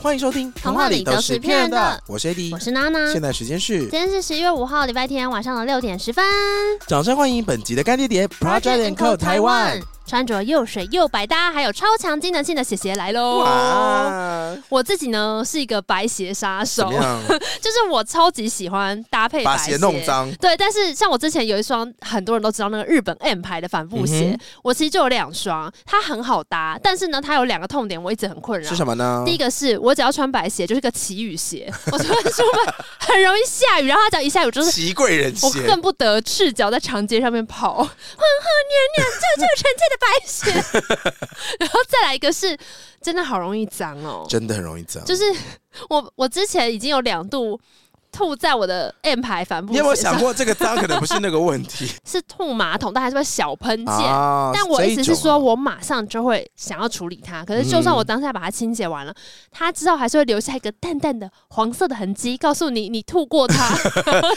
欢迎收听《童话里都是骗人的》，我是 AD，我是啊娜娜。现在时间是今天是十月五号，礼拜天晚上的六点十分。掌声欢迎本集的干爹爹 Project Co 台湾。穿着又水又百搭，还有超强机能性的鞋鞋来喽！哇，我自己呢是一个白鞋杀啊怎手么，样？就是我超级喜欢搭配把白鞋弄脏，对，但是像我之前有一双很多人都知道那个日本 M 牌的帆布鞋，嗯我其实就有两双，它很好搭，但是呢，它有两个痛点，我一直很困扰是。什么呢？第一个是我只要穿白鞋，就是个祈雨鞋，我出门出门 很容易下雨，然后它只要一下雨就是。奇贵人我鞋，恨不得赤脚在长街上面跑，哼哼娘娘，这就是臣妾的白鞋。然后再来一个是，真的好容易脏哦，真的很容易脏。就是我我之前已经有两度吐在我的 M 牌帆布你有没有鞋想上，过这个脏可能不是那个问 题是吐马桶，但还是会小喷溅。啊但我这意一思种是说，我马上就会想要处理它。可是，就算我当下把它清洁完了，它之后还是会留下一个淡淡的黄色的痕迹，告诉你你吐过它。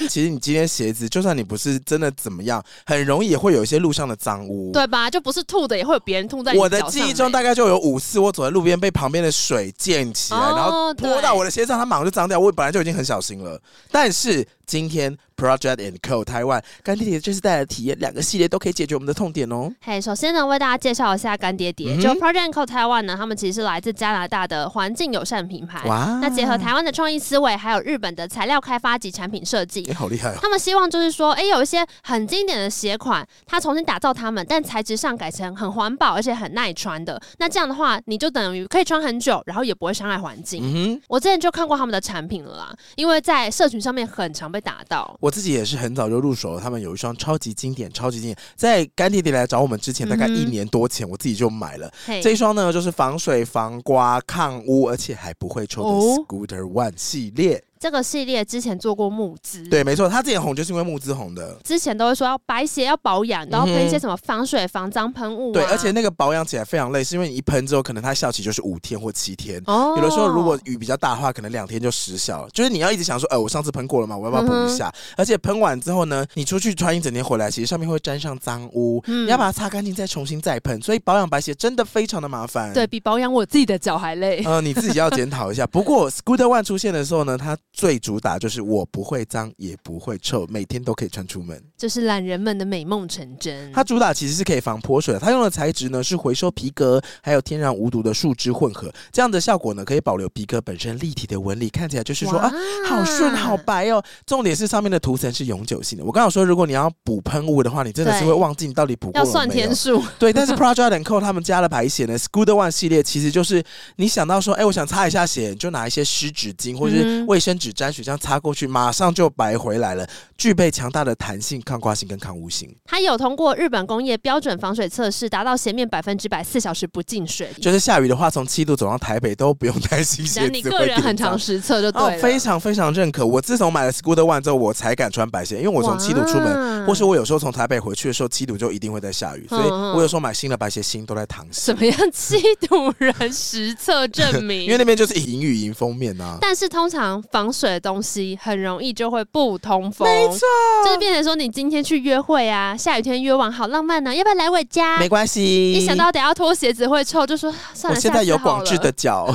其实你今天鞋子，就算你不是真的怎么样，很容易也会有一些路上的脏污。对吧？就不是吐的，也会有别人吐在你我的脚记上忆中欸大概就有五次，我走在路边被旁边的水溅起来，哦然后泼到对我的鞋上，它马上就脏掉。我本来就已经很小心了，但是今天 Project and Co 台湾干爹爹这次带来的体验，两个系列都可以解决我们的痛点 哦。嘿首先呢，为大家介绍一下干爹爹。嗯哼就 Project Co Taiwan 呢，他们其实是来自加拿大的环境友善品牌。哇，那结合台湾的创意思维，还有日本的材料开发及产品设计你，好厉害哦！他们希望就是说，诶，有一些很经典的鞋款，它重新打造它们，但材质上改成很环保而且很耐穿的。那这样的话，你就等于可以穿很久，然后也不会伤害环境。嗯哼，我之前就看过他们的产品了啦，因为在社群上面很常被打到。我自己也是很早就入手了，他们有一双超级经典、超级经典，在干爹爹来找我们之前，大概嗯哼一年多前，我自己就买了。嘿，这一双呢，就是防水、防刮、抗污，而且还不会臭的哦 Scooter One 系列。这个系列之前做过募资，对，没错，它之前红就是因为募资红的。之前都会说要白鞋要保养，然后喷嗯一些哼什么防水、防脏喷雾、啊。对，而且那个保养起来非常累，是因为你一喷之后，可能它效期就是五天或七天。哦有的时候，如果雨比较大的话，可能两天就失效了。就是你要一直想说，呃，我上次喷过了嘛，我要不要补一下？嗯而且喷完之后呢，你出去穿一整天回来，其实上面会沾上脏污，嗯你要把它擦干净再重新再喷。所以保养白鞋真的非常的麻烦。对比保养我自己的脚还累。呃，你自己要检讨一下。不过 Scooter One 出现的时候呢，它最主打就是我不会脏，也不会臭，每天都可以穿出门。这是懒人们的美梦成真。它主打其实是可以防泼水的，它用的材质呢是回收皮革还有天然无毒的树脂混合，这样的效果呢可以保留皮革本身立体的纹理，看起来就是说哇啊。好顺，好白哦！重点是上面的涂层是永久性的。我刚刚有说，如果你要补喷雾的话，你真的是对会忘记你到底补过要了没有。算天数。 对，但是 Project Co 他们家的白鞋呢，Scooter One 系列其实就是你想到说，哎、我想擦一下鞋，你就拿一些湿纸巾或者是嗯卫生纸沾水这样擦过去，马上就白回来了，具备强大的弹性、抗刮性跟抗污性。它有通过日本工业标准防水测试，达到鞋面百分之百四小时不进水。就是下雨的话，从七度走到台北都不用担心鞋然子后会你个人很变脏常实测就对哦了，，非常非常认可。我自从买了 Scooter One 之后，我才敢穿白鞋，因为我从七度出门，门或是我有时候从台北回去的时候，七度就一定会在下雨，所以嗯嗯我有时候买新的白鞋，心都在淌什血，么样吸毒人实测证明？ 因为那边就是阴雨迎风面啊。但是通常防水的东西很容易就会不通风，没错，就是变成说你今天去约会啊，下雨天约完好浪漫呢、啊要不要来我家？没关系。一想到等下脱鞋子会臭，就说啊算我了，现在有广智智的。脚，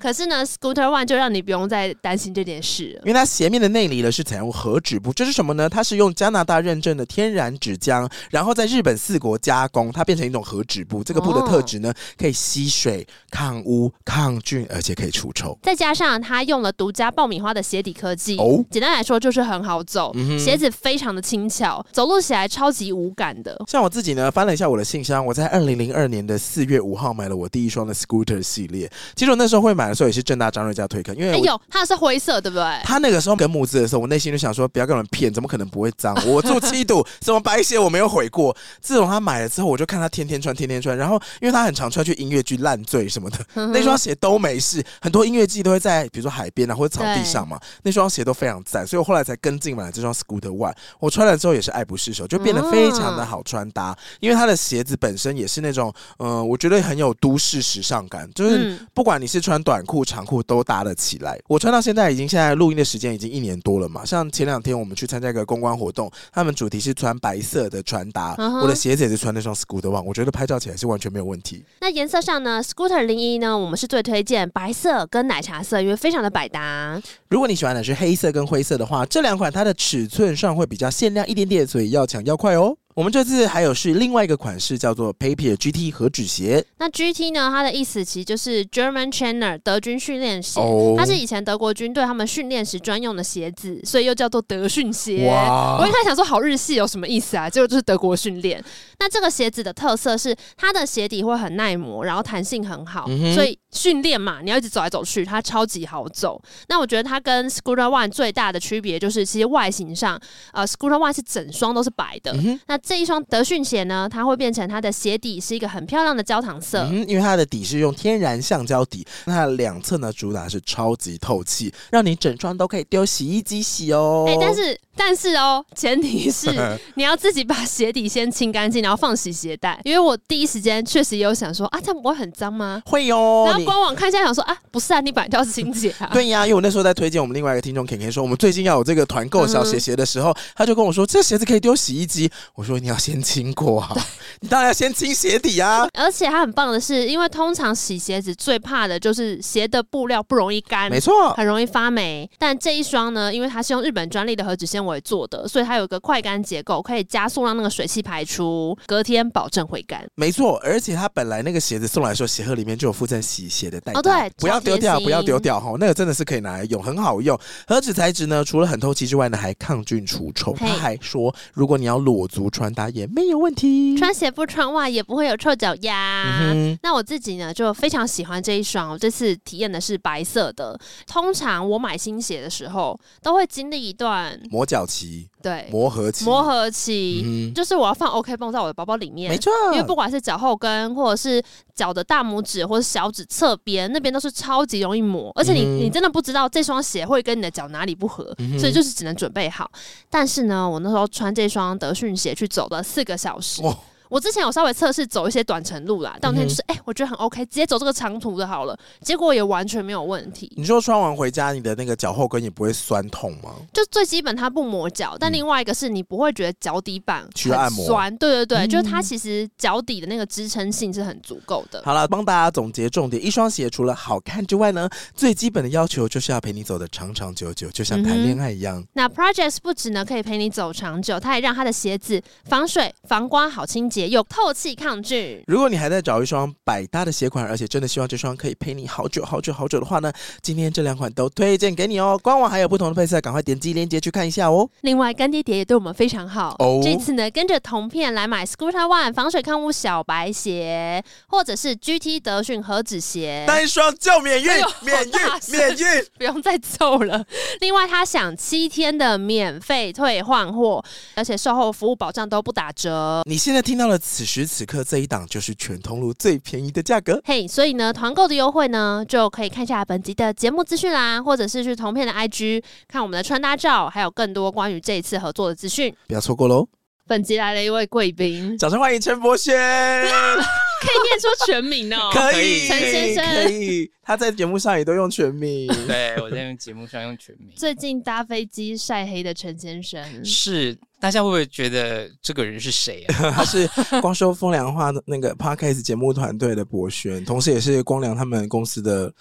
可是呢，Scooter One 就让你不用再担心这件事了。因为它鞋面的内里呢是采用和纸布，这是什么呢？它是用加拿大认证的天然纸浆，然后在日本四国加工，它变成一种和纸布。这个布的特质呢，可以吸水、抗污、抗菌，而且可以除臭。再加上它用了独家爆米花的鞋底科技，哦简单来说就是很好走，嗯哼鞋子非常的轻巧，走路起来超级无感的。像我自己呢，翻了一下我的信箱，我在二零零二年的四月五号买了我第一双的 Scooter 系列。其实我那时候会买的时候也是正大张瑞家推坑，因为哎我呦，它是灰色，对不对？他那个时候跟募资的时候，我内心就想说，不要跟人骗，怎么可能不会脏？我住七堵，什么白鞋我没有悔过。自从他买了之后，我就看他天天穿，天天穿。然后，因为他很常穿去音乐剧烂醉什么的，那双鞋都没事。很多音乐剧都会在，比如说海边啊或者草地上嘛，那双鞋都非常赞，所以我后来才跟进买了这双 Scooter One。我穿了之后也是爱不释手，就变得非常的好穿搭，因为它的鞋子本身也是那种，嗯、我觉得很有都市时尚感，就是嗯不管你是穿短裤、长裤都搭得起来。我穿到现在已经现在录音的时间已经一年多了嘛，像前两天我们去参加一个公关活动，他们主题是穿白色的穿搭，嗯哼我的鞋子也是穿那双 Scooter One，我觉得拍照起来是完全没有问题。那颜色上呢，Scooter 零一呢，我们是最推荐白色跟奶茶色，因为非常的百搭。如果你喜欢的是黑色跟灰色的话，这两款它的尺寸上会比较限量一点点，所以要抢要快哦。我们这次还有是另外一个款式叫做 Papier GT 合指鞋那 GT 呢，它的意思其实就是 German Trainer 德军训练鞋。哦它是以前德国军队他们训练时专用的鞋子，所以又叫做德训鞋。哇我一开始想说好日系有什么意思啊？结果就是德国训练。那这个鞋子的特色是它的鞋底会很耐磨，然后弹性很好，嗯哼所以训练嘛，你要一直走来走去，它超级好走。那我觉得它跟 Scooter One 最大的区别就是，其实外形上，呃，Scooter One 是整双都是白的，嗯哼那这一双德训鞋呢，它会变成它的鞋底是一个很漂亮的焦糖色。嗯，因为它的底是用天然橡胶底，那它的两侧呢主打是超级透气，让你整双都可以丢洗衣机洗哦。哎、但是但是哦，前提 是你要自己把鞋底先清干净，然后放洗鞋带。因为我第一时间确实也有想说啊，这样不会很脏吗？会哦，然后你官网看一下，想说啊，不是啊，你本来就要清洁啊。对呀、因为我那时候在推荐我们另外一个听众 K K 说，我们最近要有这个团购嗯小鞋鞋的时候，他就跟我说这鞋子可以丢洗衣机。我说你要先清过啊，你当然要先清鞋底 啊。而且它很棒的是，因为通常洗鞋子最怕的就是鞋的布料不容易干，没错，很容易发霉。但这一双呢，因为它是用日本专利的和纸纤维做的，所以它有一个快干结构，可以加速让那个水汽排出，隔天保证回干。没错，而且它本来那个鞋子送来的时候，鞋盒里面就有附赠洗鞋的袋子，哦对不要丢掉，超贴心不要丢掉哈，那个真的是可以拿来用，很好用。盒子材质呢，除了很透气之外呢，还抗菌除臭。嘿他还说，如果你要裸足穿搭也没有问题。穿鞋不穿袜也不会有臭脚丫。嗯哼那我自己呢，就非常喜欢这一双。我这次体验的是白色的。通常我买新鞋的时候，都会经历一段磨脚期、对磨合期，磨合期，嗯就是我要放 OK 绷在我的包包里哼，面没。错，因为不管是脚后跟，或者是脚的大拇指，或者小指侧边那边，都是超级容易磨，而且你、嗯你真的不知道这双鞋会跟你的脚哪里不合，嗯哼所以就是只能准备好。但是呢，我那时候穿这双德训鞋去走了四个小时。哇我之前有稍微测试走一些短程路啦，但我那嗯天哼就是哎、我觉得很 OK，直接走这个长途的好了，结果也完全没有问题。你说穿完回家，你的那个脚后跟也不会酸痛吗？就最基本它不磨脚，但嗯另外一个是你不会觉得脚底板需要很按摩嗯酸，对对对，就是它其实脚底的那个支撑性是很足够的。好了，帮大家总结重点：一双鞋除了好看之外呢，最基本的要求就是要陪你走的长长久久，就像嗯谈恋爱一样。那 Projects 不止呢可以陪你走长久，它也让它的鞋子防水、防刮、好清洁又透气抗菌。如果你还在找一双百搭的鞋款，而且真的希望这双可以陪你好久好久好久的话呢，今天这两款都推荐给你哦。官网还有不同的配色，赶快点击链接去看一下哦。另外，干爹爹也对我们非常好。哦这次呢，跟着同片来买 Scooter One 防水抗污小白鞋，或者是 GT 德训合趾鞋。单双就免运哎哎呦，免 好大运，声免运。不用再凑了。另外，他享七天的免费退换货，而且售后服务保障都不打折。你现在听到了此时此刻这一档，就是全通路最便宜的价格。嘿所以呢，团购的优惠呢，就可以看一下本集的节目资讯啦，或者是去同片的 IG 看我们的穿搭照，还有更多关于这一次合作的资讯。不要错过喽！本集来了一位贵宾，掌声欢迎陈柏轩。可以念出全名哦可可以，以陈先生可以，他在节目上也都用全名。对，我在用节目上用全名。最近搭飞机晒黑的陈先生， 是大家会不会觉得这个人是谁啊？ 他是光说风凉话的那个 podcast 节目团队的博 轩，同时也是光良他们公司的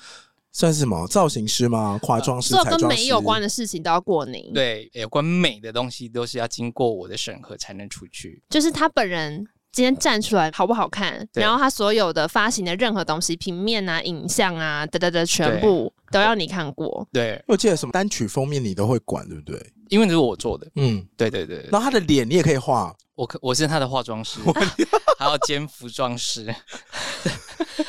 算是什么造型师吗？化妆师、所有彩呃跟妆美师有关的事情都要过您，，对，有关美的东西都是要经过我的审核才能出去。就是他本人。今天站出来好不好看？对然后他所有的发行的任何东西，平面啊、影像啊，得得得，全部都要你看过。 对，我记得什么单曲封面你都会管，对不对？因为这是我做的。嗯，对对对，对然后他的脸你也可以画，我可我是他的化妆师， 还要兼服装师，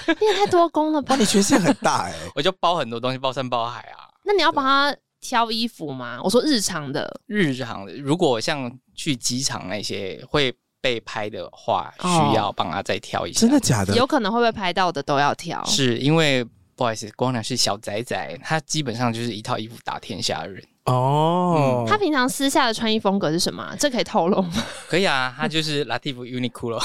你也太多功了吧哇，？你权限很大 哎、我就包很多东西，包山包海啊。那你要帮他挑衣服吗？我说日常的，日常的，如果像去机场那些会被拍的话，哦需要帮他再挑一下。真的假的？有可能会被拍到的都要挑。是因为。不好意思，光良是小仔仔，他基本上就是一套衣服打天下人。哦，嗯他平常私下的穿衣风格是什么啊？这可以透 露吗？可以啊，他就是 Latif Uniqlo，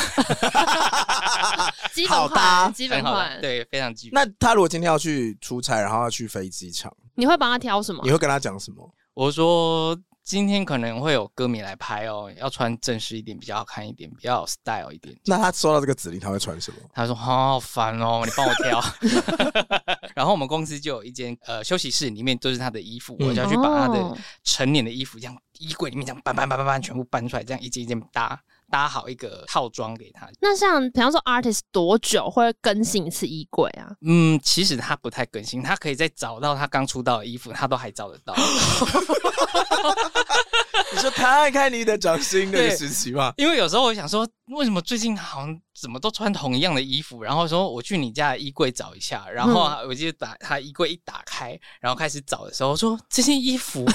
基好本搭款，基本很好款的，。对，非常基本。那他如果今天要去出差，然后要去飞机场，你会帮他挑什么你？会跟他讲什么？我说今天可能会有歌迷来拍哦，要穿正式一点，比较好看一点，比较有 style 一点。那他收到这个指令，他会穿什 么？他说：“好好烦哦，你帮我挑。”然后我们公司就有一间呃休息室，里面都是他的衣服，嗯我就要去把他哦的成年的衣服这样衣柜里面这样搬搬搬搬搬，全部搬出来，这样一件一件搭搭好一个套装给他。那像比方说 artist 多久会更新一次衣柜 啊？嗯，其实他不太更新，他可以再找到他刚出道的衣服，他都还找得到。你说看看你的掌心那个时期吗？因为有时候我想说，为什么最近好像怎么都穿同一样的衣服？然后说我去你家的衣柜找一下，然嗯后啊我就打他衣柜一打开，然后开始找的时 候说这件衣服，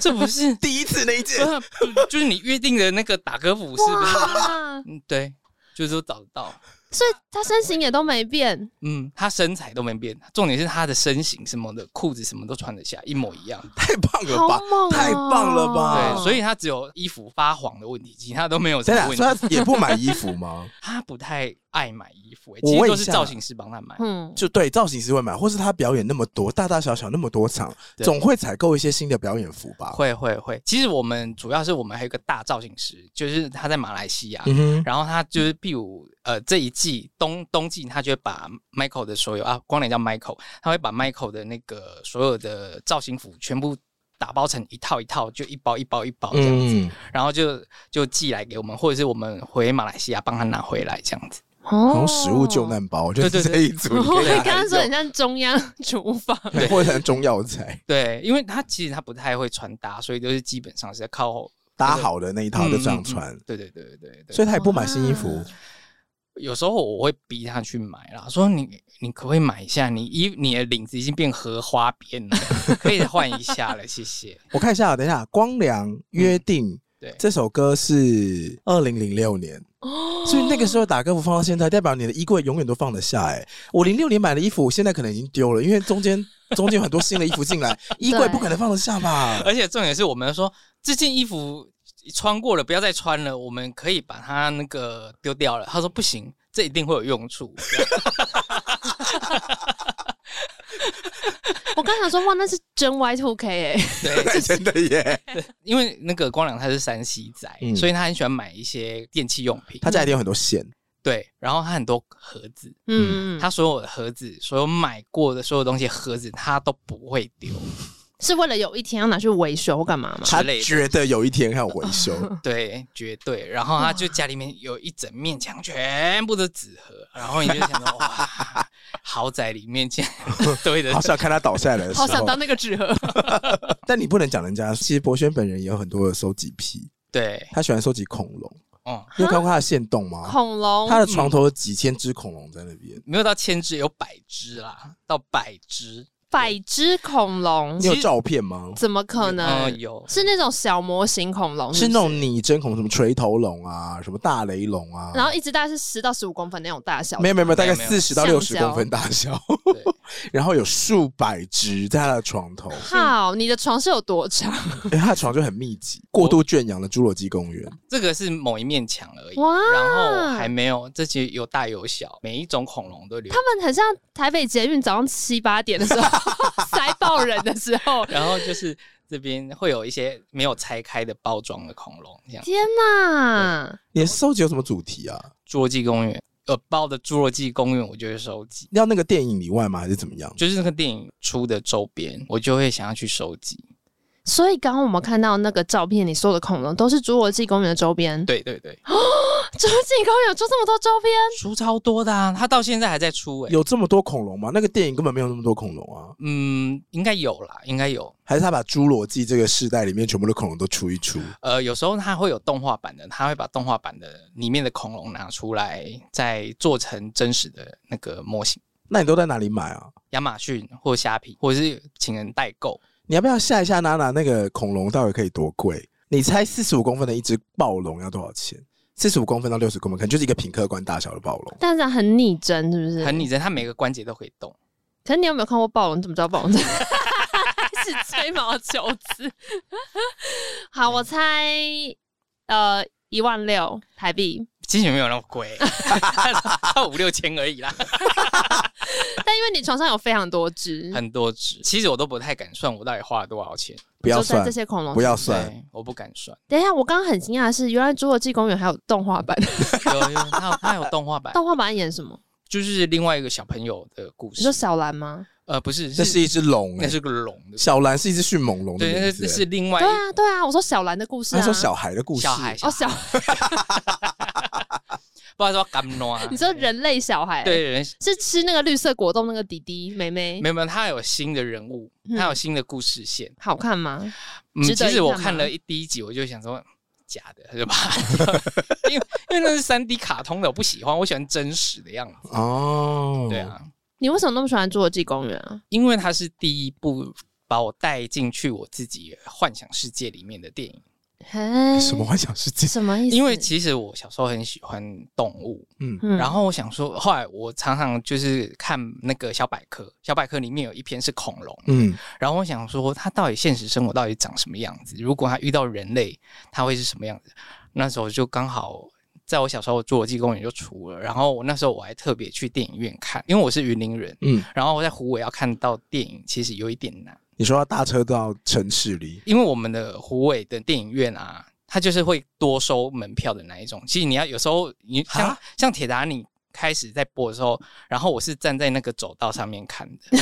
这不是第一次那一 件，不就是你约定的那个打歌服是不是？啊，嗯，对，就是都找得到。所以他身形也都没变，嗯，他身材都没变，重点是他的身形什么的，裤子什么都穿得下，一模一样。太棒了好吧！猛、哦，太棒了吧对，所以他只有衣服发黄的问题，其他都没有真什么的，啊问所以题。他也不买衣服 吗？他不太爱买衣服、欸，我其实问都一是下造型师帮他买。嗯，就对，造型师会买，或是他表演那么多，大大小小那么多场，对总会采购一些新的表演服吧？会会会，其实我们主要是我们还有一个大造型师，就是他在马来西亚，嗯哼， 然后他就是譬如呃这一季冬冬季，他就会把 Michael 的所有啊，光良叫 Michael，他会把 Michael 的那个所有的造型服全部打包成一套一套，就一包一包一包这样子，嗯，然后就就寄来给我们，或者是我们回马来西亚帮他拿回来这样子。好哦像食物救。难包，我觉得哦对对这对一组我你可以拿来 哦刚刚说很用像中央厨 房，对或者很中药材对，因为他其实他不太会穿搭，所以就是基本上是靠搭好的那一套就这样嗯穿嗯，对对对对对。所以他也不买新衣服哇。有时候我会逼他去买啦，说你你可不可以买一下？你衣你的领子已经变荷花边了，可以换一下了，谢谢。 我看一下，等一下，《光良约定》嗯对，这首歌是二零零六年，哦所以那个时候打歌服放到现在，代表你的衣柜永远都放得下、欸。哎，我零六年买的衣服，现在可能已经丢了，因为中间 中间有很多新的衣服进来，衣柜不可能放得下吧？而且重点是我们说这件衣服穿过了，不要再穿了，我们可以把它那个丢掉了。他说不行，这一定会有用处。 我刚想说，哇，那是真 Y Two K 哎，对，这是真的 耶，因为那个光良他是山西仔，嗯所以他很喜欢买一些电器用品。他家里有很多线，对，然后他很多盒子，嗯，他所有的盒子，所有买过的所有东西盒子，他都不会丢。是为了有一天要拿去维修干嘛吗？之他类的觉得有一天要回收。对，绝对。然后他就家里面有一整面墙，全部都纸盒，然后你就想 说，哇，豪宅里面竟然有一堆的好，想看他倒下来的时好想候，当那个纸盒，但你不能讲人家。其实博轩本人也有很多的收集癖，对，他喜欢收集恐龙。哦、你有看过他的线动吗？ 恐龙他的床头有几千只恐龙在那边。没有到千只，有百只啦，到百只，百只恐龙你有照片吗？怎么可嗯、能？有。是那种小模型恐龙，是不那种拟真恐龙，什么锤头龙啊，什么大雷龙啊，然后一直大概是十到十五公分那种大小，没有没有没有，大概没有没四有十到橡六十胶公分大小，对 然后有数百只在他的床头，好，你的床是有多长？ 因为他的床就很密集，过度圈养的侏罗纪公园。这个是某一面墙而已，哇然后还没有，这些有大有小，每一种恐龙都留他。们很像台北捷运早上七八点的 时候塞爆人的时候。然后就是这边会有一些没有拆开的包装的恐龙，这样。天哪！你收集有什么主题啊？侏罗纪公园有包的侏罗纪公园，我就会收集。要那个电影以外吗？还是怎么样？就是那个电影出的周边，我就会想要去收集。所以刚刚我们看到那个照片，你说的恐龙都是侏罗纪公园的周边。对对 对， 侏罗纪公园有出这么多周边，出超多的啊，他到现在还在出哎、有这么多恐龙吗？那个电影根本没有那么多恐龙啊！嗯，应该有啦，应该有。还是他把侏罗纪这个世代里面全部的恐龙都出一出？呃，有时候他会有动画版的，他会把动画版的里面的恐龙拿出来，再做成真实的那个模型。那你都在哪里买啊？亚马逊或虾皮，或者是请人代购，你要不要下一下娜娜那个恐龙到底可以多贵？你猜四十五公分的一只暴龙要多少钱？四十五公分到六十公分，可能就是一个品客观大小的暴龙。但是很拟真，是不是？很拟真，它每个关节都可以动。可是你有没有看过暴龙？你怎么知道暴龙在？开始吹毛求疵。好，我猜呃一万六台币， 其实也没有那么 贵，差五六千而已啦，但因为你床上有非常多只，很多只。其实我都不太敢算我到底花了多少钱，不要就在算这，些恐龙。不要算，对，我不敢算。等一下，我刚刚很惊讶的是，原来《侏罗纪公园》还有动画版，有有，它有它有动画版，动画版演什么？就是另外一个小朋友的故你说事。小兰吗？呃，不是，那是一只龙那哎，是个龙的，小蓝是一只迅猛龙的对，那名是那字是欸。另外对一啊，对啊，我说小兰的故事啊。他说小孩的故事，小孩，哦小，小不知道叫干诺啊 。你说人类小孩？，对人是吃那个绿色果冻那个弟弟妹妹没，有没有，他有新的人物，他有新的故事线。好看吗？嗯，嗯值得其一实我看看吗了一第一集，我就想说假的，他就把它掉了 因为因为那是三 D 卡通的，我不喜欢，我喜欢真实的样子。哦，对，啊，你为什么那么喜欢《侏罗纪公园》啊？因为它是第一部把我带进去我自己幻想世界里面的电影。嘿什么幻想世界？啊什么意思？因为其实我小时候很喜欢动物，嗯，嗯然后我想说，后来我常常就是看那个小百科，小百科里面有一篇是恐龙，嗯，然后我想说，它到底现实生活到底长什么样子？如果它遇到人类，它会是什么样子？那时候就刚好在我小时候，侏罗纪公园就出了，然后我那时候我还特别去电影院看，因为我是云林人，嗯，然后我在湖尾要看到电影其实有一点难，你说要搭车到城市里，因为我们的湖尾的电影院啊。它就是会多收门票的那一种。其实你要有时候你像哈像铁达尼开始在播的时候，然后我是站在那个走道上面看的，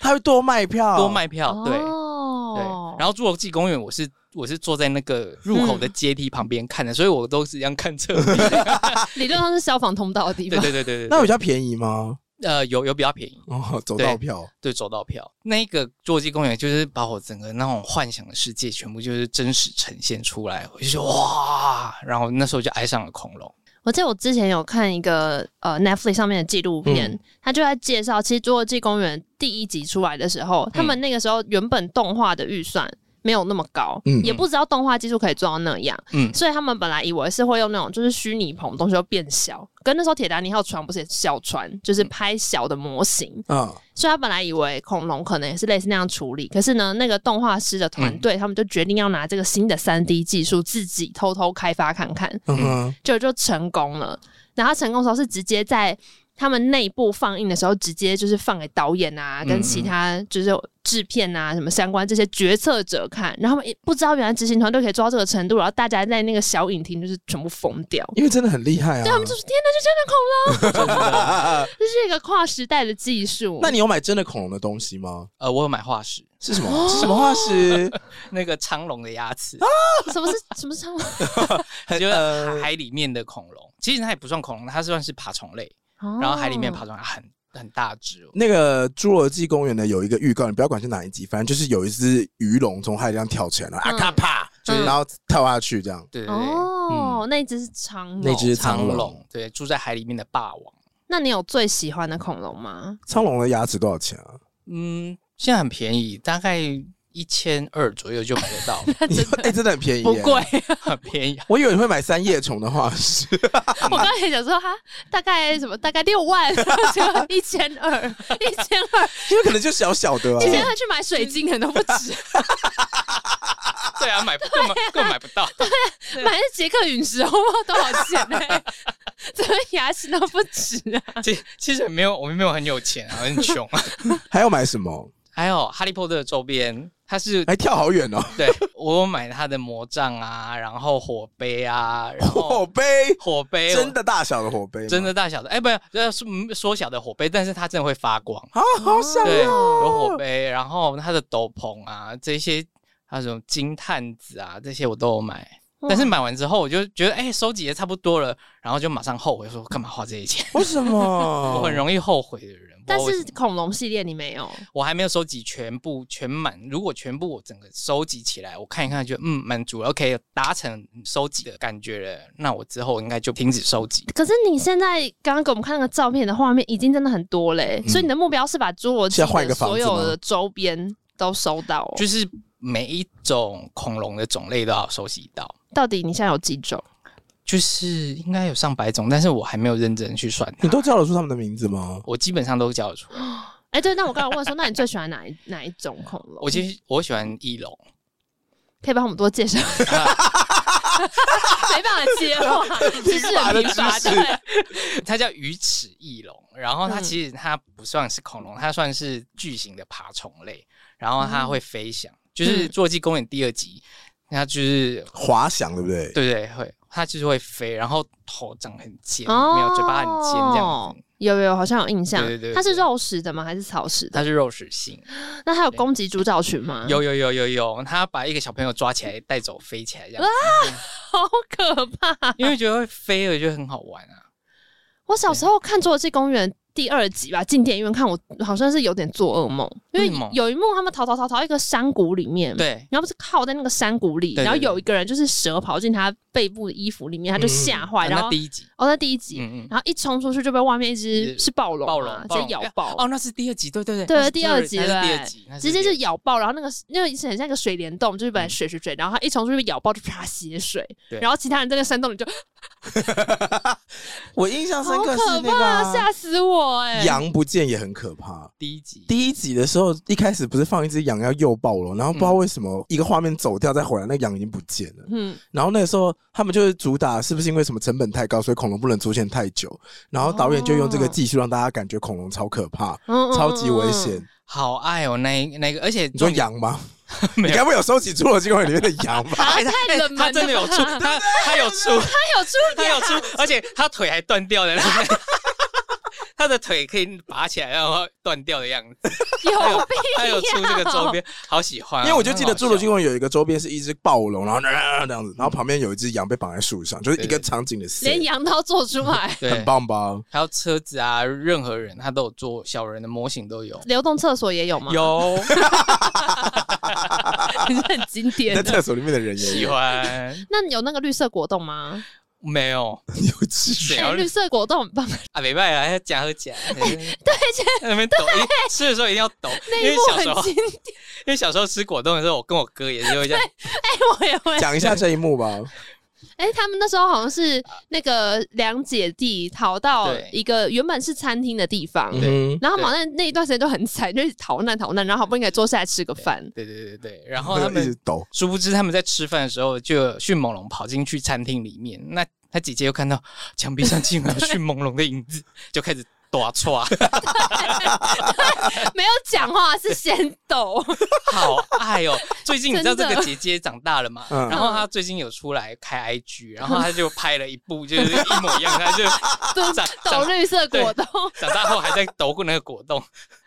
他会多卖票，多卖票，对，对哦，，然后侏罗纪公园，我是我是坐在那个入口的阶梯旁边看的，所以我都是这样看 侧面。理论上是消防通道的地对方。对对对对，那比较便宜吗？呃有有比较便宜，哦，走对道票，对走道票。那一个侏罗纪公园就是把我整个那种幻想的世界全部就是真实呈现出来，我就说哇，然后那时候就爱上了恐龙。我记得我之前有看一个呃 Netflix 上面的纪录片嗯，他、就在介绍，其实《侏罗纪公园》第一集出来的时候，他嗯们那个时候原本动画的预算。没有那么高，嗯也不知道动画技术可以做到那样，嗯所以他们本来以为是会用那种就是虚拟棚东西会变小，跟那时候铁达尼号船不是也是小船，就是嗯拍小的模型，嗯，所以他本来以为恐龙可能也是类似那样处理，可是呢，那个动画师的嗯团队、他们就决定要拿这个新的三 D 技术自己偷偷开发看看，嗯哼，就就成功了。然后他成功的时候是直接在他们内部放映的时候，直接就是放给导演啊，嗯跟其他就是制片啊什么相关这些决策者看，然后他们也不知道原来执行团队可以做到这个程度，然后大家在那个小影厅就是全部疯掉。哦因为真的很厉害啊。对，他们就是天哪，就真的恐龙， 啊这是一个跨时代的技术。那你有买真的恐龙的东西吗？呃，我有买化石，是什么？是什么化石？ 那个苍龙的牙齿，啊什么是什么是苍呃就是海里面的恐龙。其实它也不算恐龙，它算是爬虫类，龙？然后海里面哦爬虫类啊很很大只哦。那个侏罗纪公园的有一个预告，你不要管是哪一集，反正就是有一只鱼龙从海里这样跳起来，然后啊嗯咔啪，就是嗯然后跳下去这样。对对对，哦，那一只是长龙。嗯那只苍苍龙龙，对，住在海里面的霸王。那你有最喜欢的恐龙吗？苍龙的牙齿多少钱啊？嗯，现在很便宜，大概一千二左右就买得到，它真的哎，真的很便宜，不贵。。很便宜。我以为你会买三叶虫的化石，啊我刚才也想说，它大概什么，大概六万， 就一千二，一千二，因为可能就小小的啊一。千二去买水晶可能都 不止，对啊，买不根本根本买不到。买那捷克陨石，我不知道多少钱呢、 怎么牙齿都不止啊！其其实没有，我们没有很有钱啊，很穷 啊。还要买什么？还有《哈利波特》的周边，它是还跳好远哦，对我有买它的魔杖啊，然后火杯啊，然哦火后杯，火杯哦真的大小的火杯吗，真的大小的，哎，不是呃缩缩小的火杯，但是它真的会发光。啊，好想对，要。有火杯，然后它的斗篷啊，这些还有什么金探子啊，这些我都有买。但是买完之后，我就觉得哎，收、集的差不多了，然后就马上后悔，说干嘛花这些钱？ 为什么？我很容易后悔的人。不知道哦但为什是么恐龙系列你没有，我还没有收集全部全满。如果全部我整个收集起来，我看一看，觉得嗯满足了，OK，达成收集的感觉了，那我之后应该就停止收集。可是你现在刚刚给我们看那个照片的画面，已经真的很多嘞、嗯所以你的目标是把侏罗纪现在换一个的房所子吗有的周边都收到、哦。就是每一种恐龙的种类都要收集到。到底你现在有几种？就是应该有上百种，但是我还没有认真去算它你都叫得出他们的名字吗？我基本上都叫得出来。哎、对，那我刚才问说，那你最喜欢哪一哪一种恐龙？我其实我喜欢翼龙，可以帮我们多介绍。 没办法接话，只是很贫贫乏乏。的知识对，它叫鱼齿翼龙，然后它嗯其实它不算是恐龙，它算是巨型的爬虫类，然后它会飞翔，嗯就是《侏罗纪公园》第二集，它就是滑翔对不对？对对会，它就是会飞，然后头长很尖，哦没有嘴巴很尖这样子，有有，好像有印象。对对对它是肉食的吗？还是草食的？它是肉食性，那它有攻击猪照群吗？，有有有有有，它把一个小朋友抓起来带走飞起来这样子，好可怕！因为觉得会飞，我觉得很好玩啊。我小时候看《侏罗纪公园》第二集吧，进电影院看，我好像是有点做噩梦，因为为什么有一幕他们逃逃逃逃到一个山谷里面，对，然后不是靠在那个山谷里，对对然后对嗯有一个人就是蛇跑进他背部的衣服里面，他就吓坏，然啊那后第一集，哦，那第一集，嗯嗯。然后一冲出去就被外面一只是是暴龙嘛，啊暴龙，暴直龙接咬爆，哦，那是第二集，对对对，对那是第二集那是第对二集，那是直接第二就咬爆，然后那个那个是很像一个水帘洞，就是本来水水水，然后它一冲出去被咬爆就啪血水，对啊然后其他人在那山洞里就我印象深好刻可是那个怕，啊吓死我哎、羊不见也很可怕。第一集，第一集的时候，一开始不是放一只羊要诱爆了，然后不知道为什么一个画面走掉再回来，那羊已经不见了。嗯，然后那个时候他们就是主打是不是因为什么成本太高，所以恐龙不能出现太久，然后导演就用这个技术让大家感觉恐龙超可怕、嗯超级危。嗯嗯嗯险。好爱哦，那一那个，而且你说重点，羊吗？没你有该不会有收集《侏罗纪公园》里面的羊吧？啊，太冷门了吧，哎他真的有出，他他他有 出，有出他有 出，而且他腿还断掉的， 他的腿可以拔起来，然后断掉的样 子，有他有病，他有出这个周边，好喜欢哦，因为我就记得《很好侏罗纪笑公园》有一个周边是一只暴龙，然后这样子，然后旁边有一只羊被绑在树上，就是一个对对场景的 连 set，羊都做出 来。很对，棒吧？还有车子啊，任何人他都有做小人的模型都有，流动厕所也有吗？，有啊 很经典 在的。厕所里面的人也 喜有欢那你有那个绿色果冻吗？没有？有吃谁哎要绿色果冻很棒，啊，没办法，要夹和 夹。对，那边抖，一吃的时候一定要抖，那 因一为幕小时候很，经 典，因为小时候吃果冻的时候，我跟我哥也是会这样，哎我也会。讲一下这一幕吧。哎、他们那时候好像是那个两姐弟逃到对一个原本是餐厅的地方，嗯哼，然后他们好像那一段时间都很惨，就是逃难逃难，然后好不容易坐下来吃个饭。对对对对，然后一他直们抖，殊不知他们在吃饭的时候，就有迅猛龙跑进去餐厅里面，那他姐姐又看到墙壁上竟然有迅猛龙的影子，就开始啊打歘， 没有讲话是先抖， 好爱哦！最近你知道这真的个姐姐长大了嘛？嗯然后她最近有出来开 IG，然后她就拍了一部，就是一模一样，她就对长抖长绿色果冻，长大后还在抖过那个果冻，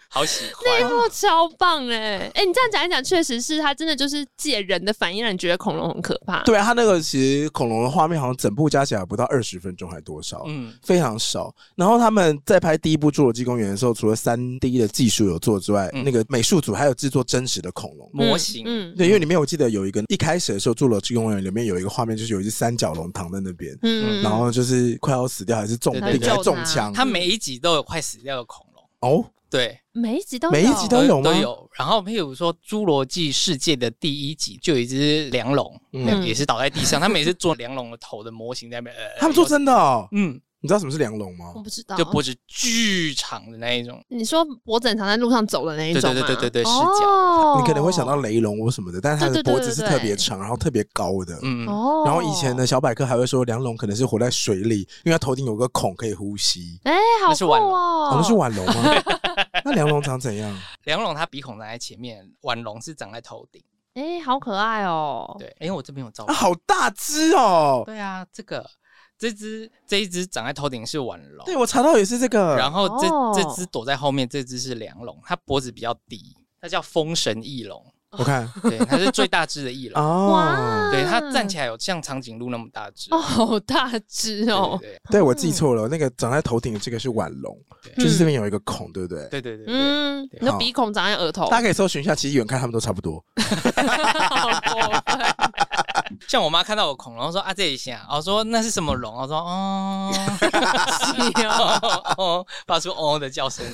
好喜欢。 那一幕超棒哎、哎、你这样讲一讲，确实是他真的就是借人的反应让你觉得恐龙很可怕。对啊，他那个其实恐龙的画面好像整部加起来不到二十分钟，还多少？嗯，非常少。然后他们在拍第一部《侏罗纪公园》的时候，除了三 D 的技术有做之外，嗯那个美术组还有制作真实的恐龙。嗯，模型，嗯对，因为里面我记得有一个一开始的时候，《侏罗纪公园》里面有一个画面，就是有一只三角龙躺在那边，嗯然后就是快要死掉，还是重病，对对对还是中枪。它每一集都有快死掉的恐龙，哦，对，每一集都有每一哦集都有吗都有。然后譬如说《侏罗纪世界》的第一集就有一只梁龙，嗯也是倒在地上，他们也是做梁龙的头的模型在那边，呃他们做，真的哦。嗯，你知道什么是梁龙吗我？不知道，就脖子巨长的那一种，你说脖子很常在路上走的那一种吗，哦对对对对对视角角你可能会想到雷龙或什么的，但是它对的对对脖子是对特对别长，然后特别高的。嗯，哦然后以前的，小百科还会说梁龙可能是活在水里，因为它头顶有个孔可以呼吸。哎、好那是酷晚哦，我们是腕龙吗？ 那梁龙长怎样？梁龙它鼻孔长在前面，腕龙是长在头顶，哎、好可爱哦，对，因为我这边有照啊，片，好大只哦！对啊，这个这只这一只长在头顶是腕龙，对，我呃查到也是这个。然后这、哦这只躲在后面，这只是梁龙，它脖子比较低，它叫风神翼龙，我 看对，它是最大只的翼龙，哦，对，它站起来有像长颈鹿那么大只，嗯哦，好大只哦，对对我记错了，那个长在头顶的这个是腕龙，对对就是这边有一个孔，对不对？对对对对对，嗯，对你的鼻孔长在额头，大家可以搜寻一下，其实远看他们都差不 多。好过 分哦像我妈看到我恐龙说啊这一下，我说那是什么龙？我说哦，嗯哦哦，发出哦的叫声，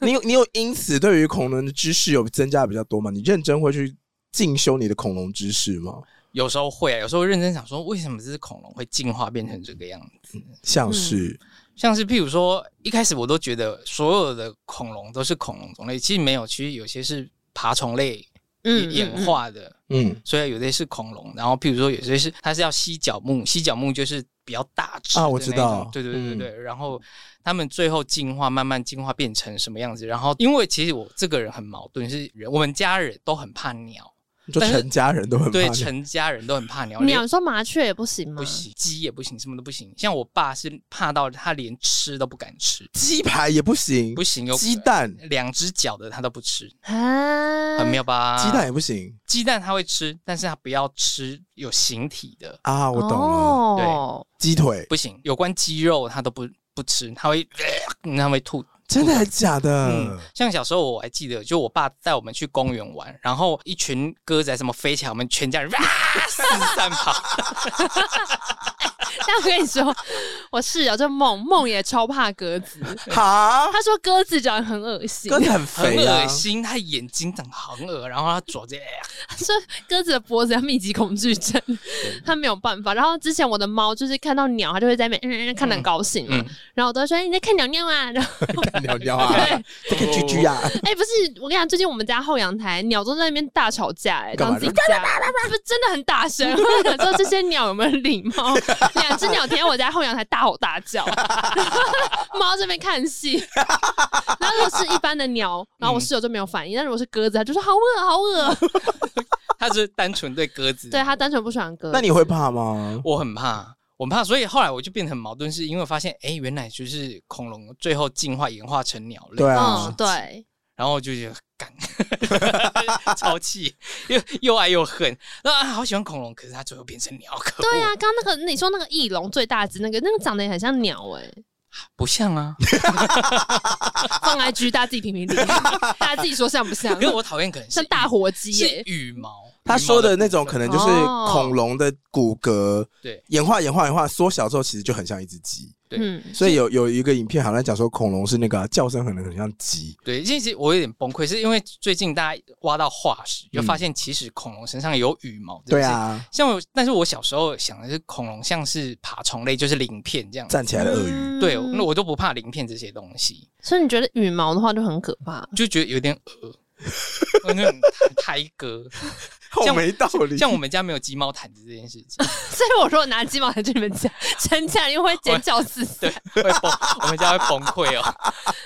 你有你有因此对于恐龙的知识有增加比较多吗？你认真会去进修你的恐龙知识吗？ 有时嗯候会啊，有时候认真想说为什么这只恐龙会进化变成这个样子，像是像是譬如说，一开始我都觉得所有的恐龙都是恐龙种类，其实没有，其实有些是爬虫类演嗯，演化的，嗯，所以有些是恐龙。然后譬如说，有些是它是要犀角目，犀角目就是比较大只啊的我那知种道对对对嗯对。然后他们最后进化，慢慢进化变成什么样子？然后因为其实我这个人很矛盾，是人我们家人都很怕鸟，就但是全家人都很对怕你全家人都很怕鸟，嗯连鸟，你说麻雀也不行吗？不行，鸡也不行，什么都不行。像我爸是怕到他连吃都不敢吃，鸡排也不行，不行，有鸡蛋两只脚的他都不吃，啊，很妙吧？鸡蛋也不行鸡蛋他会吃，但是他不要吃有形体的，啊！我懂了，哦，鸡腿不行。有关鸡肉他都不不吃，他会、他会吐。真的还假嗯的？，像小时候我还记得，就我爸带我们去公园玩，然后一群鸽子还什么飞起来，我们全家人啊四 散跑。但我跟你说，我室友就梦梦也超怕鸽子，好，他说鸽子长得很恶心，鸽子很很肥啊 恶，心，他眼睛长得很恶，然后他爪子、 他说鸽子的脖子要密集恐惧症，他没有办法。然后之前我的猫就是看到鸟，它就会在那边嗯嗯嗯看得很高兴嘛，嗯，然后我都会说你在看鸟鸟啊，然后鸟鸟对， 啊，哎、这个居居啊，不是，我跟你讲，最近我们家后阳台鸟都在那边大吵架、哎， 干当嘛自己家，是不是真的很大声？ 我想说这些鸟有没有礼貌？两只鸟停在我家后阳台大吼大叫， 猫这边看戏。然后如果是一般的鸟，然后我室友就没有反应；但如果是鸽子，它就说好恶好恶。嗯哦他只是单纯对鸽子。对，它单纯不喜欢鸽 子。那你会怕吗？我很怕，我很怕，所以后来我就变得很矛盾，是因为我发现，哎、原来就是恐龙最后进化演化成鸟类，对啊嗯，对，然后我就觉得干， 超气，又又爱又恨。那、啊、好喜欢恐龙，可是它最后变成鸟，可恶对啊，刚刚那个你说那个翼龙最大只那个，那个长得也很像鸟哎、不像啊。放 IG 大家自己评 评理，大家自己说像不像因？为我讨厌可能是啊像大羽火鸡耶、是羽毛，他说的那种可能能就是哦恐龙的骨骼，对演化演化演化缩小之后，其实就很像一只鸡。对嗯，所以有有一个影片好像讲说恐龙是那个啊、叫声可能很像鸡，对，其实我有点崩溃，是因为最近大家挖到化石，就发现其实恐龙身上有羽毛。嗯对啊。啊，像我，但是我小时候想的是恐龙像是爬虫类，就是鳞片这样子。站起来的鳄鱼，对，嗯那我都不怕鳞片这些东西，所以你觉得羽毛的话就很可怕， 就觉得有点恶。我那种 胎哥，好像没道理。像我们家没有鸡毛毯子这件事情， 所以我如果拿鸡毛来这里面夹，真假因为会尖叫四散，对，会崩，我们家会崩溃哦。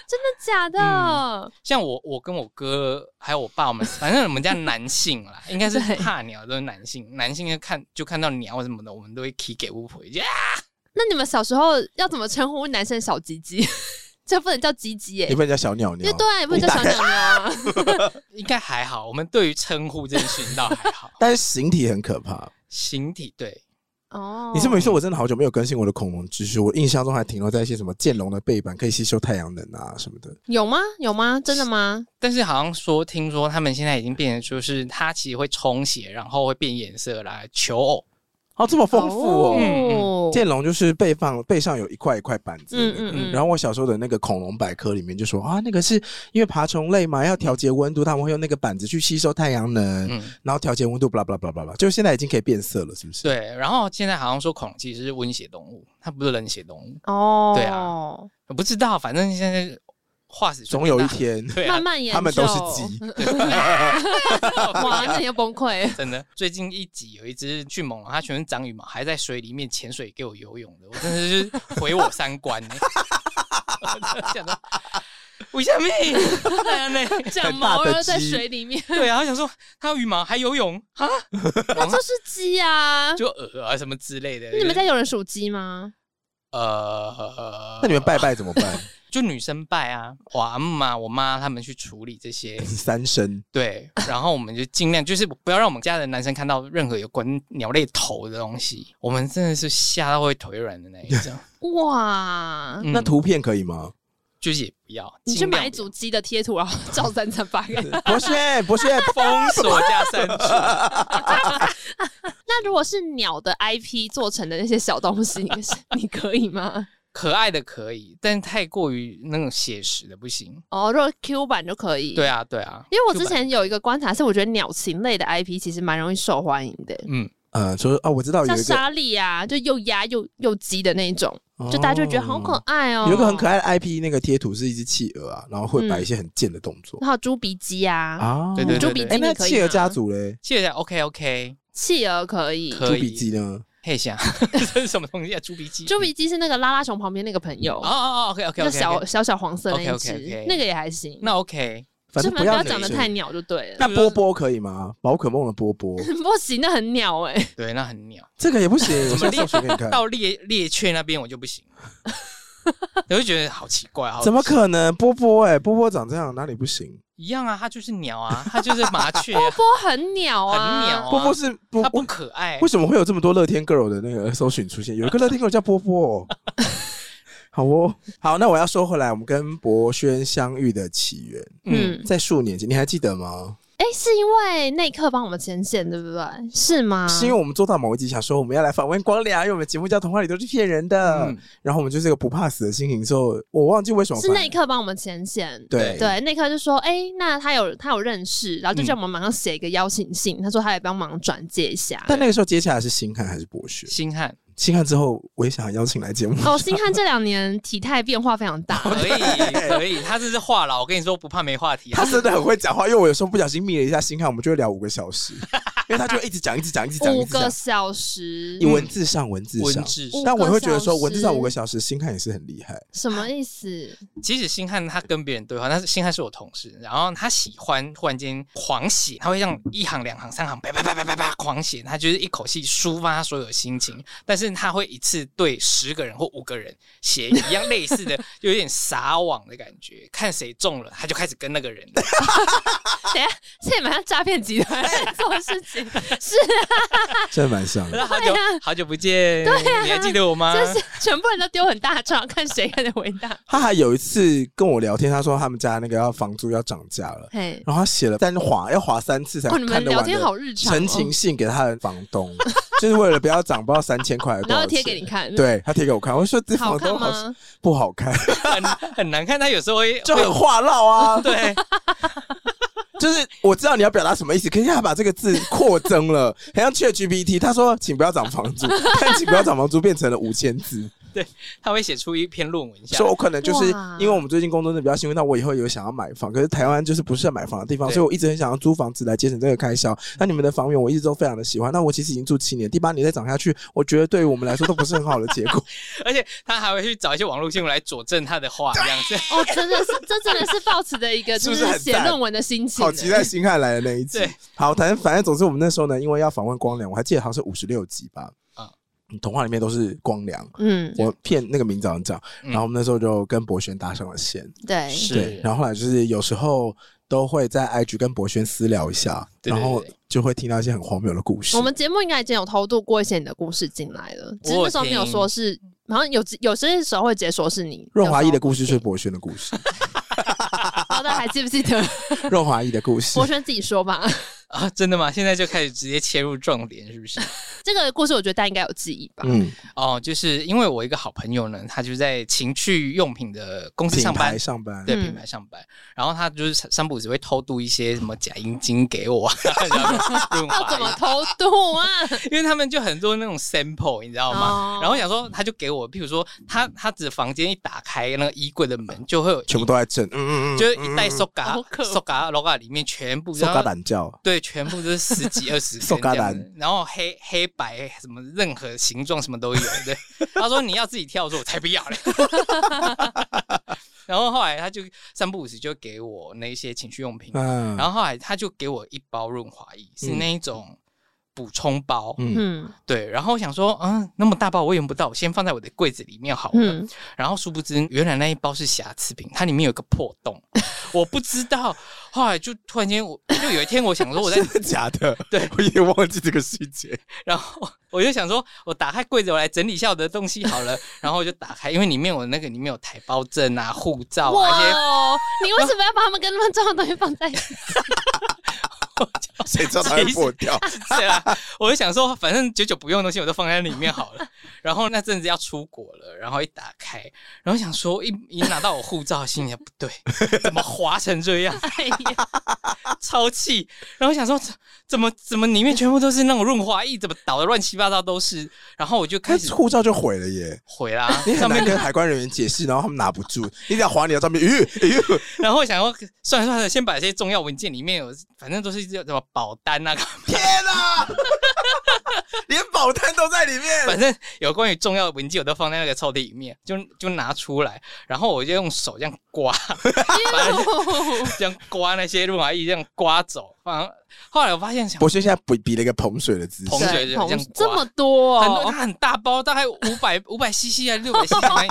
真的假的？像我，我跟我哥还有我爸，我们 反正我们家男性啦，应该是对怕鸟都是男性，男性就看就看到鸟什么的，我们都会踢给巫婆，啊呀那你们小时候要怎么称呼男生的小鸡鸡？ 这不能叫鸡鸡耶你，被人家小鸟因为鸟，，对，啊不能叫小鸟鸟 啊。应该还好。我们对于称呼这件事情倒还好 但是形体很可怕。形体对，哦，你这么一说，我真的好久没有更新我的恐龙知识，我印象中还停留在一些什么剑龙的背板可以吸收太阳能啊什么的。有吗？有吗？真的吗？但是好像说，听说他们现在已经变成，就是它其实会充血，然后会变颜色来求偶。哦，这么丰富哦！哦嗯剑龙就是背放背上有一块一块板子的那个、嗯嗯嗯然后我小时候的那个恐龙百科里面就说啊，那个是因为爬虫类嘛，要调节温度，他们会用那个板子去吸收太阳能，嗯，然后调节温度，巴拉巴拉巴拉巴拉，就现在已经可以变色了，是不是？对。然后现在好像说恐龙其实是温血动物，它不是冷血动物。哦，嗯对啊，我不知道，反正现在化石总有一。天，对啊慢，慢研究，他们都是鸡，哇，那你要崩溃。真的。最近一集有一只迅猛龙，它全身长羽毛，还在水里面潜水给我游泳的，我真的是毁我三观呢、 我想到为什么？ 这样呢长很大毛的然后在鸡水里面，对啊，我想说它有羽毛还游泳啊，那就是鸡啊！就鹅啊什么之类的。那你们家有人属鸡吗？呃，那你们拜拜怎么办？，就女生拜啊，我阿妈、我妈他们去处理这些三生对，然后我们就尽量就是不要让我们家的男生看到任何有关鸟类头的东西，我们真的是吓到会腿软的那一 种。哇！嗯那图片可以 吗？就是也不要，你去尽量买一不要组鸡的贴图，然后照三张发 给他。博学，博 学，封锁加删除，那如果是鸟的 IP 做成的那些小东西，你是你可以 吗？可爱的可以，但太过于那种写实的不行。哦，如果 Q 版就可以。对。啊，对啊，因为我 Q 之版前有一个观察是，我觉得鸟禽类的 IP 其实蛮容易受欢迎的。嗯，呃，说哦，我知道有像一个莎莉啊，就又压又又鸡的那一种，就大家就会觉得好可哦爱哦。有一个很可爱的 IP，那个贴图是一只企鹅啊，然后会摆嗯一些很贱的动作然后猪鼻鸡啊，啊。对对猪对鼻哎，鸡那你可以啊企鹅吗家族嘞，谢谢，OK OK，企鹅可以，猪可鼻以。鸡呢？嘿，想 这是什么东西啊？猪鼻鸡？猪鼻鸡是那个拉拉熊旁边那个朋友哦。哦哦，OK OK 就 OK，小小小黄色那一只 OK，OK，OK，那个也还行。那 OK，反就正反正不要长得女生太。鸟就对了。那波波可以吗？宝可梦的波 波，不行，那很鸟哎、对，那很鸟。这个也不 行，我怎么下次我学猎给嗯你看。到猎猎雀那边我就不行， 我就觉得好奇怪，好怎么可能？波波哎，波波长这样哪里不行？一样啊？它就是鸟啊，它就是麻雀啊， 波波很鸟啊，很鸟啊波波是波它不波，可爱为。什么会有这么多乐天 girl 的那个搜寻出现？有一个乐天 girl 叫波波哦。好哦，好，那我要说回来，我们跟博轩相遇的起源，嗯，嗯，在数年前，你还记得吗？哎、是因为内克帮我们牵线，对不对？是吗？是因为我们做到某一集，想说我们要来访问光良，因为我们节目叫《童话里都是骗人的》嗯然后我们就是个不怕死的心情，之后我忘记为什么是反内克帮我们牵线。对对，内克就说：“哎、那他有他有认识，然后嗯就叫我们马上写一个邀请信。他说他也帮忙转介一下。但那个时候接下来是星汉还是博学？星汉星汉之后，我也想邀请来节目。哦，星汉这两年体态变化非常大，可以可以，他这是话痨，我跟你说不怕没话题啊他。真的很会讲话，因为我有时候不小心眯了一下星汉，我们就会聊五个小时，因为他就会一直讲，一直讲，一直讲，一五直讲个。小时以，文字上，文字文上，字，嗯但我会觉得说，五个小时文字上五个小时，星汉也是很厉害。什么意思？ 即使星汉他跟别人对话，但是星汉是我同事，然后他喜欢忽然间狂写，他会让一行、两行、三行，叭叭叭叭叭叭狂写，他就是一口气抒发所有的心情，但是他会一次对十个人或五个人写一样类似的，就有点撒网的感觉，看谁中了他就开始跟那个人了，等一下，这也蛮像诈骗集团在做的事 情，是啊真的蛮像 的。好久好久不见，你还记得呃我吗？就是全部人都丢很大招，看谁看得伟大。他还有一次跟我聊天，他说他们家那个要房租要涨价了，嘿，然后他写了三划，要划三次才哦，你看们得聊完天的好日常、哦，陈情信给他的房东， 就是为了不要涨，不知道三千块还是多然少后钱贴给你看，，对他贴给我看，我说这好房看东好吗？不好看， 很很难看，他有时候会就很话唠 啊。对，就是我知道你要表达什么意思，可是他把这个字扩增了，很像 ChatGPT。他说：“请不要涨房租， 但请不要涨房租变成了五千字。他会写出一篇论文下说来，我可能就是哇因为我们最近工作真的比较辛苦，那我以后有想要买房，可是台湾就是不是买房的地方，对所以我一直很想要租房子来节省这个开销。那你们的房源我一直都非常的喜欢，那我其实已经住七年，第八年再涨下去，我觉得对于我们来说都不是很好的结 果。而且他还会去找一些网络新闻来佐证他的话，这样子。哦，真的是，这真的是抱持的一个是就不是很是写赞论文的心情，好期待星汉来的那一集对。好，反正反正总之我们那时候呢，因为要访问光良，我还记得好像是五十六集吧。啊啊，童话里面都是光良。嗯，我骗那个明早讲，嗯然后我们那时候就跟博轩搭上了线，对，是对，然后后来就是有时候都会在 IG 跟博轩私聊一下，对对然后对对就会听到一些很荒谬的故事。我们节目应该已经有偷渡过一些你的故事进来了，只是那时候没有说是，好像有有些时候会直接说是你润滑一液的故事是 博轩的故事，大家还记不记得？润滑液的故事博。轩自己说吧。 啊，真的吗？现在就开始直接切入重点，是不是？这个故事我觉得大家应该有记忆吧？嗯，哦，就是因为我一个好朋友呢，他就在情趣用品的公司品上班牌，上班，对嗯品牌上班，然后他就是三不五时会偷渡一些什么假阴茎给我，啊 然后润要怎 么滑液，偷渡啊？因为他们就很多那种 sample，你知 道吗哦？然后我想说他就给我，譬如说他他只房间一打开那个衣柜的门，就会有全部都都在震，嗯嗯嗯，就是一袋 soga 好可怕 soga loga 啊里面全部受然嘎后懒觉，对，全部都是十几 二十送根嘎这样兰子，然后黑黑白什么任何形状什么都有。 对，他说你要自己跳，我说我才不要嘞。 然后后来他就三不五时就给我那一些情趣用品，嗯，然后后后来他就给我一包润滑液，是嗯那一种补充包，嗯，嗯对。然后我想说，嗯，那么大包我用不到，我先放在我的柜子里面好了。嗯，然后殊不知，原来那一包是瑕疵品，它里面有一个破洞，我不知道。后来就突然间，我就有一天，我想说我在真的假的？对，我也忘记这个细节。 然后我就想说，我打开柜子，我来整理一下我的东西好了。然后我就打开，因为里面我那个里面有台胞证啊、护照啊哇那些，哦！你为什么要把他们跟他们重要的东西放在 一起？谁知道它会破 掉？对啊，我就想说，反正久久不用的东西我都放在里面好了。然后那阵子要出国了，然后一打开，然后想说一一拿到我护照，心里想不对，怎么划成这样？哎呀，超气。然后我想说，怎怎么怎么里面全部都是那种润滑液，怎么倒的乱七八糟都是。然后我就他开始护照就毁了耶！毁啦，你很上面难跟海关人员解释，然后他们拿不住，你想划你的照片，咦、咦、然后我想要算了算了，先把这些重要文件里面有，反正都是叫什么保单啊， 天哪、 连保单都在里面。反正有关于重要的文件我都放在那个抽屉里面，就就拿出来，然后我就用手这样刮，把这样刮那些润滑液，这样刮走。反正后来我发现想博轩现在比比了一个捧水的姿势捧，同学对就同这样刮这么多很多哦，它很大包，大概五百五百 CC 还是六百 CC，那一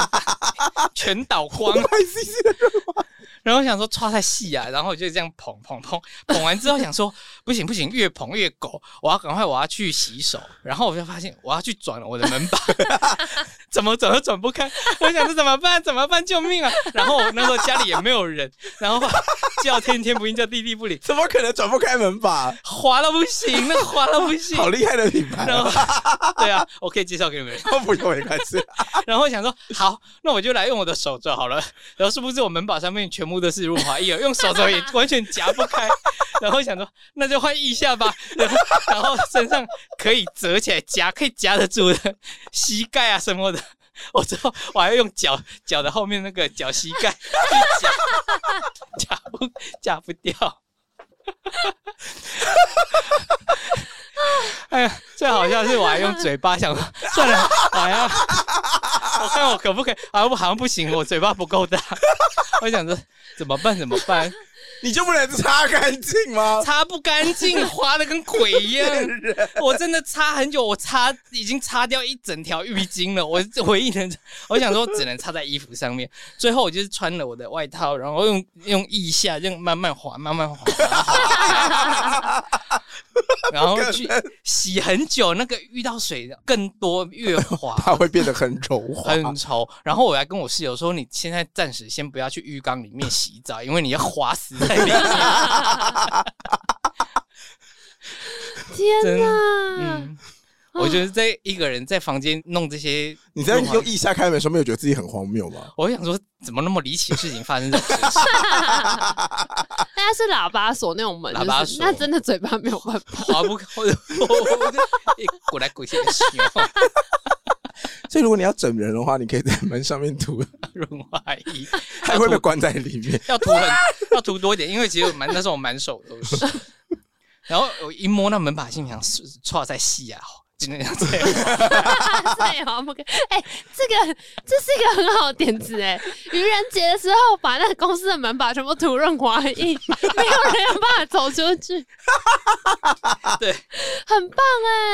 全倒光。不好意思然后我想说抓太细啊，然后我就这样捧捧捧捧完之后想说不行不行，越捧越狗，我要赶快我要去洗手。然后我就发现我要去转我的门把， 怎么转都转不开。我想这怎么办？怎么办？救命啊！然后我那时候家里也没有人，然后叫天天不应，叫地地不灵，怎么可能转不开门吧？滑到不行，那滑到不行。好厉害的品牌然哦！后对啊，我可以介绍给你们。不用没关系，然后我想说，好，那我就来用我的手肘好了。然后是不是我门把上面全部都是润滑液，哦用手肘也完全夹不开。然后想说，那就换腋下吧。然后，然后身上可以折起来夹，可以夹得住的膝盖啊什么的。我之后我还要用脚脚的后面那个脚膝盖去夹，夹不夹不掉。哎呀，最好笑的是我还用嘴巴想说，算了，我还要我看我可不可以？啊，我好像不行，我嘴巴不够大。 我想着怎么办？怎么办？你就不能擦干净吗？擦不干净，滑的跟鬼一样。我真的擦很久，我擦已经擦掉一整条浴巾了。我唯一能，我想说只能擦在衣服上面。最后我就是穿了我的外套，然后用用腋下这样慢慢滑，慢慢滑，然后去洗很久。那个遇到水更多越滑，它会变得很柔滑。很丑。然后我还跟我室友说，你现在暂时先不要去浴缸里面洗澡，因为你要滑死在里 面。天真哪！嗯，我就是在一个人在房间弄这些，你在用腋下开门的时候，没有觉得自己很荒谬吗？我想说怎么那么离奇的事情发生在我身上？ 大家是喇叭锁那种门，喇叭就是锁那真的嘴巴没有办法。 滑不开， 我我滚来滚去的洗哦所以如果你要整人的话，你可以在门上面 涂， 润滑液，还会被关在里面。要涂很要涂多一点，因为其实我满那时候我满手都是。 然后我一摸那门把，心想：，错在细啊，今天这样。对哦，不可哎、这个这是一个很好的点子哎！愚人节的时候，把那个公司的门把全部涂润滑液，没有人有办法走出去。 对，很棒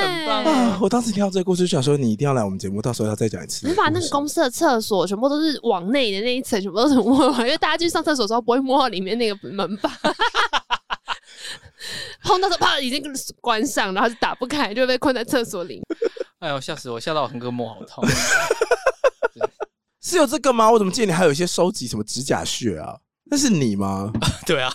哎，很棒啊！我当时听到这个故事，就想说你一定要来我们节目，到时候要再讲一次。你把那个公司的厕所全部都是往内的那一层，全部都是摸完， 因为大家去上厕所的时候不会摸到里面那个门把， 碰到的时候啪已经关上，然后就打不开，就被困在厕所 里。哎呦，吓死我！吓到我横膈膜好痛。是有这个吗？我怎么记得你还有一些收集什么指甲屑啊？那是你吗？ 对啊，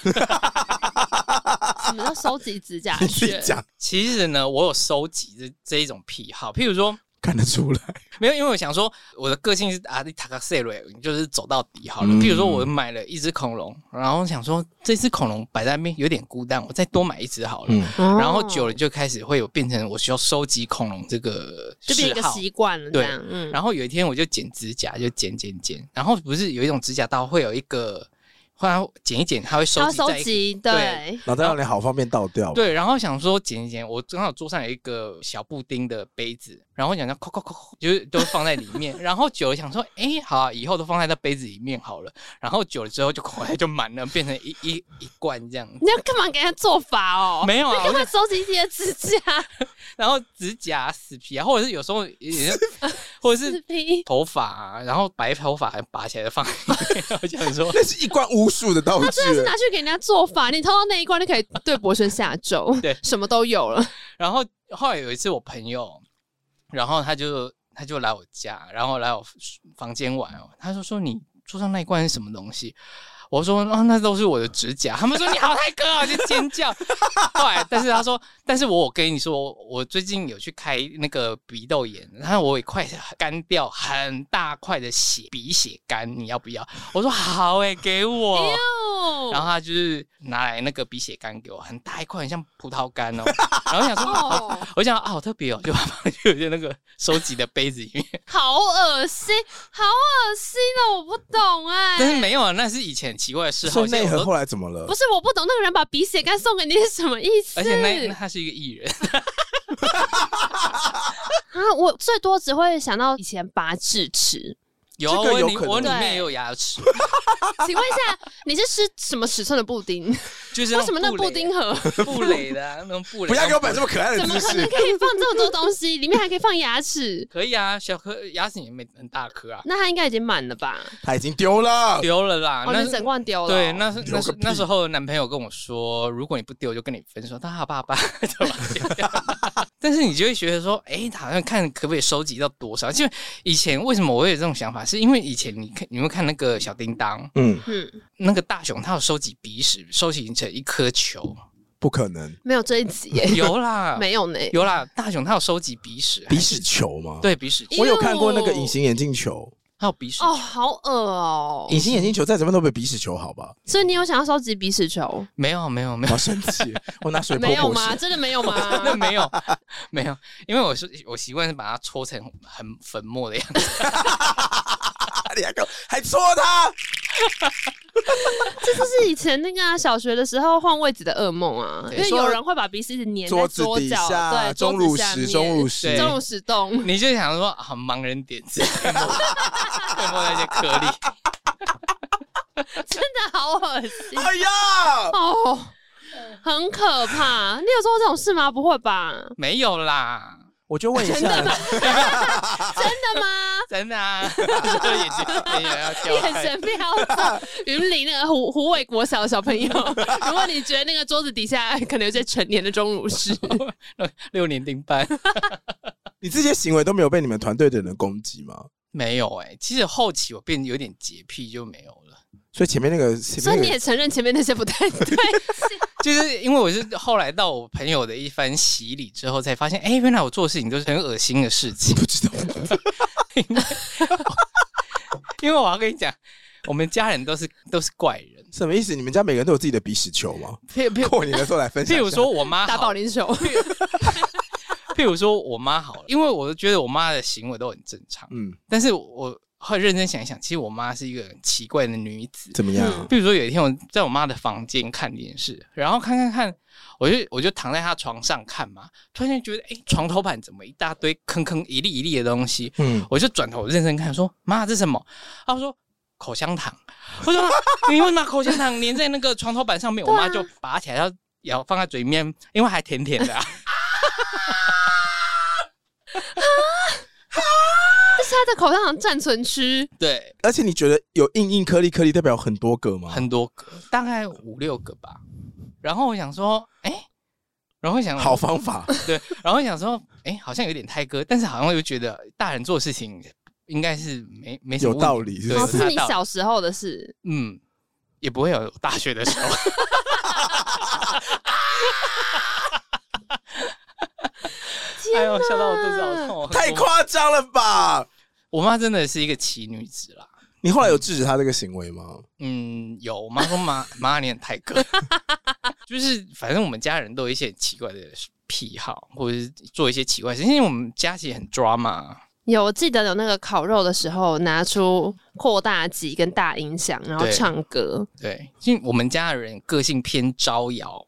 什么叫收集指甲 你自己屑？讲，其实呢，我有收集这这一种癖好，譬如说，看得出来。没有，因为我想说，我的个性是阿迪塔卡塞瑞，就是走到底好了。嗯譬如说，我买了一只恐龙，然后想说这只恐龙摆在那边有点孤单，我再多买一只好了。嗯，然然后久了就开始会有变成我需要收集恐龙这个就变一嗜个好。习惯了，这对样，嗯，然后有一天我就剪指甲，就剪剪剪，然后不是有一种指甲刀会有一个，后来剪一剪，它会收然后集收在一个集，对对，脑袋让你好方便倒掉。，对，然后想说剪一剪，我正好桌上有一个小布丁的杯子，然后我想要扣扣扣扣，就是都放在里面。 然后久了想说，哎、好啊、以后都放在那杯子里面好了。然后久了之后就口袋就满了，变成一一一罐这样。你要干嘛给他做法哦？没有你啊，干 我就嘛收集自己的指甲？然后指甲、死皮啊，或者是有时候也是，或者是是皮头发、啊，然后白头发还拔起来放在里面。 我想说，那是一罐巫术的啊道具。真的是拿去给人家做法，你偷到那一罐，你可以对博轩下 咒，对什么都有了。然后后来有一次我朋友，然后他就他就来我家，然后来我房间玩哦，他就说你桌上那一罐是什么东西？我说啊，那都是我的指甲。他们说你好泰哥啊，就尖叫。后来，但是他说，但是我我跟你说，我最近有去开那个鼻窦炎，然后我也快干掉欸很大块的血，鼻血干，你要不要？我说好诶、给我。哦哦然后他就是拿来那个鼻血干给我，很大一块，很像葡萄干哦。然后我想说，好 哦，我想啊，好特别哦，就把它 放进我的那个收集的杯子里面。 好恶心，好恶心哦！我不懂哎、但是没有啊，那是以前很奇怪的嗜好。所以现内在我核都后来怎么了不？是我不懂那个人把鼻血干送给你是什么意思？而且那那他是一个艺 人，啊，我最多只会想到以前拔智齿。有啊这个我有里可能我里对面也有牙齿，请问一下，你是吃什么尺寸的布丁？就是为什么那布丁很盒布蕾的啊那种布蕾？不要给我摆这么可爱的 怎么姿可能势。可以放这么多东西？里面还可以放牙齿，可以啊，小颗牙齿也没很大颗啊，那它应该已经满了吧？他已经丢了，丢了啦。哦，啊那你整罐丢了哦。对，那是丢那个是屁那时候男朋友跟我说，如果你不丢，我就跟你分手。他好爸爸，怎么丢掉？ 但是你就会觉得说，哎、好像看可不可以收集到多少？就以前为什么我会有这种想法，是因为以前你看，你会看那个小叮当，嗯，嗯，那个大雄，他有收集鼻屎，收集成一 颗球，不可能，没有这一集耶，有啦，没有呢。有啦，大雄他有收集鼻屎，鼻屎球吗？，对鼻屎，我有看过那哎个隐形眼镜球，还有鼻屎。哦，好恶哦。隐形眼镜球再怎么样都比鼻屎球好 吧？所以你有想要收集鼻屎球？没有没有没有 好生气，我拿水泼没有泼吗？屎。真的没有吗？ 那没有， 没有，因为我是我习惯是把它搓成很粉末的样子。你还给我还戳他？这就是以前那个啊小学的时候换位置的噩梦啊，因对为说有人会把鼻屎一直粘在桌子桌底角，下，对，桌钟子乳下石，面钟乳石对，钟乳石洞。 你就想说，啊，盲人点子，粉末粉末那些颗粒。真的好恶心哎呀，哦，很可怕。你有做过这种事吗？不会吧？没有啦，我就问一下，真的吗？真的啊， 就眼睛眼睛要掉眼开。神飘走，云林那个胡胡伟国小的小朋友，如果你觉得那个桌子底下可能有些成年的钟乳石，六年定班你这些行为都没有被你们团队的人攻击吗？没有哎、其实后期我变得有点洁癖就没有了，所以前面那个，所前以面你那也个承认前面那些 不太对。就是因为我是后来到我朋友的一番洗礼之后，才发现，哎、原来我做的事情都是很恶心的事情。不知道，因为我要跟你讲，我们家人都是都是怪人，什么意思？你们家每个人都有自己的鼻屎球 吗？譬 譬过年的时候来分享。譬如说，我妈打好保龄 球，譬如说我妈好了，因为我觉得我妈的行为都很正常，嗯，但是我会认真想一想，其实我妈是一个很奇怪的女子。怎么样？嗯比如说有一天我在我妈的房间看电视，然后看看看，我就我就躺在她床上看嘛，突然间觉得哎、诶床头板怎么一大堆坑坑一粒一粒的东西，嗯，我就转头认真看，说妈这是什么？她说口香糖。我说你又拿口香糖 粘在那个床头板上面，我妈就拔起来要咬放在嘴里面，因为还甜甜的、啊。这是他的口袋好像暂存区，对，而且你觉得有硬硬颗粒颗粒代表很多个吗？很多个，哦大概五六个吧。然后我想说，哎、然后 想好方法，对，然后想说，哎、好像有点太哥，但是好像又觉得大人做事情应该是没没什有么问道题理是对，不哦，是是有你道理小时候的事。嗯，也不会有大学的时候。哎呦，笑到我肚子好痛！太！夸张了吧？我妈真的是一个奇女子啦。你后来有制止他这个行为 吗？嗯，有，我妈说妈 妈你很泰哥，就是反正我们家人都有一些很奇怪的癖好，或者是做一些奇怪的事，因为我们家其实很抓嘛，有，我记得有那个烤肉的时候，拿出扩大机跟大音响，然后对唱歌。对，因为我们家的人个性偏招摇。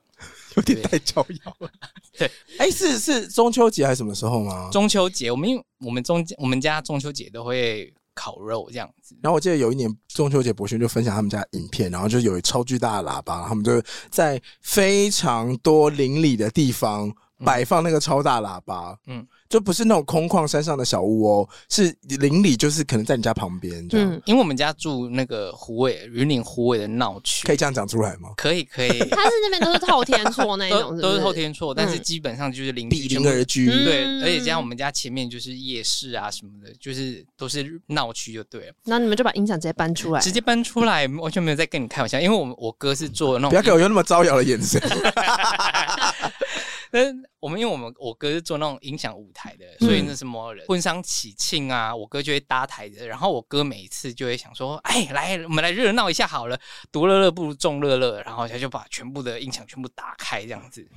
有点太招摇了。 对，哎，是是中秋节还是什么时候吗？中秋节，我们因为我们中我们家中秋节都会烤肉这样子，然后我记得有一年中秋节，博轩就分享他们家影片，然后就有超巨大的喇叭，他们就在非常多邻里的地方摆放那个超大喇叭，嗯嗯，就不是那种空旷山上的小屋哦，是邻里，就是可能在你家旁边这样，嗯，因为我们家住那个虎尾云岭虎尾的闹区，可以这样讲出来吗？可以可以，他是那边都是透天厝那一种 都是都不是是后天错，但是基本上就是邻比居全邻部而居，嗯对，而且加上我们家前面就是夜市啊什么的，就是都是闹区就对了，然后你们就把音响直接搬出来，直接搬出来，完全没有在跟你开玩笑，哦因为我们我哥是做那不要嗯种，给我用那么招摇的眼神。但是我们因为我们我哥是做那种音响舞台的，所以那什么人婚丧喜庆啊，我哥就会搭台子。然后我哥每一次就会想说：“哎，来，我们来热闹一下好了，独乐乐不如众乐乐。”然后他就把全部的音响全部打开这样子，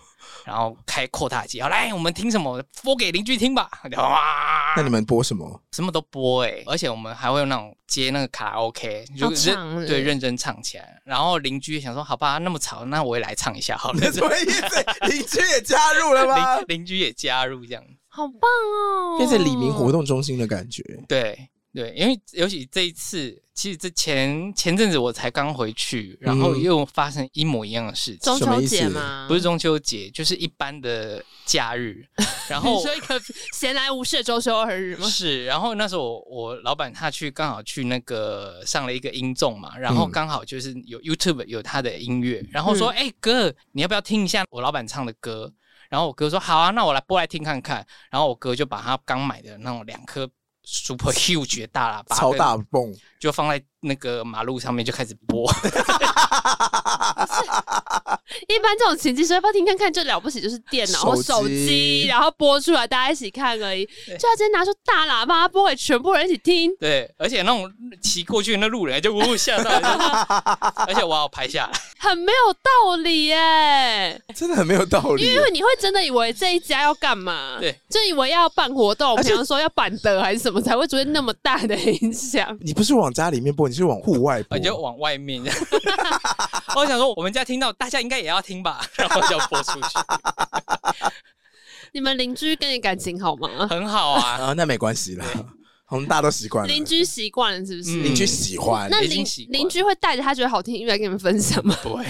然后开扩大机，好来，我们听什么？播给邻居听吧。然后哇， 那你们播什 么？什么都播哎、而且我们还会有那种接那个卡拉 OK，就哦认、唱是不是对认真唱起来。然后邻居想说：“好吧，那么吵，那我也来唱一下好了。” 什么意思？邻居也加入了吗 邻？邻居也加入这样。好棒哦！变成李明活动中心的感觉。对对，因为尤其这一次，其实之前前阵子我才刚回去，然后嗯又发生一模一样的事情。中什么秋意思节吗？不是中秋节，就是一般的假日，然你后说一个哦 闲来无事的周休二日吗？是，然后那时候我我老板他去刚好去那个上了一个音综嘛，然后嗯刚好就是有 YouTube 有他的音乐，然后说：“嗯哎、哥，你要不要听一下我老板唱的歌？”然后我哥说：“好啊，那我来播来听看看。”然后我哥就把他刚买的那种两颗 super huge 的大喇哦叭，超大 蹦，就放在那个马路上面就开始播。 一般这种情境，说要不要听看看，就了不起就是电脑手或机手机，然后播出来大家一起看而已。就要直接拿出大喇叭播给全部人一起听，对，而且那种骑过去的那路人就呜吓到了， 而且我要拍下来。很没有道理耶！真的很没有道理。因为你会真的以为这一家要干嘛？对，就以为要办活动，而比且方说要板凳还是什么，才会出现那么大的 影响。你不是往家里面播，你是往户外播我。呃就往外面。 我想说，我们家听到，大家应该也要听 吧，然后就播出 去，你们邻居跟你感情好吗？很好啊。啊，那没关系啦，我们大家都习惯了。邻居习惯了是不是？嗯邻居喜欢，那已经邻习惯邻居会带着他觉得好听的音乐来跟你们分 享吗？不会，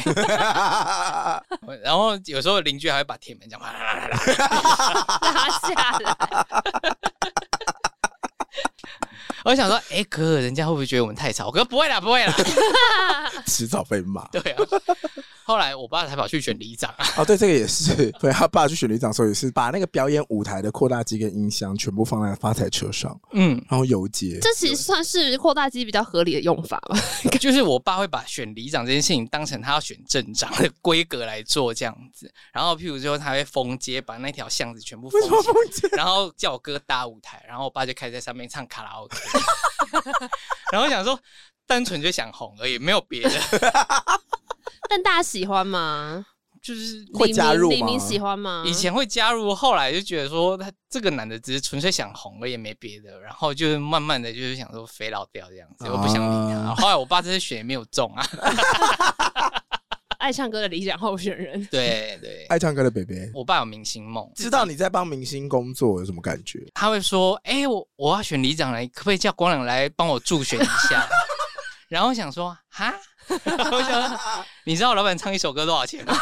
然后有时候邻居还会把铁门这样啪啦啦啦啦，拉下来， 我想说，哎、哥，人家会不会觉得我们太吵？我哥不会啦，不会 啦。 迟早被骂。对啊。后来我爸才跑去选里长啊，哦，对，这个也是。 对他爸去选旅长的时候，也是把那个表演舞台的扩大机跟音箱全部放在发财车上，嗯，然后游街。这其实算是扩大机比较合理的用法吧。 就是我爸会把选里长这件事情当成他要选镇长的规格来做这样子，然后譬如说他会封街，把那条巷子全部封为什么起封，来街？然后叫我哥搭舞台，然后我爸就开始在上面唱卡拉 OK，然后我想说单纯就想红而已，没有别的，但大家喜欢吗？就是会加入吗李明李明喜欢吗？以前会加入，后来就觉得说他这个男的只是纯粹想红而已，没别的，然后就是慢慢的就是想说肥佬掉这样子，我不想理他。啊后来我爸这次选也没有中啊，爱唱歌的理想候选人，对对，爱唱歌的北北，我爸有明星梦，知道你在帮明星工作有什么感觉？他会说：“哎、我我要选里长了，可不可以叫光良来帮我助选一 下？”然后我想说：“哈， 我想说你知道老板唱一首歌多少钱吗？”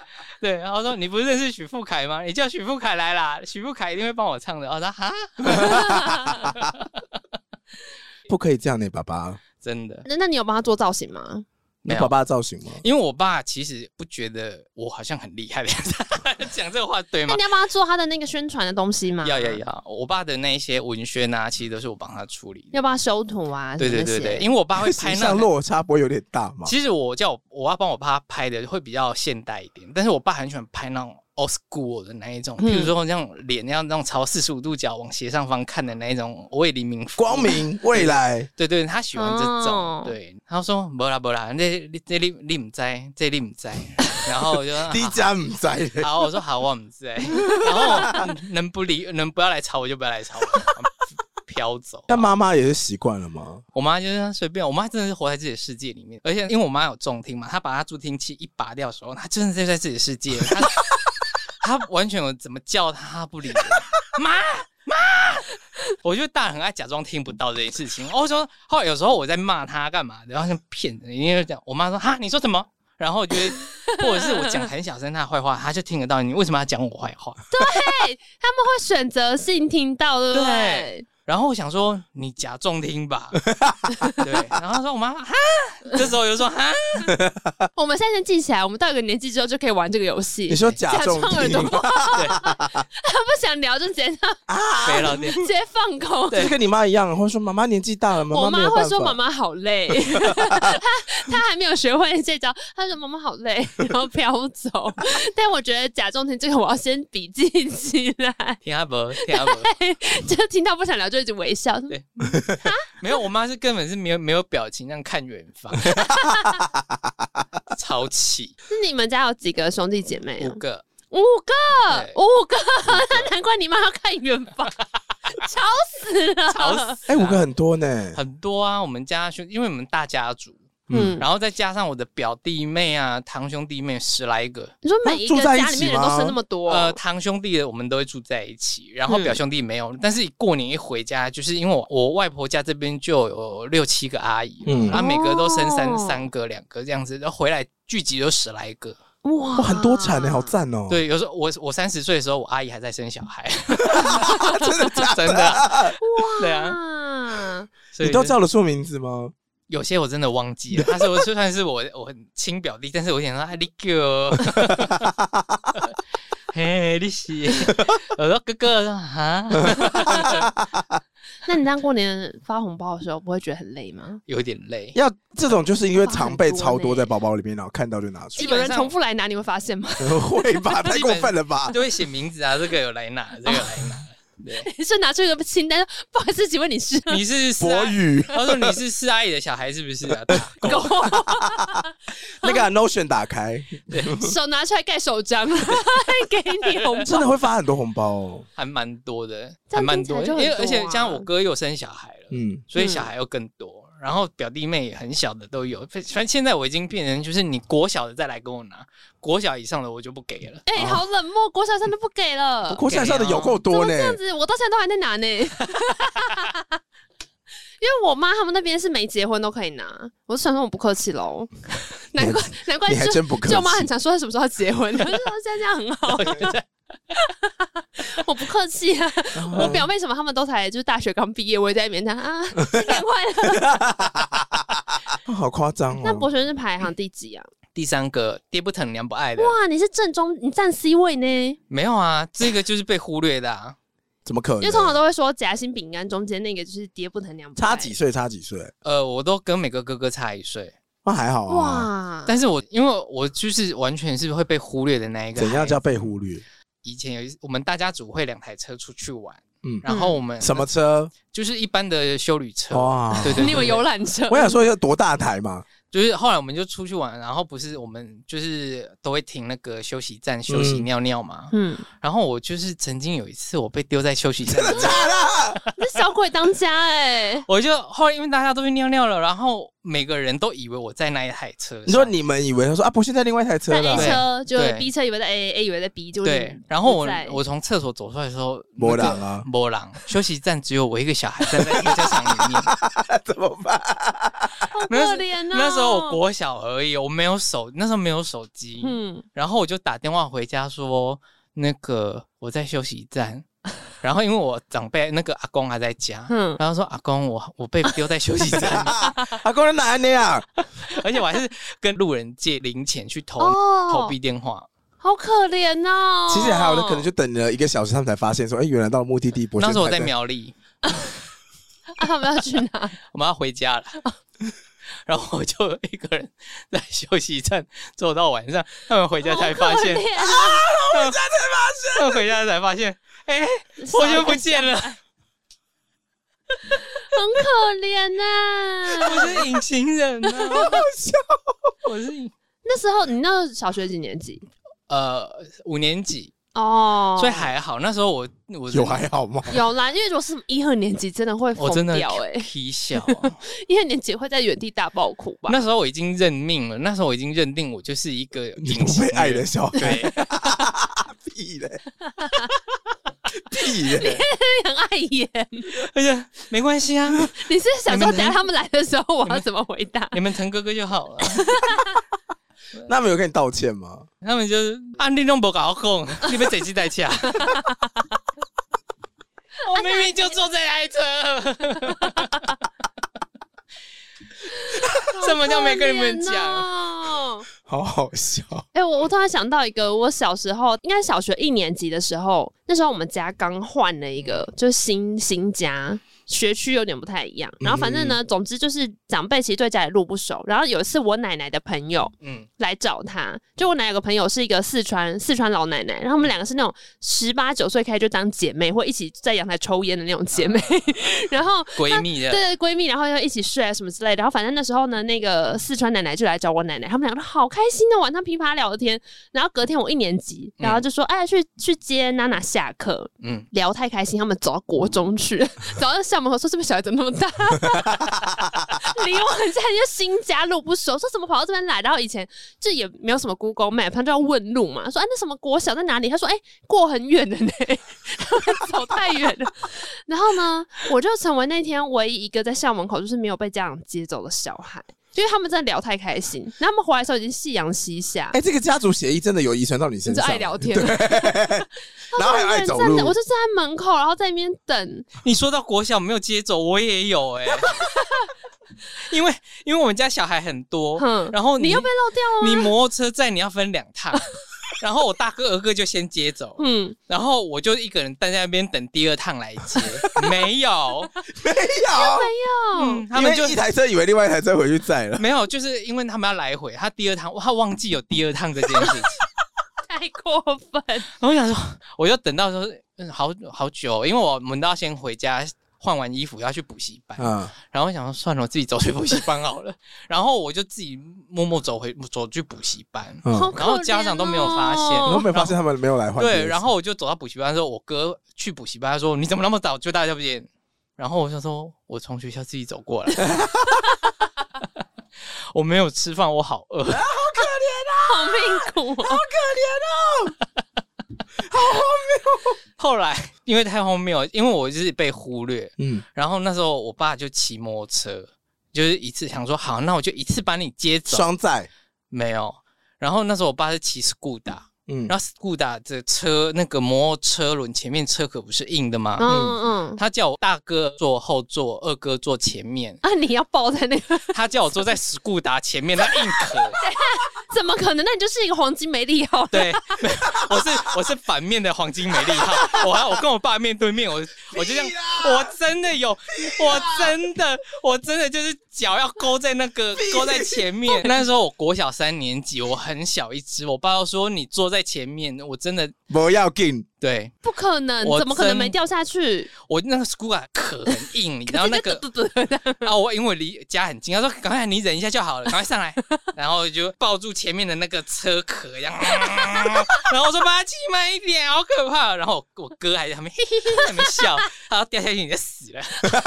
对，然后说：“你不是认识许富凯吗？你叫许富凯来啦，许富凯一定会帮我唱的。”我说：“哈，不可以这样呢，爸爸。真的。”那那你有帮他做造型吗？你没有爸爸的造型吗？因为我爸其实不觉得我好像很厉害 的样子，讲这个话对那 吗你？要帮他做他的那个宣传的东西吗？要要。要！我爸的那一些文宣啊，其实都是我帮他处理的。要帮他修图啊，对什对么对那些对，因为 我爸会拍形那象个落差不会有点大吗？其实我叫我我要帮我爸拍的会比较现代一点，但是我爸很喜欢拍那种 old school 的那一种，嗯譬如说那种脸要那种朝四十五度角往斜上方看的那一种，我也黎明服光， 明未来，对对，他喜欢这种，哦对，他说不啦不啦，这这你你唔知，这你唔知，然后我就 说第一家唔 在好好，我说好，我唔知，然后嗯能不理能不要来吵我就不要来吵我， 飘走。但妈妈也是习惯了吗？我妈就是随便，我妈真的是活在自己的世界里面，而且因为我妈有重听嘛，她把她助听器一拔掉的时候，她真的就在自己的世界，她她 完全有怎么叫她她不理我，妈妈。我觉得大人很爱假装听不到这件事情。哦我说，后来有时候我在骂她干嘛的，然后像骗人，因为这样，我妈说哈，你说什么？然后我觉得，或者是我讲很小声她的坏话，她就听得到。你为什么要讲我坏话？他们会选择性听到，对不对？然后我想说你假重听吧， 对，然后他说我妈哈，这时候我就说哈，我们现在先记起来，我们到一个年纪之后就可以玩这个游戏。你说假假装重耳朵，听，对，他 不想聊就直接 肥了点。直接放空。就跟你妈一样，或者说妈妈年纪大了，妈我没妈有会办法。说妈妈好 累，她她还没有学会这招，她说妈妈好累，然后飘走。 但我觉得假中庭这个我要先笔记起来，听阿伯，听阿伯，就听到不想聊就一直微笑。对没有，我妈是根本是没有没有表情，那样看远 方，超气，是你们家有几个兄弟姐妹五啊？个，五个对，五个，那难怪你妈要看远 方，吵死了。嗯吵死啊！哎，五个很多呢，很多啊，我们家兄，因为我们大家族，嗯，然后再加上我的表弟妹啊、堂兄弟妹十来个，你说每一个住在一家里面起人都吗生那么多，呃，堂兄弟的我们都会住在一起，然后嗯表兄弟没有，但是过年一回家，就是因为我我外婆家这边就有六七个阿姨，嗯然后每个都生三、哦三个、两个这样子，然后回来聚集有十来个。哇哇，很多产呢，好赞哦。，对，有时候我我三十岁的时候，我阿姨还在生小孩， 真的假 真的啊的？对啊，啊！所以你都就叫得出名字吗？有些我真的忘记了，他说就算是我我很亲表弟，但是我想说啊，你哥， 嘿，你是，我说哥哥啊，那你这样过年发红包的时候，不会觉得很累吗？ 有点累。要这种就是因为常备哇很多超多呢在包包里面，然后看到就拿出基有本人上重复来拿，你会发现吗？来， 会 吧？太过分了吧？就会写名字啊，这个有来拿，这个有来拿。 对， 是拿出一个清单，不好意思，请问你是你是啊四博阿， 宇他说你是四阿姨的小孩是不是啊？狗？那个 Notion 打开，手拿出来盖手章，给你红真 包。的会发很多红包 哦。还蛮多的，这还样蛮听起来多，就因很多为啊而且加上我哥又生小孩了，嗯，所以小孩又更多。然后表弟妹也很小的都有，反正现在我已经变成就是你国小的再来跟我拿，国小以上的我就不给了。哎、啊好冷漠，国小生都不给了，国产上的有够怎多么呢这。样子？我到现在都还在拿呢。因为我妈他们那边是没结婚都可以拿，我就想说我不客气喽，难怪难 怪你还就真不客气舅妈很常说她什么时候要结婚，我就说现在这样很好，我不客气啊。我表妹什么他们都才就是大学刚毕业，我也在里面讲啊，新年快乐。啊好夸张那博哦！学是排行第几啊？第三个爹不疼娘不爱的，哇，你是正中，你占 C 位呢，没有啊，这个就是被忽略的啊。怎么可能？因为通常都会说夹心饼干中间那个就是爹不疼娘不爱差几岁？差几岁？呃，我都跟每个哥哥差一岁，那还好啊。哇，但是我因为我就是完全是会被忽略的那一个孩怎子。样叫被忽略？以前有一我们大家组会两台车出去玩，嗯然后我们什么哦车？就是一般的修旅车，哇！对对对你们游览车我想说要多大台 嘛？就是后来我们就出去玩，然后不是我们就是都会停那个休息站休息嗯尿尿嘛，嗯，然后我就是曾经有一次我被丢在休息站里 面，这小鬼当家哎、 我就后来因为大家都去尿尿了，然后每个人都以为我在那一台车上，你说你们以为他说啊，不是在另外一台车在了 A 对？车就对 B 车以为在 A，A 以为在 B，就是对，然后不我在我从厕所走出来的时候，没人那个啊没人，休息站只有我一个小孩站在停车场里 面。 怎么办？好可那时怜哦。那时候我国小而已，我没有手，那时候没有手机，嗯，然后我就打电话回家说，那个我在休息 站，然后因为我长辈那个阿公还在家，嗯然后说阿公我我被丢在休息站，阿公的奶奶啊！而且我还是跟路人借零钱去投、哦投币电话，好可怜哦。其实还好，那可能就等了一个小时，他们才发现说，哎，原来到了目的地，博士那时候我在才苗栗， 啊他们要去哪？我们要回家了。哦 然后我就一个人在休息站坐到晚上，他们回家才发 现，好可怜啊他们回家才发现，哎、我就不见了，很可怜啊呐、我是隐形人啊！我是隐那时候你那时候小学几年级？呃五年级，哦，所以还好。那时候我我有啊还好吗？有啦，因为如果是一二年级，真的会我真疯的掉哎、皮 笑啊。一二年级会在原地大爆哭吧？那时候我已经认命了，那时候我已经认定我就是一个你隐不形被爱的人。小孩对， 屁嘞，屁嘞！很碍眼。而且哎没 关系啊，你是想你说，们等下他们来的时候，我要怎么回 答？你们疼哥哥就好了。那他们有跟你道歉吗？他 们就是啊，你弄不搞控，你们整鸡带起来。我明明就坐这 台车。这么就没跟你们啊讲，讲。好好笑。哦哎、我我突然想到一个，我小时候应该小学一年级的时候，那时候我们家刚换了一个，就是新新家。学区有点不太一样，然后反正呢，总之就是长辈其实对家里路不熟。然后有一次我奶奶的朋友嗯，来找她，就我奶奶有个朋友是一个四川四川老奶奶，然后我们两个是那种十八九岁开始就当姐妹，或一起在阳台抽烟的那种姐妹。 然后闺蜜的，对闺蜜，然后要一起睡啊什么之类的。然后反正那时候呢，那个四川奶奶就来找我奶奶，他们两个好开心的哦晚上噼啪聊天。然后隔天我一年级，然后就说：“哎，去去接娜娜下课。”嗯，聊太开心，他们走到国中去，走到校门口说：“这边小孩怎么那么大？离我很近，就新家路不熟，说怎么跑到这边来？”然后以前这也没有什么 Google Map，他就要问路嘛，说：“哎，那什么国小在哪里？”他说：“哎，过很远的呢， 走太远了。”然后呢，我就成为那天唯一一个在校门口就是没有被家长接走的小孩，因为他们真的聊太开心。然后他们回来的时候已经夕阳西下，哎，这个家族协议真的有遗传到你你身就上，爱聊天，然后还有 爱走路站在我就站在门口，然后在那边等。你说到国小没有接走，我也有 哎、因为因为我们家小孩很多，哼然后你你又被漏掉你啊？摩托车载你要分两趟， 然后我大哥二哥就先接走，嗯，然后我就一个人待在那边等第二趟来 接，没有，没有，哦嗯，，他们因就为一台车以为另外一台车回去载了。没有，就是因为他们要来回，他第二趟他忘记有第二趟这件 事情， 太过分。然后我想说，我就等到说，嗯，好好久，因为我们都要先回家换完衣服要去补习班，嗯，然后我想说算了，我自己走去补习班好了，然后我就自己默默走回走去补习班，嗯好你可然后家长都没有发现怜哦都没有发现他们没有来换电池？对，然后我就走到补习班的时候，我哥去补习班，他说你怎么那么早就到这边？然后我就说，我从学校自己走 过来，我没有吃饭，我好饿。 好命苦、哦。后来因为太荒谬，因为我就是被忽略，嗯，然后那时候我爸就骑摩托车，就是一次想说好，那我就一次把你接走，双载，没有。然后那时候我爸是骑 Scuda，嗯，然后 Scuda 的车那个摩托车轮前面车壳不是硬的吗？嗯嗯。他叫我大哥坐后座，二哥坐 前面，啊！你要抱在那个？他叫我坐在史固达前面那硬 壳， 怎么可能？那你就是一个黄金哦梅利号。对， 没有我是我是反面的黄金美丽号，我还我跟我爸面对面，我我就这样屁啦，啊我真的有，我真的我真的就是脚要勾在那个勾在 前面。那时候我国小三年级，我很小一只，我爸就说你坐在前面，我真的不要紧，对不可能，我怎么可能真没掉下去？我那个史固达壳很硬，然后那 个嘟嘟嘟 嘟啊，我因为我离家很近，他说赶快你忍一下就好了，赶快上来，然后就抱住前面的那个车壳，这样，然后我说把它骑慢一点，好可怕。然后我我哥还在旁边 嘿嘿嘿在那边笑，他说掉下去你就死了。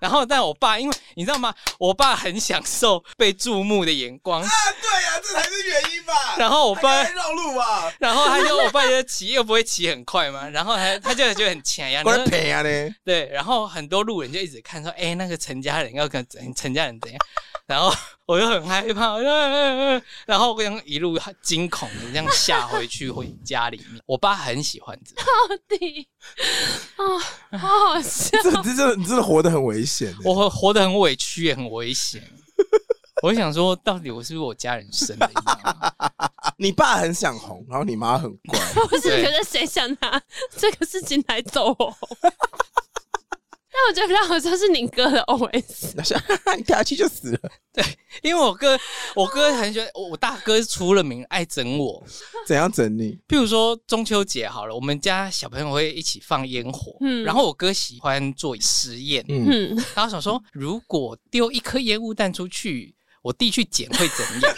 然后，但我爸，因为你知道吗？我爸很享受被注目的眼光。啊对呀，这才是原因吧然后我爸，绕路啊吧，然后他就我爸就骑，又不会骑很快嘛。然后他他就觉得很强呀，过来赔啊呢。对，然后很多路人就一直看说，哎、那个陈家人要跟陈陈家人怎样？ 然后我就很害怕，我就、呃呃呃然后我这样一路惊恐的这样吓回去回家里面。我爸很喜欢这个，地 啊，好好笑！这这真的你真的活得很危险。我活活得很委屈，也很危险。我就想说，到底我是不是我家人生的？啊你知道吗欸你爸很想红，然后你妈很乖。 我是觉得谁想拿 这个事情来走 哦？但我觉得比较好笑是你哥的 OS，那是你掉下去就死了， 因为我哥，我哥很喜欢我，我大哥出了名爱整我。怎样整你？譬如说中秋节好了，我们家小朋友会一起放烟火，嗯然后我哥喜欢做实验，嗯，嗯，然后想说，如果丢一颗烟雾弹出去，我弟去捡会怎 样？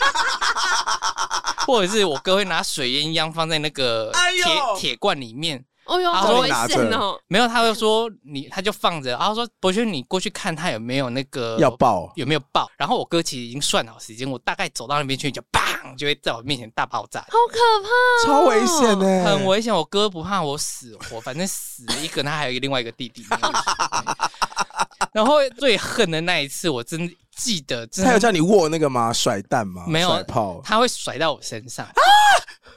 或者是我哥会拿水烟枪放在那个哎铁呦铁罐里面，哦呦，他好会危拿险着哦！没有，他会说你，他就放着，然后说博轩，你过去看他有没有那个要爆，有没有爆。然后我哥其实已经算好时间，我大概走到那边去就砰，就会在我面前大爆炸，好可怕、超哦，危险呢、。很危险。我哥不怕我死活，反正死一个，他还有一个另外一个弟弟。然后最恨的那一次，我真的记得，真的他有叫你握那个吗？甩蛋吗？没有甩炮。他会甩到我身啊上。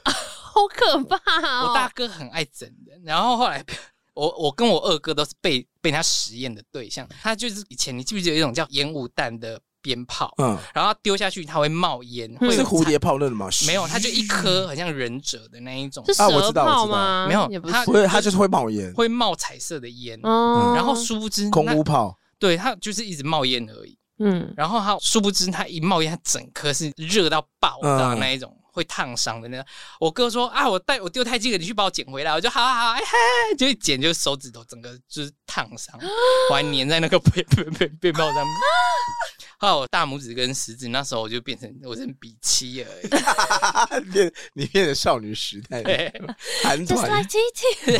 好可怕、哦！我大哥很爱整人，然后后来 我我跟我二哥都是被被他实验的对象。他就是以前你记不记得有一种叫烟雾弹的鞭炮，嗯，然后它丢下去它会冒烟，嗯会是有蝴蝶嗯炮那种吗？没有，它就一颗很像忍者的那一种是，啊我蛇知道我知道炮吗？没有也不它是。不是，它就是会冒烟，会冒彩色的烟。哦，然后殊不知，嗯空那屋炮，对它就是一直冒烟而已。嗯，然后它殊不知，它一冒烟，它整颗是热到爆炸嗯那一种，会烫伤的那种。我哥说啊，我带我丢太近了，你去把我捡回来。我就好好好，哎嘿，就一捡就手指头整个就是烫伤，我还粘在那个被被被被爆上面。还有我大拇指跟食指，那时候我就变成我是比七而已。变你变成少女时代对韩 Just 团 like Titi，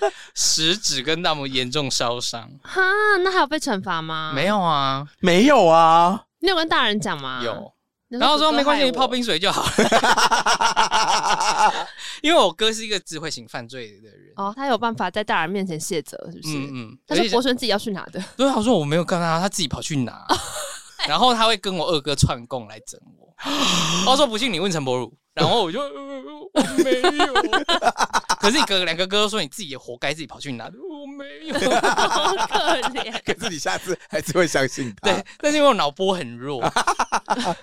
boy，食指跟大拇严重烧伤。 哈，那还有被惩罚吗？没，有啊，没有啊，你有跟大人讲吗？有。你然后说哥哥没关系，害你泡我冰水就好了。 因为我哥是一个智慧型犯罪的人。哦，他有办法在大人面前卸责，是不是？嗯嗯，但而是且博轩自己要去 拿的，对他说我没有干他，他自己跑去 拿，然后他会跟我二哥串供来整我。他说不信你问陈柏儒，然后我就、呃、我没有。 可是你哥两个哥都说你自己也活该，自己跑去拿，我没有。好可怜。可是你下次还是会相信他。对，但是因为我脑波很弱，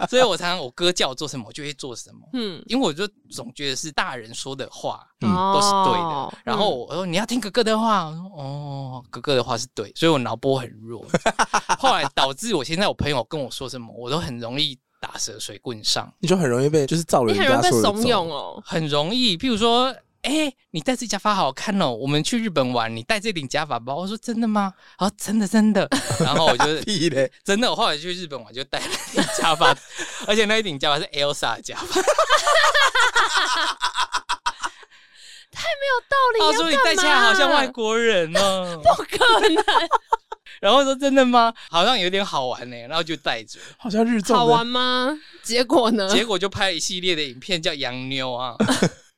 所以我常常我哥叫我做什么，我就会做什么。嗯，哦因为我就总觉得是大人说的话嗯都都是对的，然后我说你要听哥哥的话，我说哦，哥哥的话是对，所以我脑波很弱， 后来导致我现在我朋友跟我说什么，我都很容易打蛇随棍上，你就很容易被就是照人你很容家易被说的怂走恿哦。很容易，譬如说。哎、你戴这假发好看哦！我们去日本玩，你戴这顶假发吧。我说真的吗？啊，真的真的。 然后我就屁嘞！真的，我后来去日本玩就戴了一顶假发， 而且那一顶假发是 Elsa 的假发。哦道理他说你戴起来好 像外国人哦，不 可能。然后说真的吗？好像有点好玩呢、欸然后就戴着，好像日好综的玩吗？结果 呢？结果就拍了一系列的影片叫《洋妞》 啊。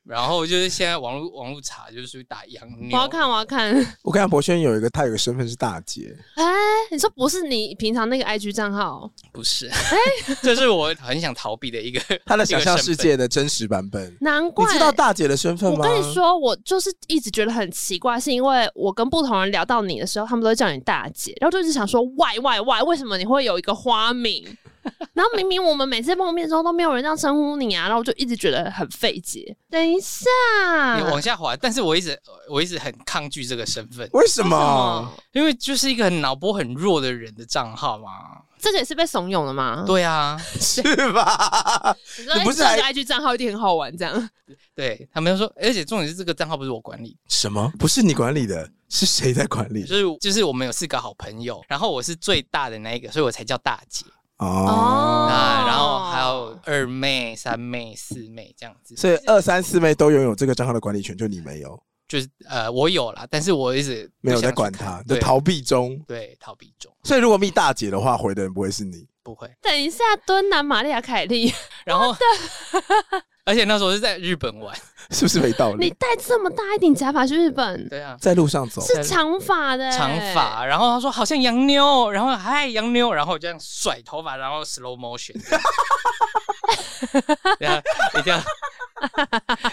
然后就是现在网络网络查就是打洋妞，我要看，我要看。我看博轩有一个，他有个身份是大姐，哎，你说不是你平常那个 IG 账号？不是，哎 这是我很想逃避 的一个他的想象世界的真实版本。难怪你知道大姐的身份我吗？跟你，说，我就是一直觉得很奇怪，是因为我跟不同人聊到你的时候，他们都会叫你大姐，然后就是想说 why why why，为什么你会有一个花名？ 然后明明我们每次碰面之后都没有人这样称呼你啊，然后我就一直觉得很费解。等一下，啊你往下滑，但是我一直我一直很抗拒这个身份，为什为什么？么？因为就是一个很脑波很弱的人的账号嘛。这个也是被怂恿的吗？对啊，是吧？你说你不是哎还这个 IG 账号一定很好玩，这样对他们就说，而且重点是这个账号不是我管理，什么？不是你管理的，是谁在管嗯理？就是就是我们有四个好朋友，然后我是最大的那一个，所以我才叫大姐哦，啊。然后还有二妹、三妹、四妹这样子，所以二三四妹都拥有这个账号的管理权，就你没有，就是呃，我有啦，但是我一直不没有想在去管看他，在对，逃避中。对逃避中所以如果密大姐的话，回的人不会是你。不会。等一下，敦南玛利亚凯莉，然后， 而且那时候是在日本玩，是不是没道你理？戴这么大一顶假发去日本，对啊，在路上走，是长发的欸、长发。然后他说好像洋妞，然后嗨洋妞，然后我就这样甩头发，然后 slow motion，然后啊一定要。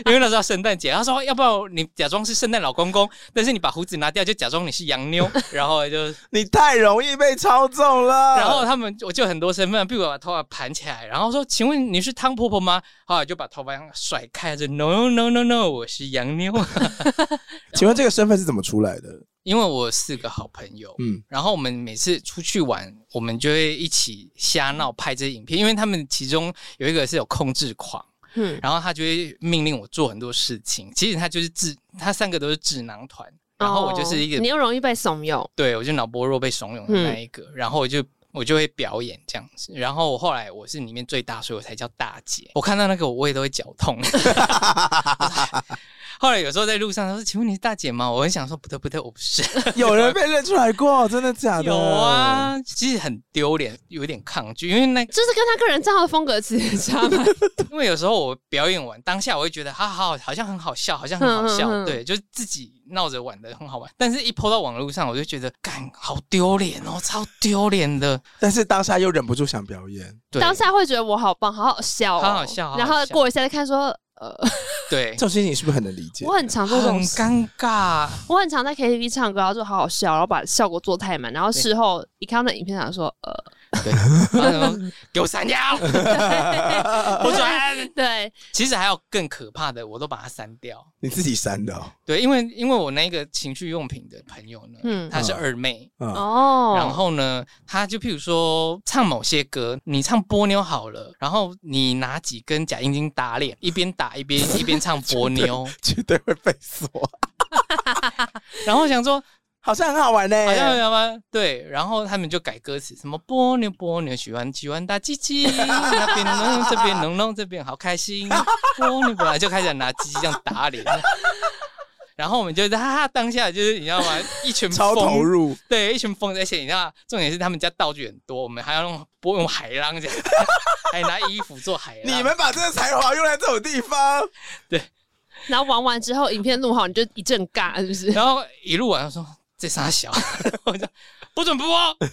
因为那时候圣诞节，他说要不要你假装是圣诞老公公，但是你把胡子拿掉，就假装你是洋妞，然后就，你太容易被操纵了。然后他们我就有很多身份，比如我把头发盘起来，然后说，请问你是汤婆婆吗？后来就把头发甩开，就 no no no no，我是洋妞， 请问这个身份是怎么出来的？因为我有四个好朋友，嗯，然后我们每次出去玩，我们就会一起瞎闹拍这些影片，因为他们其中有一个是有控制狂，嗯，然后他就会命令我做很多事情。其实他就是智，他三个都是智囊团，然后我就是一个，哦你又容易被怂恿，对我就脑波弱被怂恿的那一嗯个，然后我就。我就会表演这样子，然后后来我是里面最大，所以我才叫大姐。我看到那个我胃都会绞 痛。后来有时候在路上，他说：“请问你是大姐吗？”我很想说：“不对不对，我不是。”有人被认出来过，真的假的？ 有，啊，其实很丢脸，有点抗拒，因为那就是跟他个人账号的风格其实差蛮。因为有时候我表演完当下，我会觉得哈好好像很好笑，好像很好笑，嗯嗯嗯对，就是自己闹着玩的很好玩。但是一抛到网络上，我就觉得干好丢脸哦，超丢脸的。但是当下又忍不住想表演。 对，当下会觉得我好棒，好好笑、哦，好好笑好好然后笑过一下再看说，呃，对这，种心情是不是很能理解我？很常做这很种事，尴尬。我很常在 KTV 唱歌，然后就好好笑，然后把效果做太满，然后事后一看到那影片，想说呃，对， 然后哎给我删掉，不准。 对，其实还有更可怕的，我都把它删掉。你自己删的哦，对，因为因为我那个情趣用品的朋友呢，嗯她是二妹，嗯，哦，啊然后呢，她就譬如说唱某些歌，你唱波妞好了，然后你拿几根假阴茎打脸，一边打一边一边唱波 妞，绝对会被锁，然后我想说好像很好玩呢、好像有吗？对，然后他们就改歌词，什么波妞波妞喜欢喜欢大鸡鸡， 那边弄这边弄弄这边好开心，波妞本来就开始拿鸡鸡这样打脸。然后我们就在哈哈，当下就是你知道吗？一群超投疯入，对，一群疯子，而且你知道，重点是他们家道具很多，我们还要用不用海浪这样， 还拿衣服做海浪。你们把这个才华用在这种地方，然后玩完之后，影片录好，你就一阵尬，是不是？然后一路玩，我说这傻小， 我就不准播，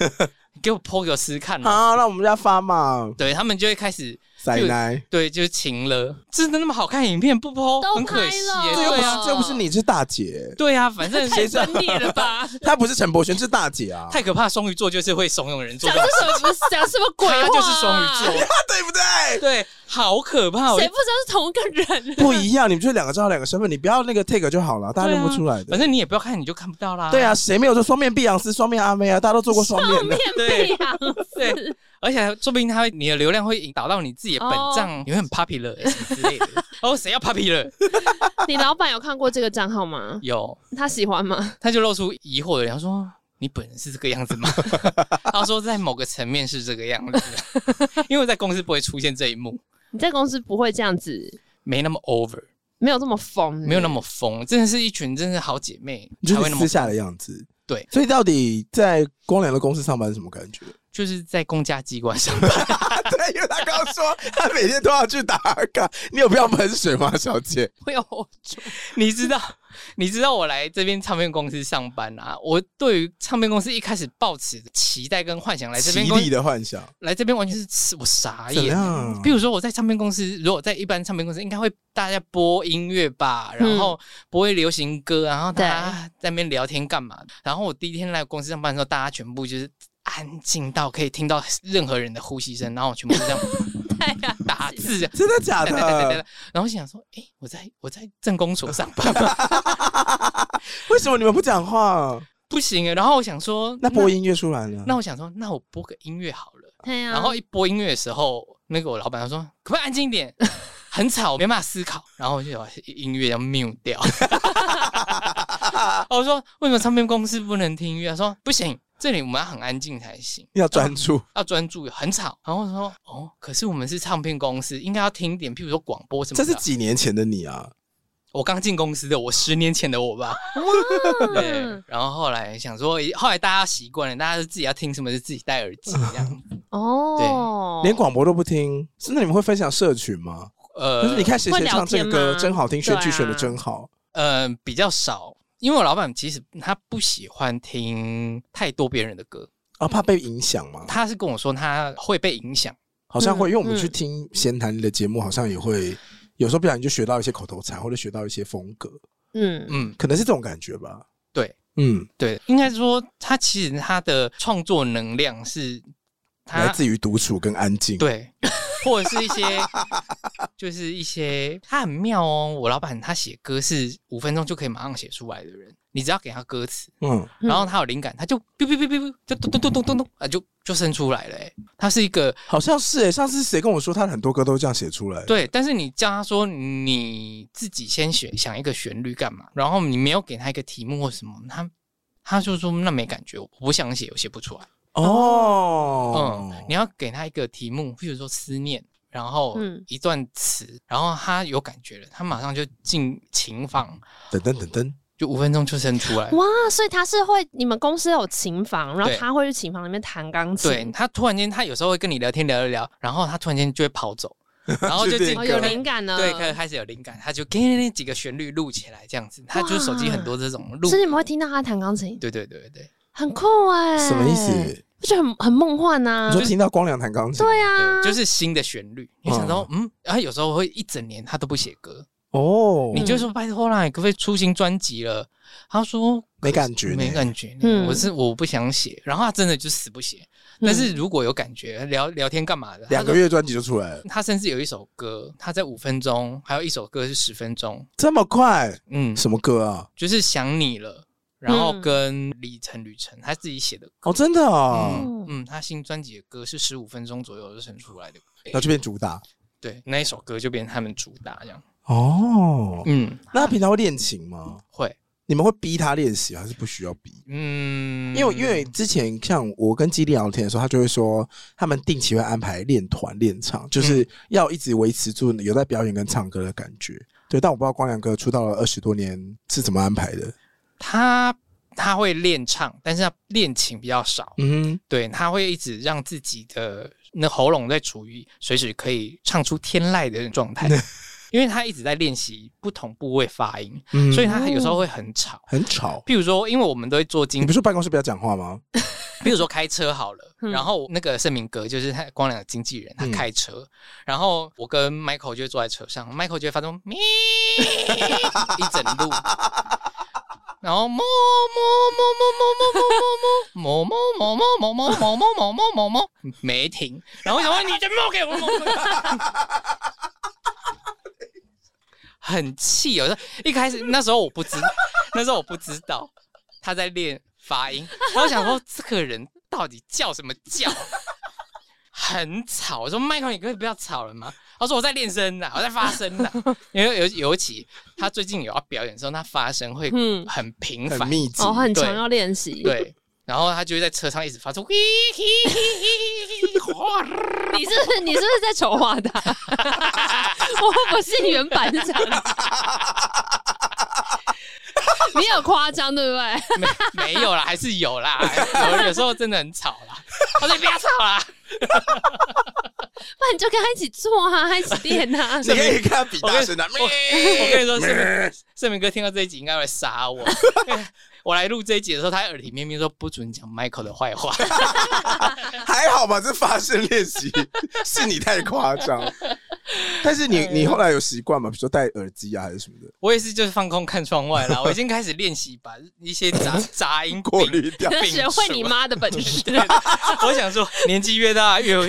你给我剖给我试试看啊！好，让我们家发嘛，对他们就会开始塞奶，对，就是晴了，真的那么好看的影片不剖，都很可惜耶。拍这了又不对是啊，这又不是你，是大姐，对啊，反正 太 分裂了 吧？她不是陈柏旋，是大姐啊，太可怕，双鱼座就是会怂恿人做讲这这种事，什么讲什么鬼话、他啊？就是双鱼座，对不对？对，好可怕。我谁不知道是同一个人？啊不一样，你们就是两个账号，两个身份，你不要那个 take 就好了，大家认不出来反的。正你也不要看，你就看不到啦。对啊，谁没有做双面碧昂斯、双面阿妹啊？大家都做过双面的面。对被养对，而且说不定他会你的流量会引导到你自己的本哦账，你会很 popular 欸什么之类的。哦，谁要 popular？ 你老板有看过这个账号吗？有，他喜欢吗？他就露出疑惑的脸，他说：“你本人是这个样子吗？” 他说：“在某个层面是这个样子， 因为在公司不会出现这一幕，你在公司不会这样子，没那么 over，没有这么疯，嗯没 有那么疯，真的是一群真是好姐妹嗯你才就会是那么私下的样子。对，所以到底在光良的公司上班是什么感觉？就是在公家机关上 班。对，因为他刚说 他每天都要去打卡，你有必要喷水吗，小姐？会有 hold 住。 你知道，你知道我来这边唱片公司上班啊，我对于唱片公司一开始抱持的期待跟幻想，来这奇边公丽的幻想，来这边完全是我傻怎眼。样比？如说我在唱片公司，如果在一般唱片公司，应该会大家播音乐吧，嗯然后播流行歌，然后大家在那边聊天干嘛？然后我第一天来公司上班的时候，大家全部就是安静到可以听到任何人的呼吸声，然后我全部就这样太阳打字，真的假哒哒哒哒的 哒？然后心想说，哎、我在我在政工所上班 吗，为什么你们不讲话？不行啊。然后我想说，那播音乐出来了，那，那我想说，那我播个音乐好了。对呀、然后一播音乐的时候，那个我老板就说：“可不可以安静一点？ 很吵，没办法思考。”然后我就把音乐要 mute 掉。 我说：“为什么唱片公司不能听音乐？”他说：“不行，这里我们要很安静才行，要专注。要专注，很吵。”然后我说：“哦，可是我们是唱片公司，应该要听一点，譬如说广播什么这的。”是几年前的你啊？我刚进公司的我，十年前的我吧。对哇，然后后来想说，后来大家习惯了，大家就自己要听什么就自己戴耳机这样。哦，连广播都不听，是那你们会分享社群吗？呃， 可是你看谁会谁聊唱这个天歌吗真好听，选曲对啊选的真好，呃，比较少，因为我老板其实他不喜欢听太多别人的歌，啊，怕被影响嘛？他是跟我说他会被影响。好像会，嗯因为我们嗯去听闲谈的节目，好像也会有时候不小心就学到一些口头禅，或者学到一些风格，嗯，嗯，可能是这种感觉吧。对嗯，对，应该说他其实他的创作能量是来他自于独处跟安静。，对，或者是一些就是一些他很妙哦。我老板他写歌是五分钟就可以马上写出来的人，你只要给他歌词，嗯，嗯然后他有灵感，他就哔哔哔哔哔，就咚咚咚咚咚咚啊，就就生出来了欸。他是一个好像是诶、欸上次谁跟我说他很多歌都这样写出来？，对，但是你叫他说你自己先选想一个旋律干嘛，然后你没有给他一个题目或什么，他他就说那没感觉，我不想写，我写不出来。哦，嗯，你要给他一个题目，譬如说思念，然后嗯一段词，然后他有感觉了，他马上就进琴房，等等等等，就五分钟就生出来。哇，所以他是会，你们公司有琴房，然后嗯对他会去琴房里面弹钢琴，对他突然间，他有时候会跟你聊天聊一聊，然后他突然间就会跑走，然后就 就进变哦，歌有歌灵感呢。对，开始开始有灵感，他就给你几个旋律录起来，这样子，他就是手机很多这种录所以哦你们会听到他弹钢琴，对对对对，很酷哎、什么意思？？不觉得很很梦幻呐、你说？啊听到光良弹钢琴？对对，啊，嗯嗯啊就是新的旋律。你想到，嗯，然后有时候会一整年他都不写歌，哦，你就说拜托啦，你可不可以出新专辑了？他说没感觉呢没感觉。嗯我是我不想写，然后他真的就死不写。但嗯是如果有感觉，聊聊天干嘛的？两个月，月专辑就出来了，他甚至有一首歌，他在五分钟，还有一首歌是十分钟。这么快？嗯，什么歌啊？就是想你了，然后嗯跟李晨、旅程他自己写的哦，真的哦，嗯嗯，他新专辑的歌是十五分钟左右就生出来的，然后就变主打对，那一首歌就变成他们主打这样。哦。嗯，那他平常会练琴吗？会，你们会逼他练习，还是不需要逼？嗯，因为因为之前像我跟基地聊天的时候，他就会说，他们定期会安排练团练唱，嗯就是要一直维持住有在表演跟唱歌的感觉。对，但我不知道光良哥出道了二十多年是怎么安排的。他他会练唱，但是他练琴比较少，嗯对，他会一直让自己的那喉咙在处于随时可以唱出天籁的状态， 因为他一直在练习不同部位发音，嗯所以他有时候会很吵。很吵。譬如说，因为我们都会做你精不是说办公室不要讲话吗？比如说开车好了，嗯然后那个盛明哥就是他光良的经纪人，他嗯开车，然后我跟 Michael 就会坐在车上，Michael 就会发出咪 一整路，然后么么么么么么么么么么么么么么么么么么没停，然后我想说你这么给我很气哦！一开始那时候我不知，那时候我不知道他在练发音，然后我想说这个人到底叫什么叫？很吵，我说麦克，你可以不要吵了吗？他说我在练声呐，我在发声呐。因为尤尤其他最近有要表演的时候，他发声会嗯很频很繁，密集哦，，很对常要练习。， 对。然后他就会在车上一直发出 嘿嘿嘿嘿嘿嘿哗 你是不是你是不是在丑化他？ 我不信原版是这样子。你有夸张对 不对？没没有啦，还是有啦，有有时候真的很吵啦。他说不要吵啦，不然你就跟他一起做啊，他一起练啊。你可以跟他比大声啊的。我跟你说，盛明盛明哥听到这一集应该会杀我。我来录这一集的时候，他在耳提面命说不准讲 Michael 的坏话。 还好吧，这发声练习是你太夸张。 但是你你后来有习惯吗？比如说戴耳机啊，还是什么的，我也是，就是放空看窗外啦。我已经开始练习把一些杂杂音过摒滤掉。病学会你除妈的本 事，我想说，年纪越大，越越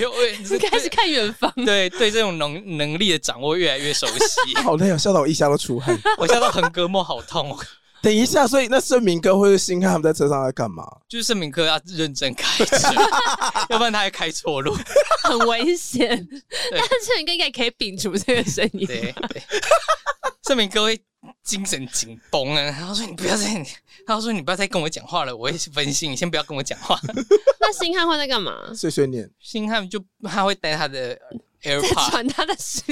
越开始看远 方。对对这种能能力的掌握越来越熟 悉。 好累哦，笑到我一下都出汗。我笑到横膈膜好痛哦，等一下，所以那盛明哥或者星汉他们在车上在干嘛？就是盛明哥要认真开车， 要不然他还开错路。很危险，但是你应该可以摒除这个声音。对对，盛明哥会精神紧绷啊，他说你不要再，他说你不要再跟我讲话了，我会分心，你先不要跟我讲 话。那星汉会在干嘛？碎碎念，星汉就他会带他的在 AirPod，传他的诗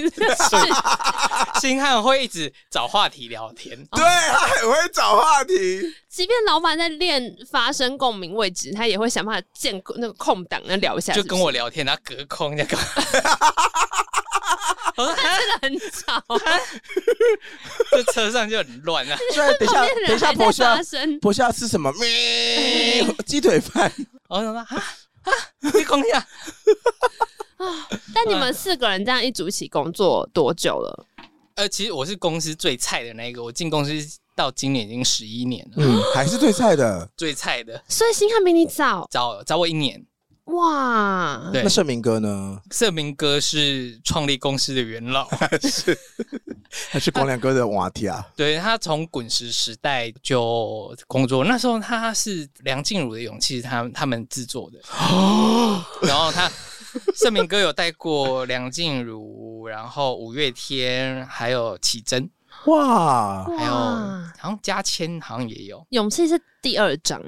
星汉会一直找话题聊天。对他很会找话题。即便老板在练发声共鸣位置，他也会想办法建那个空档，那聊一下就是不跟是我聊天，然后隔空在干嘛？ 我说啊真的很吵，这车上就很乱啊！对，等一下旁边，等人一下，哦还婆在媳要发声。婆媳要吃什么？咩鸡腿饭。我想说啊啊，你空一下，但你嗯们四个人这样一组一起工作多久了？呃，其实我是公司最菜的那一个，我进公司到今年已经十一年了，嗯，还是最菜的。最菜的，所以星汉比你早找找我一年。哇！对那盛明哥呢？瑟明哥是创立公司的元老， 还是光良哥的瓦提 啊？对他从滚石时代就工作，那时候他是梁静茹的《勇气》是他他们制作的，然后他瑟明哥有带过梁静茹，然后五月天，还有启真，哇！还有哇好像嘉谦好像也有，勇气是第二章，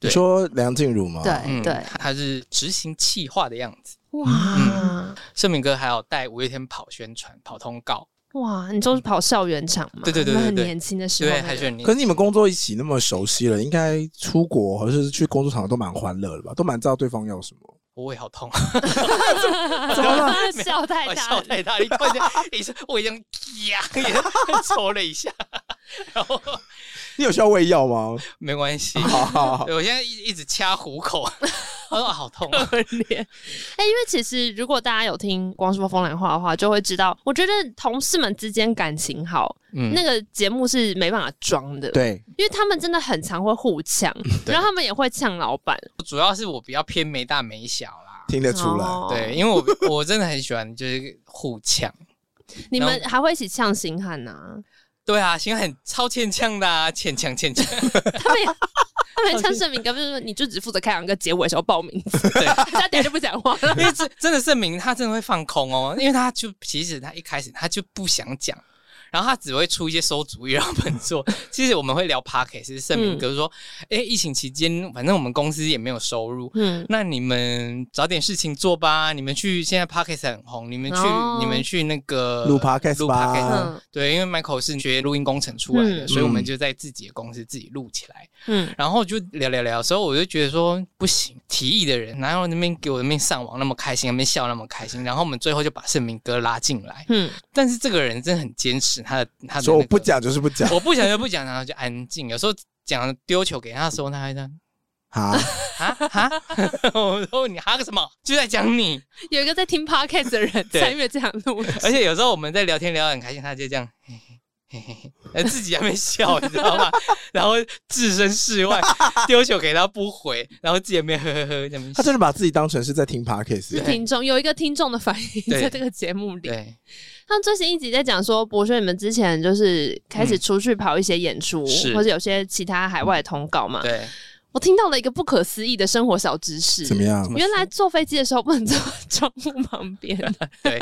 你对说梁静茹吗？对、嗯，哎对，他是执行企划的样子。哇、嗯盛明哥还有带五月天跑宣传、跑通告，哇！你都是跑校园场嘛？对对对那对很对年轻的时候那对，个， 还选你可。是你们工作一起那么熟悉了，应该出国或者是去工作场都蛮欢乐的吧？都蛮知道对方要什么。我胃好痛，啊怎么了？笑太 大我笑了。太大，你突然间，你说我已经呀，也 抽了一下，然后你有需要喂药吗？没关系。哦好好好 对我现在一一直掐虎口，他说啊好痛、啊，可怜。 哎、因为其实如果大家有听《光说风凉话》的话，就会知道，我觉得同事们之间感情好，嗯那个节目是没办法装的，，对，因为他们真的很常会互呛，嗯对然后他们也会呛老板，主要是我比较偏没大没小啦。听得出来。哦对，，因为我我真的很喜欢就是互呛。你们然还会一起呛星汉呐？对啊，心很超欠呛的啊，欠呛欠呛。他 们也他们也呛盛明哥，就是说你就只负责看两个结尾的时候报 名字，对，他等下就不讲话了。因为这真的证明他真的会放空哦，因为他就其实他一开始他就不想讲，然后他只会出一些馊主意让我们做。其实我们会聊 p a r k 是盛嗯明哥说，哎、疫情期间反正我们公司也没有收入。嗯，那你们找点事情做吧。你们去现在 p a r k 很红，你们去、哦你们去那个录 podcast 录吧 podcast 嗯对，因为 Michael 是学录音工程出来的，嗯所以我们就在自己的公司自己录起来。嗯，然后就聊聊聊，所以我就觉得说不行，提议的人，然后那边给我那边上网那么开心，那边笑那么开心，然后我们最后就把盛明哥拉进来，嗯，但是这个人真的很坚持他的他的、说我不，讲就是不讲我不讲就不讲，然后就安静。有时候讲丢球给他的时候，他还在啊，啊啊， 我说你哈个什么，就在讲你。有一个在听 podcast 的人对参与这样录制，而且有时候我们在聊天聊得很开心，他就这样，嘿嘿嘿嘿嘿，自己还没笑，你知道吗？ 然后置身事外，丢球给他不回，然后自己也没呵呵呵，这么他真的把自己当成是在听 podcast 是欸。听众有一个听众的反应对在这个节目里。对，他们最新一集在讲说，博轩你们之前就是开始出去跑一些演出，嗯是或者有些其他海外的通告嘛。对，我听到了一个不可思议的生活小知识。怎么样？原来坐飞机的时候不能坐 窗户旁 边，对，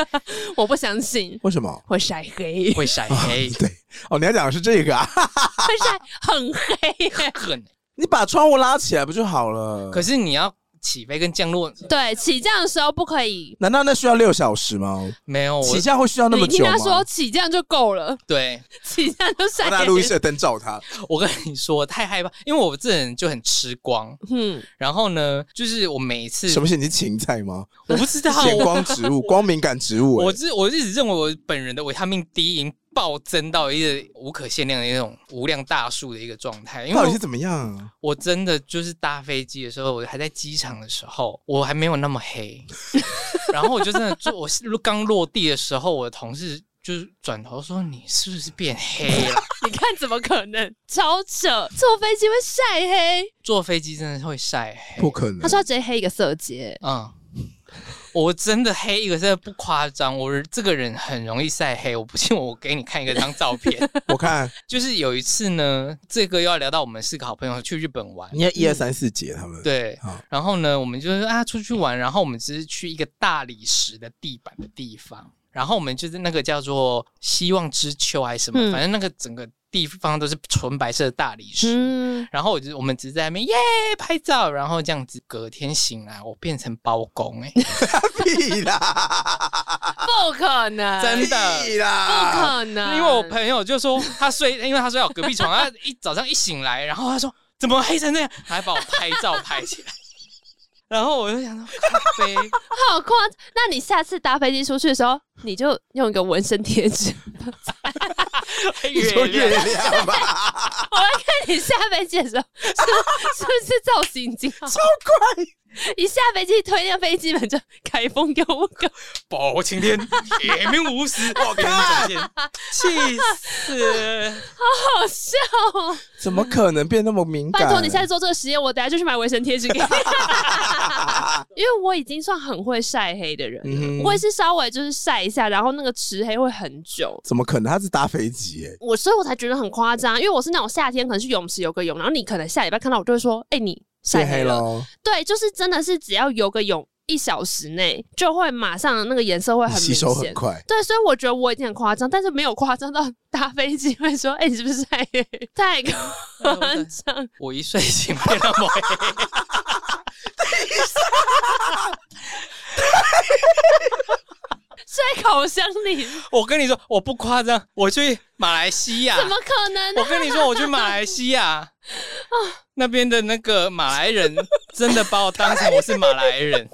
我不相信为什么？会晒黑，会哎晒黑，对，哦，你要讲的是这个啊？会晒很黑耶。 很。你把窗户拉起来不就好了？可是你要起飞跟降落， 对，起降的时候不可以。难道那需要六小时吗？没有我起降会需要那么你听久吗他？说起降就够了， 对起降就晒我拿黑。路易斯的灯照他，我跟你说太害怕，因为我这人就很吃光。嗯，然后呢，就是我每一次什么是你是芹菜吗？我不知 道，显我光植物，光敏感植物欸。我是我一直认为我本人的维他命 D 已经暴增到一个无可限量的那种无量大数的一个状态，因为到底是我怎么样？我真的就是搭飞机的时候，我还在机场的时候，我还没有那么黑，然后我就真的就我是刚落地的时候，我的同事就是转头说你是不是变黑了？ 你看怎么可能？超扯！坐飞机会晒黑。坐飞机真的会晒黑不。可能。他说他直接黑一个色阶，嗯，我真的黑一个，真的不夸张，我这个人很容易晒黑。我不信，我给你看一个张照片。 我看就是有一次呢，这个又要聊到我们四个好朋友去日本玩，你看一二三四节他们，对好。然后呢，我们就是啊出去玩，然后我们只是去一个大理石的地板的地方，然后我们就是那个叫做希望之丘还是什么，嗯反正那个整个地方都是纯白色的大理石。嗯，然后我就我们只是在那边耶拍照，然后这样子，隔天醒来我变成包公哎、屁啦，不可能，啊真的啊屁不啦，可能，因为我朋友就说他睡，因为他睡在我隔壁床，他一早上一醒来，然后他说怎么黑成那样，他还把我拍照拍起来。 然后我就想说，咖啡好夸张。那你下次搭飞机出去的时候，你就用一个纹身贴纸， 你说月月亮，亮吧，我来看你下飞机的时候是是不是造型已经好。超快，啊一下飞机推那飞机门就开封给我个，包青 天，铁面无私， 我看气死！ 好笑哦！ 怎么可能变那么敏拜感？托你下次做这个实验，我等下就去买卫生贴纸 给你，因为我已经算很会晒黑的人了。嗯我也是稍微就是晒一下，然后那个持黑会很久，怎么可能？他是搭飞机欸耶，我所以我才觉得很夸张，因为我是那种夏天可能去泳池游个泳，然后你可能下礼拜看到我就会说，哎、你晒变黑黑了，喽，对，就是真的是只要游个泳一小时内就会马上那个颜色会很你吸明收显很。快。对，所以我觉得我已经很夸张，但是没有夸张到 搭飞机会说，哎、你是不是 晒黑？太夸张，我一睡醒变那么 黑，晒口香 里我跟你说，我不夸张，我去马来西亚，怎么可能呢、啊我跟你说，我去马来西亚那 边的那个马来人，真的把我当成我是马来人。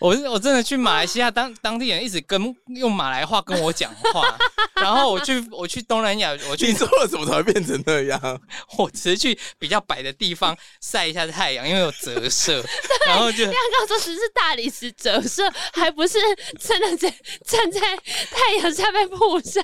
我是我真的去马来西亚当当地人，一直跟用马来话跟我讲话，然后我去我去东南亚，我你去做了什么才会变成那哦样？我只是去比较白的地方晒一下太阳，因为有折射，然后就刚刚说只是大理石折射，还不是真的在站在太阳下面曝晒，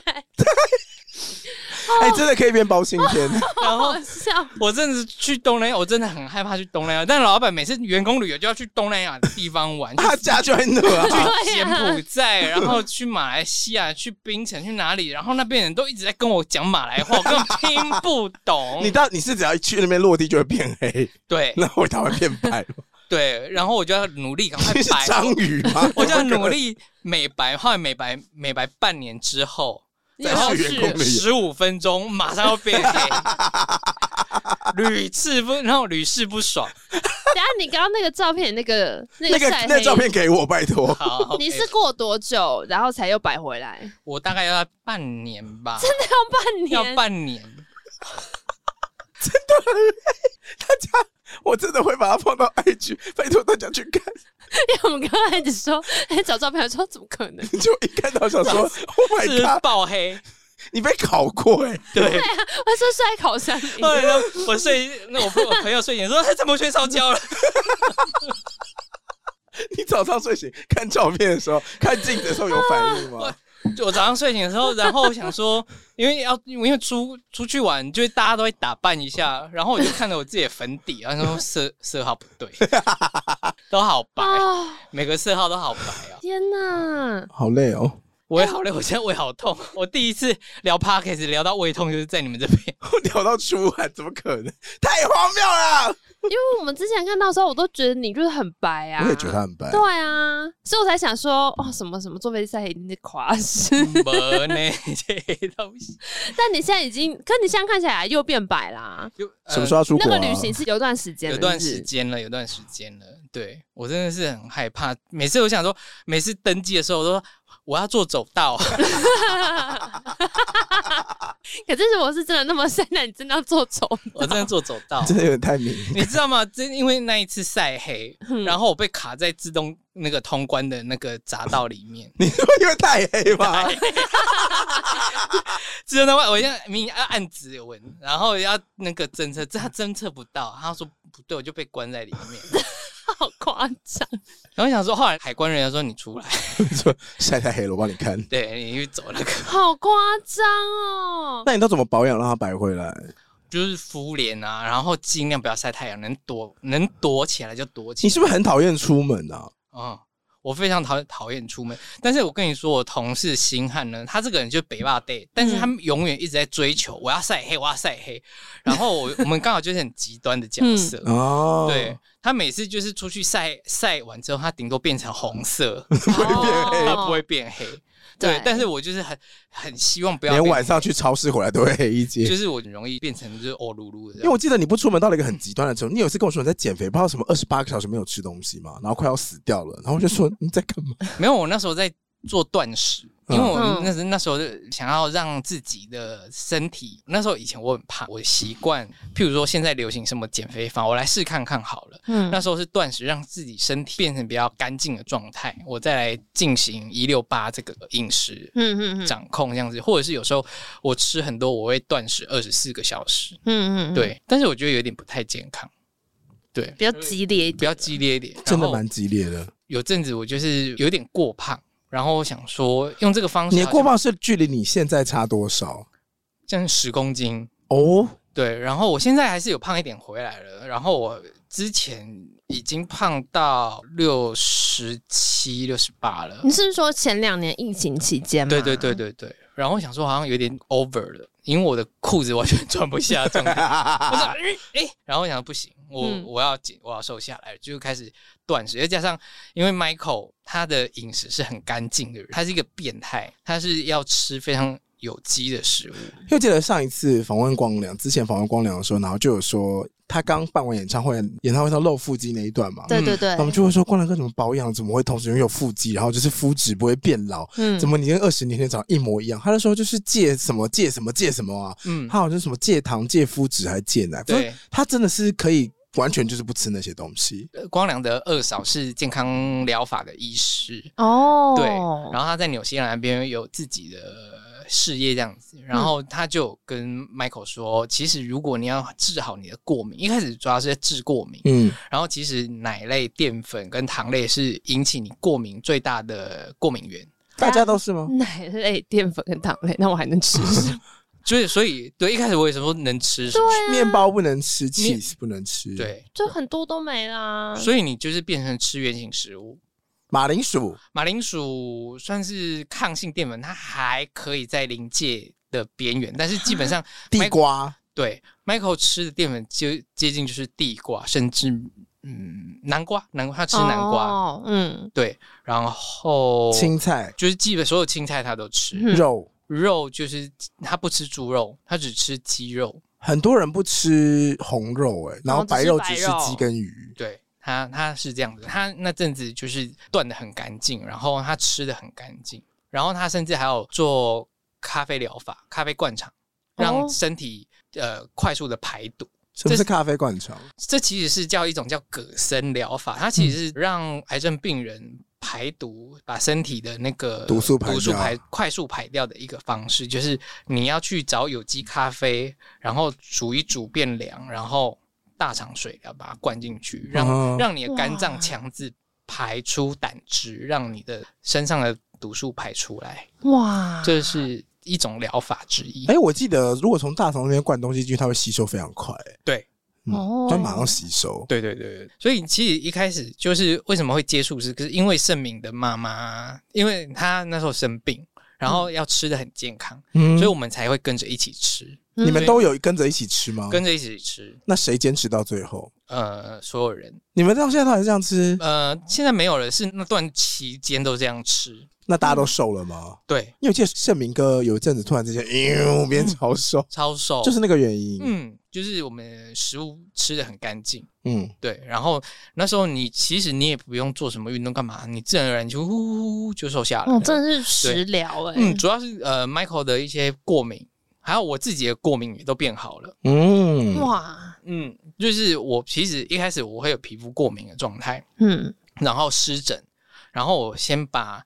哎、真的可以变包青 天。然后好笑。我真的是去东南亚，我真的很害怕去东南亚。但老板每次员工旅游就要去东南亚的地方玩，他家就在那 啊，去柬埔寨，然后去马来西亚，去槟城，去哪里？然后那边人都一直在跟我讲马来话，我根本听不你懂。到你是只要一去那边落地就会变 黑，对那会台湾变白吗？对，然后我就要努力赶快你是白，章鱼吗？ 我就要努力美白。后来美白美白半年之后，你然后好员工是没有十五分钟马上要 变黑，屡次不，然后屡试不爽。等下你刚刚那个照片，那个那那个个晒那黑，照片给我，拜托。 好，你是过多久，然后才又摆回来？我大概要半年吧，真的要半年，要半年。我真的会把它放到 IG，拜托大家去看。 因为我们刚开始说， 哎，找照片，我说怎么可能？ 就一看到想说，Oh 是 my god，爆 黑，你被烤过哎、对。我说是在烤山里 后，来呢，我睡，那我朋我朋友睡醒说 他怎么去烧焦了？ 你早上睡醒看照片的时候，看镜子的时候有反应吗？就 我早上睡醒的时候，然后我想说， 因为要因为出出去玩，就是大家都会打扮一下，然后我就看着我自己的粉底，然后说 色色号不 对，都好白，哦，每个色号都好白啊！天哪！好累哦，我也好累，我现在胃好痛。 我第一次聊 podcast 聊到胃痛，就是在你们这边。 我聊到出汗，怎么可能？太荒谬了！因为我们之前看到的时候，我都觉得你就是很白啊，我也觉得他很白对，啊，所以我才想说，哦，什么什么坐飞机赛一定是垮死。 没呢， 这东西。但你现在已经，可你现在看起来又变白啦。就呃什么时候要出那国、个啊？旅行是有段时间的，有段是不是时间了，有段时间了。对我真的是很害怕，每次我想说，每次登记的时候，我都说我要做走道， 可是如果是真的那么晒，那你真的要做丑。我真的做走道。 真的有点太明。你知道吗？真因为那一次晒黑，嗯然后我被卡在自动那个通关的那个匝道里面 。你说因为太黑吗？自动通关，我现在明明要按指纹，然后要那个侦测，这他侦测不到，他说不对，我就被关在里面。 好夸张！然后我想说，后来海关人员说你出来，说 晒太黑了，我帮你看。对你去走那个好夸张哦！ 那你都怎么保养让它白回来？就是敷脸啊，然后尽量不要晒太阳，能躲能躲起来就躲起你来。是不是很讨厌出门啊？嗯，我非常讨讨厌出门，但是我跟你说，我同事星汉呢，他这个人就北霸 day，但嗯是他们永远一直在追求我要晒黑，我要晒黑。然后我我们刚好就是很极端的角色，哦，对，他每次就是出去晒晒完之后，他顶多变成 红色，不会变他不会变黑。对，但是我就是很很希望不要连变晚上去超市回来都会黑一阶。就是我很容易变成就是哦噜噜的这因为样。我记得你不出门到了一个很极端的程度，你有一次跟我说你在减肥，不知道什么二十八个小时没有吃东西嘛，然后快要死掉了，然后我就说你在干嘛？没有，我那时候在做断食，因为我嗯那时那时候就想要让自己的身体，那时候以前我很怕，我习惯，譬如说现在流行什么减肥法，我来试看看好了。嗯那时候是断食，让自己身体变成比较干净的状态，我再来进行一六八这个饮食嗯嗯嗯掌控这样子，或者是有时候我吃很多，我会断食二十四个小时，嗯嗯，对，但是我觉得有点不太健康，对，比较激烈一点。比较激烈一点，真的然后蛮激烈的。有阵子我就是有点过胖，然后我想说用这个方式，你的过胖是距离你现在差多少？将十公斤， 哦，对，然后我现在还是有胖一点回来了，然后我之前已经胖到六十七、六十八了嗯你，是不是说前两年疫情期间吗？对对对对对，然后我想说好像有点 over 了，因为我的裤子完全 穿不下这种感觉我说哎、哎然后我想不行，我、嗯我要减，我要瘦下来，就开始断食，再加上因为 Michael 他的饮食是很干净的人，他是一个变态，他是要吃非常有机的食物，因为记得上一次访问光良，之前访问光良的时候，然后就有说他刚办完演唱会，演唱会上露腹肌那一段嘛，嗯对对对他，们就会说光良哥怎么保养，怎么会同时拥有腹肌，然后就是肤质不会变老，嗯怎么你跟二十年前长得一模一样？他那时候就是戒什么戒什么戒什么啊，嗯他好像什么戒糖、戒麸质还戒奶，对反正他真的是可以完全就是不吃那些东西。呃光良的二嫂是健康疗法的医师，哦，对，然后他在纽西兰那边有自己的事业这样子，嗯然后他就跟 Michael 说，其实如果你要治好你的过敏，一开始主要是在治过敏，嗯，然后其实奶类、淀粉跟糖类是引起你过敏最大的过敏源，大家都是嗯吗？奶类、淀粉跟糖类，那我还能吃什 么？就是所以对一开始我也想说能吃什么，面包不能吃面，cheese 不能吃，，对，就很多都没啦。所以你就是变成吃原型食物。马铃薯马铃薯算是抗性淀粉，它还可以在临界的边缘，但是基本上地 Michael- 瓜。对，Michael 吃的淀粉接接近就是地瓜，甚至嗯南瓜，南瓜他吃南瓜，哦，嗯，对，然后青菜、就是基本所有青菜他都吃，嗯肉，肉就是他不吃猪肉，他只吃鸡肉，很多人不吃红肉、哎，然后哦只吃白肉白只吃肉鸡跟鱼。对。他他是这样子，他那阵子就是断的很干净，然后他吃的很干净，然后他甚至还有做咖啡疗法、咖啡灌肠，让哦身体、呃快速的排毒。什么是咖啡灌肠？这其实是叫一种叫葛森疗法，它其实是让癌症病人排毒，把身体的那个毒素排掉毒素排快速排掉的一个方式，就是你要去找有机咖啡，然后煮一煮变凉，然后大肠水要把它灌进去，让、哦让你的肝脏哇强制排出胆汁，让你的身上的毒素排出来，哇，这是一种疗法之一。哎、我记得如果从大肠那边灌东西进去，它会吸收非常快、哎对。嗯哦它马上吸收。对对对，对所以其实一开始就是为什么会接触是，可是因为盛敏的妈妈，因为她那时候生病，然后要吃的很健康，嗯所以我们才会跟着一起吃，你们嗯都有跟着一起吃吗？跟着一起吃。那谁坚持到最后？呃，所有人，你们到现在都还是这样吃？呃，现在没有了，是那段期间都这样吃。那大家都瘦了吗？对，因为我记得盛明哥有一阵子突然之间，呦、变超瘦，超瘦，就是那个原因。嗯嗯，就是我们食物吃的很干净。对，然后那时候你其实你也不用做什么运动干嘛，你自然而然就呼呼呼就瘦下来了。哦，真的是食疗哎，嗯，主要是呃，Michael 的一些过敏，还有我自己的过敏也都变好了。嗯，哇，嗯，就是我其实一开始我会有皮肤过敏的状态，嗯，然后湿疹，然后我先把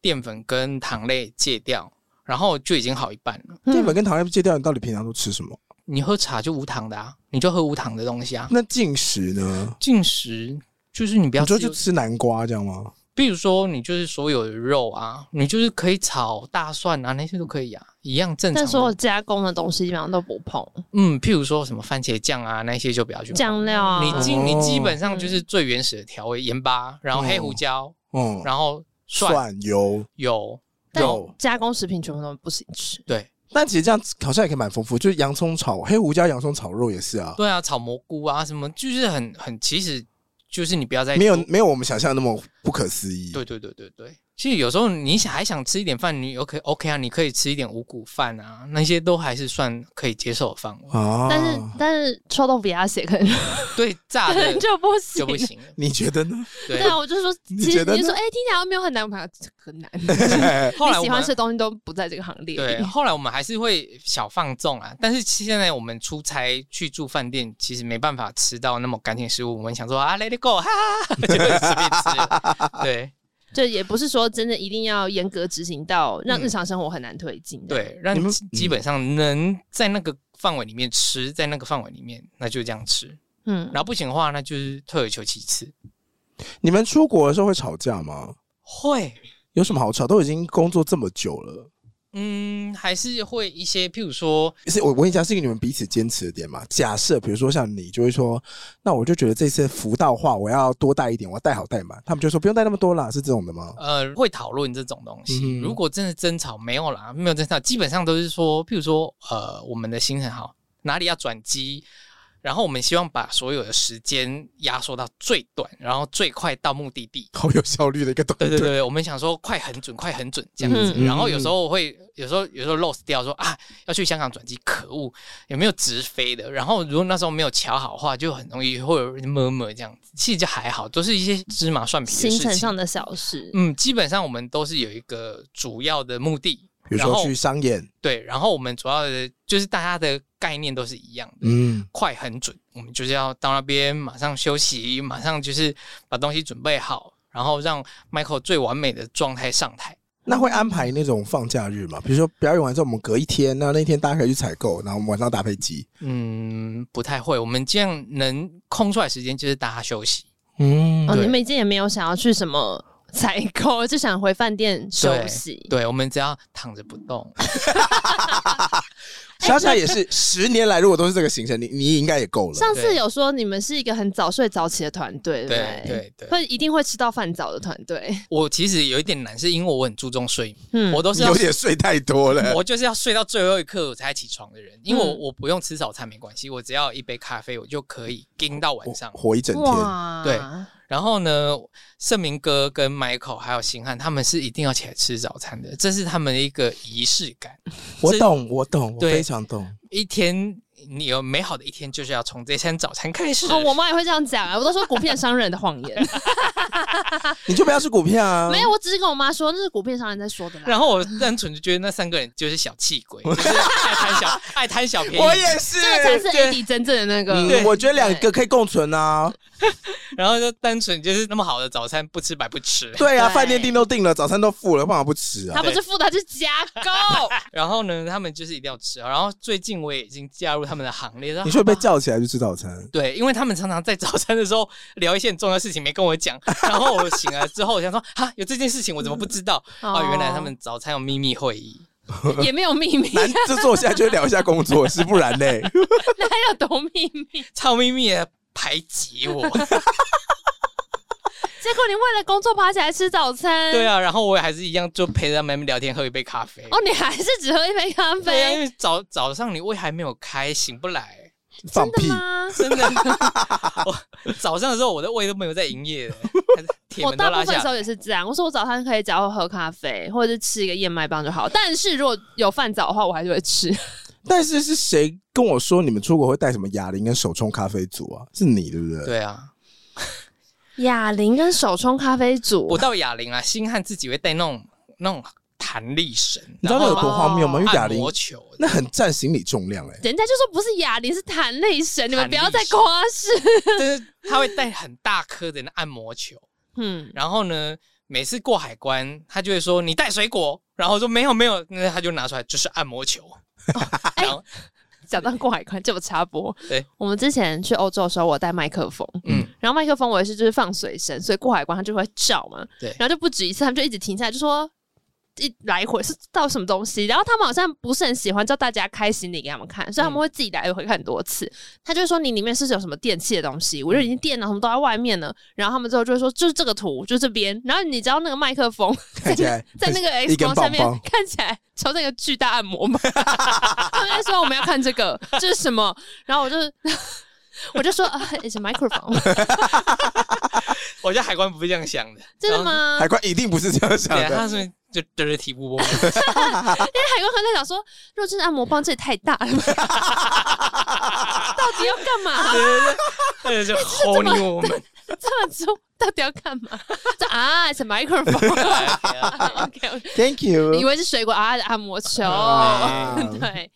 淀粉跟糖类戒掉，然后就已经好一半了。淀粉跟跟糖要戒掉，你到底平常都吃什么？你喝茶就无糖的啊，你就喝无糖的东西啊。那进食呢？进食就是你不要你说吃就有，吃南瓜这样吗？比如说你就是所有的肉啊，你就是可以炒大蒜啊，那些都可以啊，一样正常但的。所有加工的东西基本上都不碰，嗯，譬如说什么番茄酱啊，那些就不要去碰酱料啊，你基哦你基本嗯上就是最原始的调味，盐巴，然后黑胡椒，嗯，然后蒜、蒜油油，但肉。加工食品全部都不行吃。对但其实这样好像也可以蛮丰富，就是洋葱炒黑胡椒、洋葱炒肉也是啊，对啊，炒蘑菇啊什么，就是很很，其实就是你不要再没有多没有我们想象的那么不可思议。对对对对对。其实有时候你想还想吃一点饭，你 OK OK 啊，你可以吃一点五谷饭啊，那些都还是算可以接受的 范围。啊，但是但是臭豆腐鸭血可能对，炸可能 的就不行，就不行了。你觉 得呢？对 对，啊，我就说，你其实觉得你就说，呢哎、听起来没有很难，我朋友这个很难。 后来你我喜欢们吃的东西都不在这个行 列里。对，后来我们还是会小放纵啊，但是现在我们出差去住饭店，其实没办法吃到那么干净食物。我们想说啊，let it go，哈哈哈，就会随便吃。 对 就也不是说真的一定要严格执行到让日常生活很难推进。，嗯对，让你们嗯基基本上能在那个范围里面吃，在那个范围里面，那就这样吃。嗯然，后不行的话，那就是退而求其次。你们出国的时候会吵架吗？会，有什么好吵？都已经工作这么久了，嗯，还是会一些，譬如说，是我我跟你讲，是一个你们彼此坚持的点嘛。假设比如说像你就会说，那我就觉得这次福到话我要多带一点，我要带好带满。他们就说不用带那么多啦，是这种的吗？呃，会讨论这种东西。嗯如果真的争吵，没有啦，没有争吵，基本上都是说，譬如说，呃，我们的行程好，哪里要转机，然后我们希望把所有的时间压缩到最短，然后最快到目的地。好有效率的一个东对西。对对，我们想说快很准，快很准这样子。嗯然后有时候会，有时候有时候 lost 掉说啊，要去香港转机，可恶，有没有直飞的？然后如果那时候没有瞧好的话，就很容易会有人 murmur 这样子。其实就还好，都是一些芝麻蒜皮的行事程情嗯上。的小事。嗯，基本上我们都是有一个主要的目的，有时然候后去商演，对，然后我们主要的就是大家的概念都是一样的，嗯，快很准，我们就是要到那边马上休息，马上就是把东西准备好，然后让 Michael 最完美的状态上台。那会安排那种放假日吗？比如说表演完之后，我们隔一天，那那天大家可以去采购，然后我们晚上搭飞机。嗯，不太会，我们这样能空出来时间就是大家休息。嗯哦，对你们已经也没有想要去什么采购，就想回饭店休对息。对，我们只要躺着不动。莎莎也是十年来，如果都是这个行程，你你应该也够了。上次对有说你们是一个很早睡早起的团队，不对对对，会一定会吃到饭早的团队。我其实有一点难，是因为我很注重睡眠，嗯，我都是要有点睡太多 了。我就是要睡到最后一刻我才起床的人，因为我嗯我不用吃早餐没关系，我只要一杯咖啡我就可以盯到晚上我。哦活一整天，哇对然后呢，盛明哥跟 Michael 还有星汉他们是一定要起来吃早餐的，这是他们的一个仪式感。我懂，我懂，我对非常懂。一天你有美好的一天，就是要从这餐早餐开始。哦，我妈也会这样讲啊，我都说股票商人的谎言。你就不要吃股票啊！没有，我只是跟我妈说那是股票商人在说的啦。然后我单纯就觉得那三个人就是小气 鬼，就是爱贪小爱贪小便宜。我也是这。个才是对 AD 真正的那个。嗯，我觉得两个可以共存啊。然后就单纯就是那么好的早餐不吃白不吃。对啊，对饭店订都订了，早餐都付了，干嘛不吃他啊？不是付的，他是加购。然后呢，他们就是一定要吃。啊然后最近我也已经加入他们的行列。然后你说被叫起来去吃早餐， 对，因为他们常常在早餐的时候聊一些很重要的事情没跟我 讲，然后我醒来之后我想说，哈，有这件事情我怎么不知道？哦、原来他们早餐有秘密会议。 也没有秘密，难制作现在就聊一下工作，是不然嘞。那还有多秘密？超咪咪的排挤 我，结果你为了工作爬起来吃早餐，对，啊，然后我也还是一样，就陪着他们聊天，喝一杯咖啡。哦，你还是只喝一杯咖对啊，因啡，为早早上你胃还没有开，醒不来，放 真屁的！吗？ 真的。我早上的时候我的胃都没有在 营业的，铁我门都大拉部分下时候来。也是这样，我说我早餐可以只要喝咖啡，或者是吃一个燕麦棒就好。但是如果有饭早的话，我还是会吃。但是是谁跟我说你们出国会带什么哑铃跟手冲咖啡组啊？是你对不对？对啊，哑铃跟手冲咖啡我组，到哑铃啊，星汉自己会带那种那种弹力绳，你知道那有然后啊多荒谬吗？因为哑按铃摩球，那很占行李重 量哎、人家就说不是哑铃，是弹力绳，你们不要再弹力绳夸 饰。就是他会带很大颗的那按摩球，嗯，然后呢，每次过海关，他就会说你带水果，然后我说没有没有，那他就拿出来就是按摩球，哦哎然后讲到过海关，这我插播。对，我们之前去欧洲的时候，我带麦克风，嗯，然后麦克风我也是就是放随身，所以过海关它就会照嘛。对然后就不止一次，他们就一直停下来，就说一来回是到什么东西。然后他们好像不是很喜欢叫大家开行李给他们看，所以他们嗯会自己来回看很多次。他就会说你里面是不是有什么电器的东西，我就已经电脑什么都在外面了。然后他们之后就会说就是这个图，就是这边。然后你知道那个麦克风看起来在那个 X 一根光上棒面棒看起来超像一个巨大按摩棒。 他们在说我们要看这个，这是什么？然后我就 我就说啊，is microphone。 我觉得海关不是这样想的，真的然后？吗？海关一定不是这样想对啊，的。他是就对着提布波， 因为海关可能在想说，若真的按摩棒这也太大了 吧？到底要干嘛？对就吼你我们，这么粗，到底要干嘛？这啊，is microphone。OK，啊 Thank 以 you。为是水果啊的按摩球。啊 对，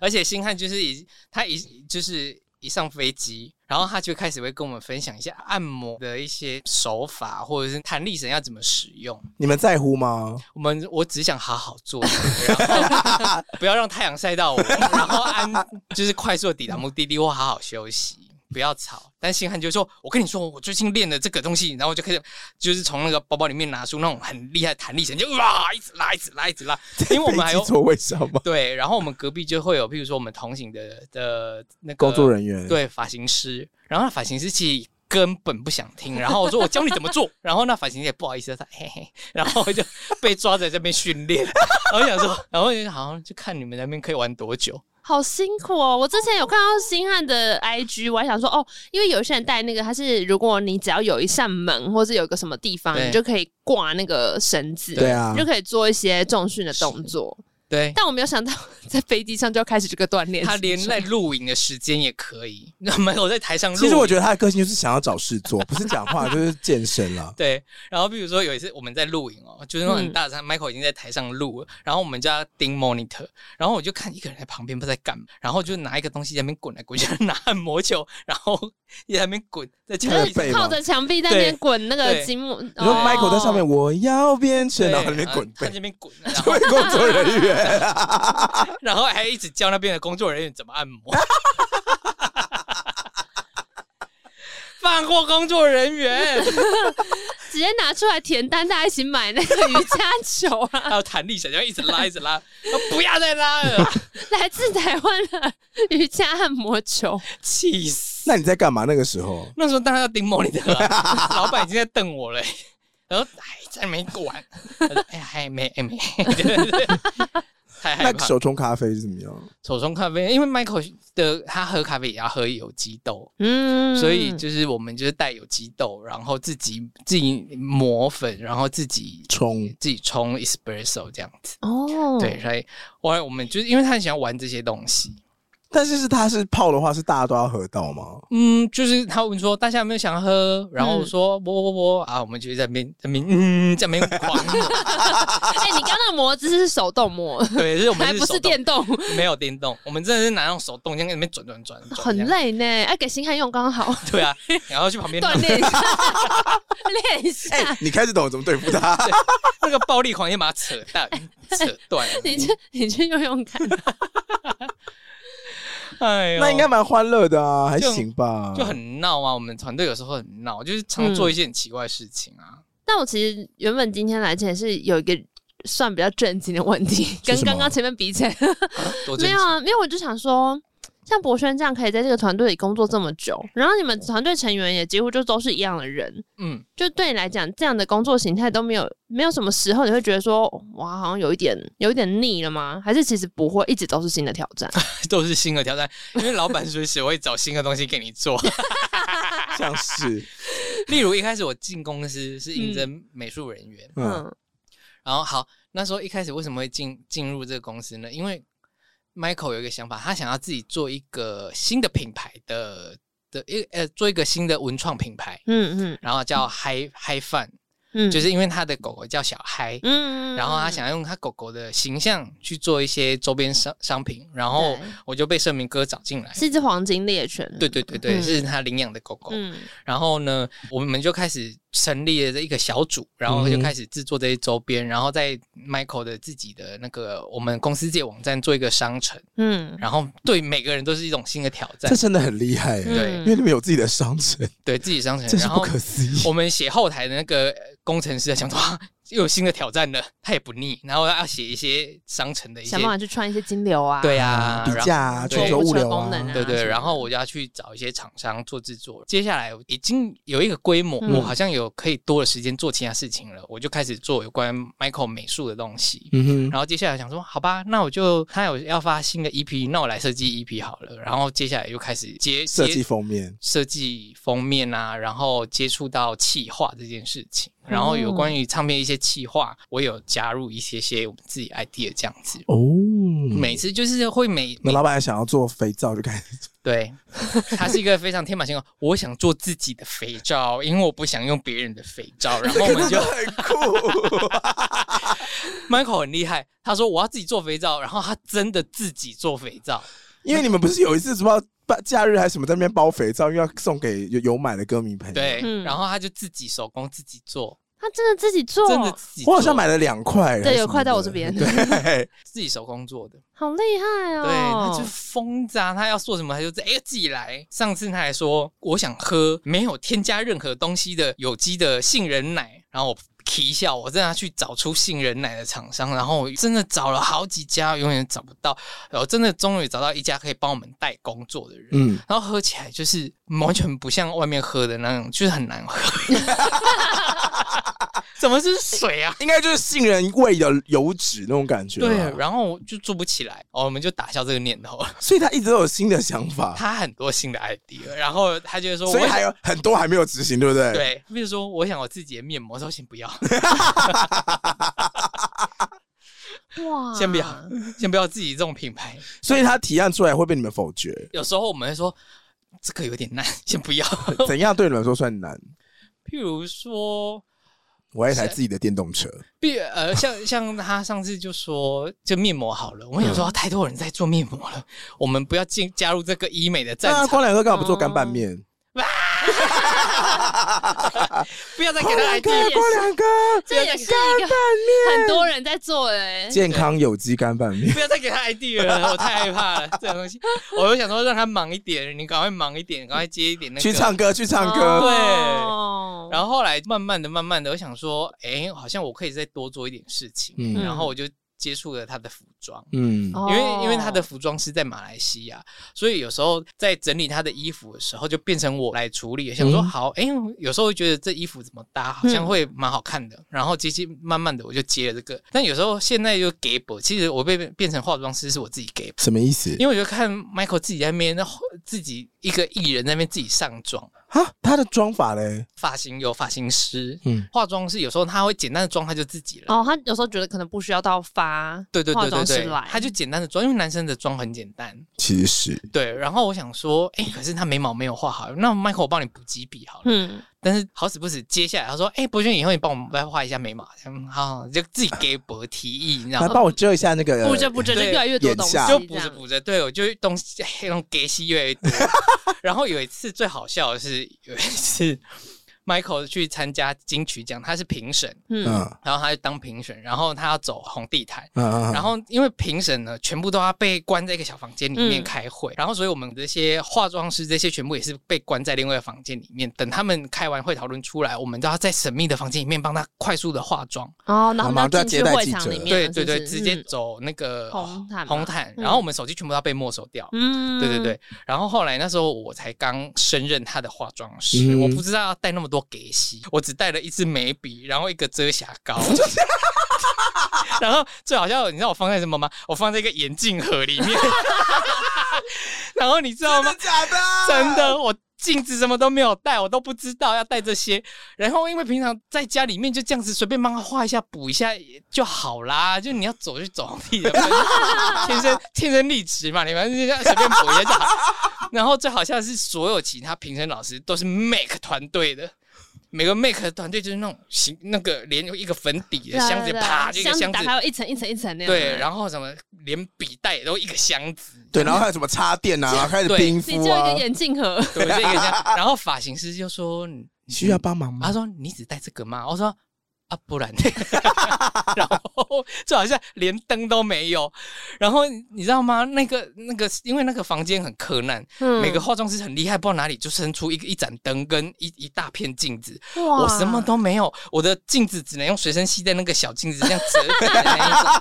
而且星汉就是一他一就是一上飞机，然后他就开始会跟我们分享一下按摩的一些手法，或者是弹力绳要怎么使用。你们在乎吗？我们我只想好好做，然后 不要让太阳晒到我，然后安就是快速地抵达目的地或好好休息，不要吵。但星汉就说：“我跟你说，我最近练了这个东西，然后我就开始就是从那个包包里面拿出那种很厉害的弹力绳，就哇一直拉，一直拉，一 直拉。 因为我们还飞有呃机座位上吗？对，然后我们隔壁就会有，譬如说我们同行的的那个工作人员，对发型师，然后那发型师其实根本不想听，然后我说我教你怎么做，然后那发型师也不好意思，他嘿嘿，然后我就被抓在这边训练，然后我想说，然后就好像就看你们那边可以玩多久，好辛苦哦！我之前有看到星汉的 IG，我还想说哦，因为有些人带那个，他是如果你只要有一扇门或是有个什么地方，对你就可以挂那个绳子，对啊你就可以做一些重训的动作。对，但我没有想到 在飞机上就要开始这个锻炼，他连在录影的时间也可以，没有在台上录。其实我觉得他的个性就是想要找事做，不是讲 话就是健身了。对，然后比如说有一次我们在录影哦，就是嗯那种很大的场、m i c h a e l 已经在台上录了，然后我们就要盯 monitor，然后我就看一个人在旁边不知道在干嘛，然后就拿一个东西在那边滚来滚去， 拿按摩球，然后也在那边滚，在墙他的壁上背吗靠着墙壁在那边滚那个对哦积木。哦你你说 Michael 在上面，我要变成，然后在那边滚在 背，那边滚，然后就 会工作人员。然后还一直教那边的工作人员怎么按摩。放过工作人员，直接拿出来填单，大家一起买那个瑜伽球 啊，还有弹力绳，然后一直拉，一直拉，说不要再拉了，来自台湾的瑜伽按摩球。气死！那你在干嘛？那个时候那时候当然要盯 monitor 啊，老板已经在瞪我了、然后还在没管，他说哎呀还没还没， 太害那怕。手冲咖啡是怎么样？手冲咖啡，因为 Michael 的他喝咖啡也要喝有机豆，嗯所以就是我们就是带有机豆，然后自己自己磨粉，然后自己冲自己冲 espresso 这样子。嗯哦，对，，所以后来我们就是因为他很喜欢玩这些东西，但是是他是泡的话，是大家都要喝到 吗？嗯，就是他问说大家有没有想喝，然后我嗯说我我我啊，我们就在那边在那边嗯在那边狂， 哎、你刚刚那个磨姿是手动磨，对，就是我们还不手是动电动，没有电动，我们真的是拿那种手动这样在那边转转转，转很，累呢。哎、给星汉用刚好这样对啊，然后去旁边锻炼一下， 哎练一下。你开始懂我怎么对付他，那个暴力狂先把它扯断，扯断， 你去，你去用用 看，哎 呦，那应该蛮欢乐的啊，还就行吧？就很闹啊，我们团队有时候很闹，就是常常做一些很奇怪的事情啊。但我其实原本今天来之前是有一个算比较正经的问 题，跟什么刚刚前面比起来，多没正有啊，因为我就想说，像博轩这样可以在这个团队里工作这么久，然后你们团队成员也几乎就都是一样的人，嗯， 就对你来讲，这样的工作形态都没有，没有什么时候你会觉得说，哇，好像有一点有一点腻了吗？还是其实不会，一直都是新的挑战？都是新的挑战，因为老板随时会找新的东西给你 做。像是例如一开始我进公司是应征美术人员，嗯，嗯然后好那时候一开始为什么会进进入这个公司呢？因为 Michael 有一个想法，他想要自己做一个新的品牌的的一呃做一个新的文创品牌，嗯嗯然后叫 Hi Hi Fun，嗯，就是是因为他的狗狗叫小嗨。嗯，然后他想要用他狗狗的形象去做一些周边商商品，然后对我就被盛明哥找进来。是一只黄金猎犬，对对对对，嗯是他领养的狗狗。嗯然后呢，我们就开始成立了这一个小组，嗯然后就开始制作这些周边，然后在 Michael 的自己的那个我们公司自己的网站做一个商城，嗯，然后对每个人都是一种新的挑战这，真的很厉害欸，对因嗯为你们有自己的商城，对自己商城。真是然不后可思议。我们写后台的那个呃工程师在想说，哇，又有新的挑战了，他也不腻，然后要写一些商城的一些想，办法去穿一些金流啊，对啊，比然后价啊，对全球物流全球功能啊啊，对什对，么的然后我就要去找一些厂商做制作。接下来已经有一个规模，嗯我好像有可以多的时间做其他事情了，我就开始做有关 Michael 美术的东西。嗯哼，然后接下来想说，好吧，那我就他有要发新的 EP，那我来设计 EP 好了。然后接下来又开始接设计接封面，设计封面啊，然后接触到企划这件事情，然后哦有关于唱片一些企划，我有加入一些些我们自己 idea 这样子。哦，每次就是会每那老板想要做肥皂就开始做，对，它是一个非常天马行空。我想做自己的肥皂，因为我不想用别人的肥皂。然后 我们就很酷， Michael 很厉害，他说我要自己做肥皂，然后他真的自己做肥皂。因为你们不是有一次什么假日还是什么在那边包肥皂，因为要送给有有买的歌迷朋友，对，嗯然后他就自己手工自己做，他真的自己做，真的自己做我好像买了两块，还对，是有什快么到我的这边，对，自己手工做的。好厉害哦！对，他就是疯子啊！他要做什么他就自哎自己来。上次他还说我想喝没有添加任何东西的有机的杏仁奶，然后我。提笑，我真的要去找出杏仁奶的厂商，然后我真的找了好几家，永远找不到，然后真的终于找到一家可以帮我们代工做的人，嗯，然后喝起来就是完全不像外面喝的那种，就是很难喝，怎么是水啊？应该就是杏仁味的油脂那种感觉吧，对，然后我就做不起来，哦，我们就打消这个念头，所以他一直都有新的想法，他很多新 的 idea，然后他就会说，所以我还想有很多还没有执行，对不对？，对，比如说我想我自己的面膜，我说先不要，哇，先不要，先不要自己这种品牌。所以他提案出来会被你们否决。有时候我们会说这个有点难，先不要。怎样对你们来说算难？譬如说，我要一台自己的电动车，譬呃，像像他上次就说，就面膜好了，我们嗯想说啊太多人在做面膜了，我们不要进加入这个医美的战那场，啊哦光良哥干嘛不做干拌面？不要再给光他良 idea 哥，也是光良哥，这也是一个很多人在做的欸，健康有机干拌面。不要再给他 idea 了，我太害怕了。这种东西，我就想说让他忙一点，你赶快忙一点，赶快接一点 那个。去唱。歌，去唱歌。哦然后后来慢慢的、慢慢的，我想说，哎、好像我可以再多做一点事情。嗯然后我就接触了他的服装。嗯，哦因为因为他的服装是在马来西亚，所以有时候在整理他的衣服的时候，就变成我来处理。想说嗯好，哎、有时候会觉得这衣服怎么搭，好像会蛮好看的。然后接接慢慢的我就接了这个，但有时候现在就给我，其实我被变成化妆师是我自己给什么意思？因为我就看 Michael 自己在那边，那后自己一个艺人在那边自己上妆，啊，他的妆法嘞？发型有发型师，嗯，化妆师有时候他会简单的妆他就自己了。哦，他有时候觉得可能不需要到发对对化对妆对师对来，，他就简单的妆，因为男生的妆很简单。其实对，然后我想说，哎、可是他眉毛没有画好，那 Michael 我帮你补几笔好了。嗯，但是好死不死，接下来他说，哎、博轩，以后你帮我们再画一下眉毛，嗯，好，就自己给博提议，你知道来吗？帮我遮一下那个布着布着就对越来越多眼东西，下就补这着样补着，对我就东西黑龙给西越来越多。 然后有一次最好笑的是，有一次 Michael 去参加金曲奖，他是评审，嗯嗯，然后他就当评审，然后他要走红地毯。嗯嗯，然后，因为评审呢，全部都要被关在一个小房间里面嗯开会，然后，所以我们这些化妆师这些全部也是被关在另外一个房间里面，等他们开完会讨论出来，我们都要在神秘的房间里面帮他快速的化妆。哦，然后马他上就要接进去待会记场者里面对了，对是不对，啊是嗯直接，走那个红毯嘛红毯，嗯然后我们手机全部都要被没收掉。嗯，对对对，然后后来那时候我才刚升任他的化妆师，嗯我不知道要带那么多给洗，我只带了一支眉笔，然后一个遮瑕膏。然后最好笑的，你知道我放在什么吗？我放在一个眼镜盒里面。然后你知道吗？假的， 真的，我镜子什么都没有带，我都不知道要带这些。然后因为平常在家里面就这样子随便帮他画一下、补一下就好啦，就你要走就走，你 的天生天生丽质嘛，你们就这样随便补一下就好。 然后最好笑的是，所有其他评审老师都是 Make 团队的。每个 Make 团队就是那种形，那个连一个粉底的对啊，箱子，对啊啪就一箱个子箱打子，开嗯有一层一层一层那样，啊对，然后什么连笔袋也都一个箱子，对，然后还有什么插电啊，然后开始对冰你敷就一啊个，眼镜盒，对，就一个箱。然后发型师就说：“你需要帮忙吗啊他？说：“你只带这个吗？”我说：“啊，不然。” 然后就好像连灯都没有。然后你知道吗？那个那个，因为那个房间很柯南，嗯每个化妆师很厉害，不知道哪里就伸出一个一盏灯跟一一大片镜子，哇我什么都没有，我的镜子只能用随身携带那个小镜子这样折叠的 那一种。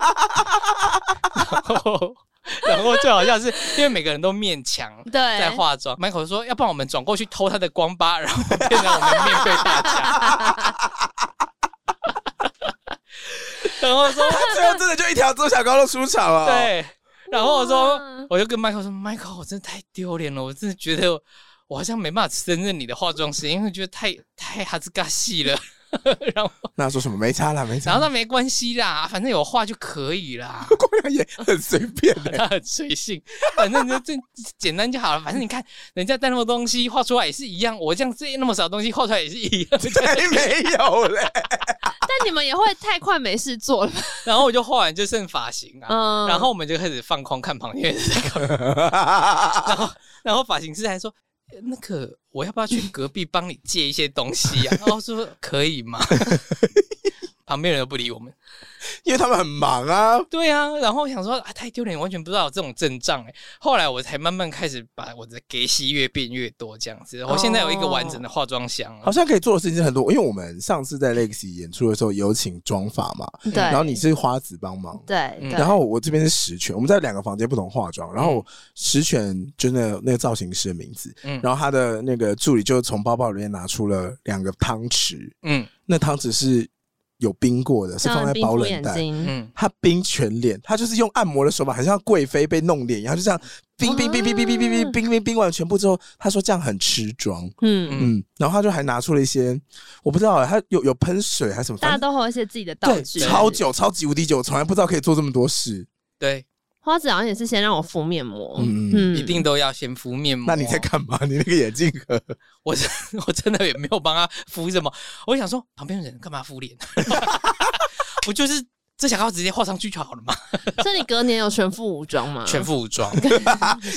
然后 然后最好笑是因为每个人都面墙，对在化妆。Michael 说，要不然我们转过去偷他的光吧，然后变成我们面对大家。 然后说 他最后真的就一条遮瑕膏都出场了。，对，然后我哇说，我就跟 Michael 说，Michael，我真的太丢脸了，我真的觉得我好像没办法胜任你的化妆师，因为我觉得太太哈兹嘎戏了。然后，那他说什么没差啦，没差。然后他没关系啦，反正有画就可以啦。光良也很随便 的，他很随性，反正就最简单就好了。反正你看，人家带那么多东西画出来也是一样，我这样这那么少东西画出来也是一样。对，哎没有嘞。 但你们也会太快没事做 了吧，然后我就画完就剩发型啊，嗯，然后我们就开始放空看旁边 的那个，然后然后发型师还说。呃那个，我要不要去隔壁帮你借一些东西呀、啊？ 然后我说可以吗？ 旁边人都不理我们。因为他们很忙啊。对啊，然后我想说啊，太丢脸，完全不知道有这种阵仗哎。后来我才慢慢开始把我的给息越变越多这样子。我现在有一个完整的化妆箱好哦了，像可以做的事情很多，因为我们上次在 Lexi 演出的时候有请妆法嘛，嗯对，然后你是花子帮忙，对，嗯对嗯然后我这边是石泉，我们在两个房间不同化妆，然后石泉就那那个造型师的名字，嗯然后他的那个助理就从包包里面拿出了两个汤匙，嗯，那汤匙是有冰过的，是放在冰保敷冷眼袋。睛，嗯，他冰全脸，他就是用按摩的手法，很像贵妃被弄脸一样，就这样冰啊冰冰冰冰冰冰冰冰冰冰完全部之后，他说这样很吃妆，嗯，嗯，然后他就还拿出了一些我不知道欸，他有有喷水还是什么，大家反正都会有一些自己的道对具。超久超级无敌久，我从来不知道可以做这么多事，对，花子好像也是先让我敷面膜，嗯嗯，一定都要先敷面膜。 啊那你在干嘛？你那个眼镜盒，我真 我真的也没有帮他敷什么，我想说旁边的人干嘛敷脸？ 我就是遮瑕膏直接画上去就好了嘛， 所以你隔年有全副武装吗？全。副武装。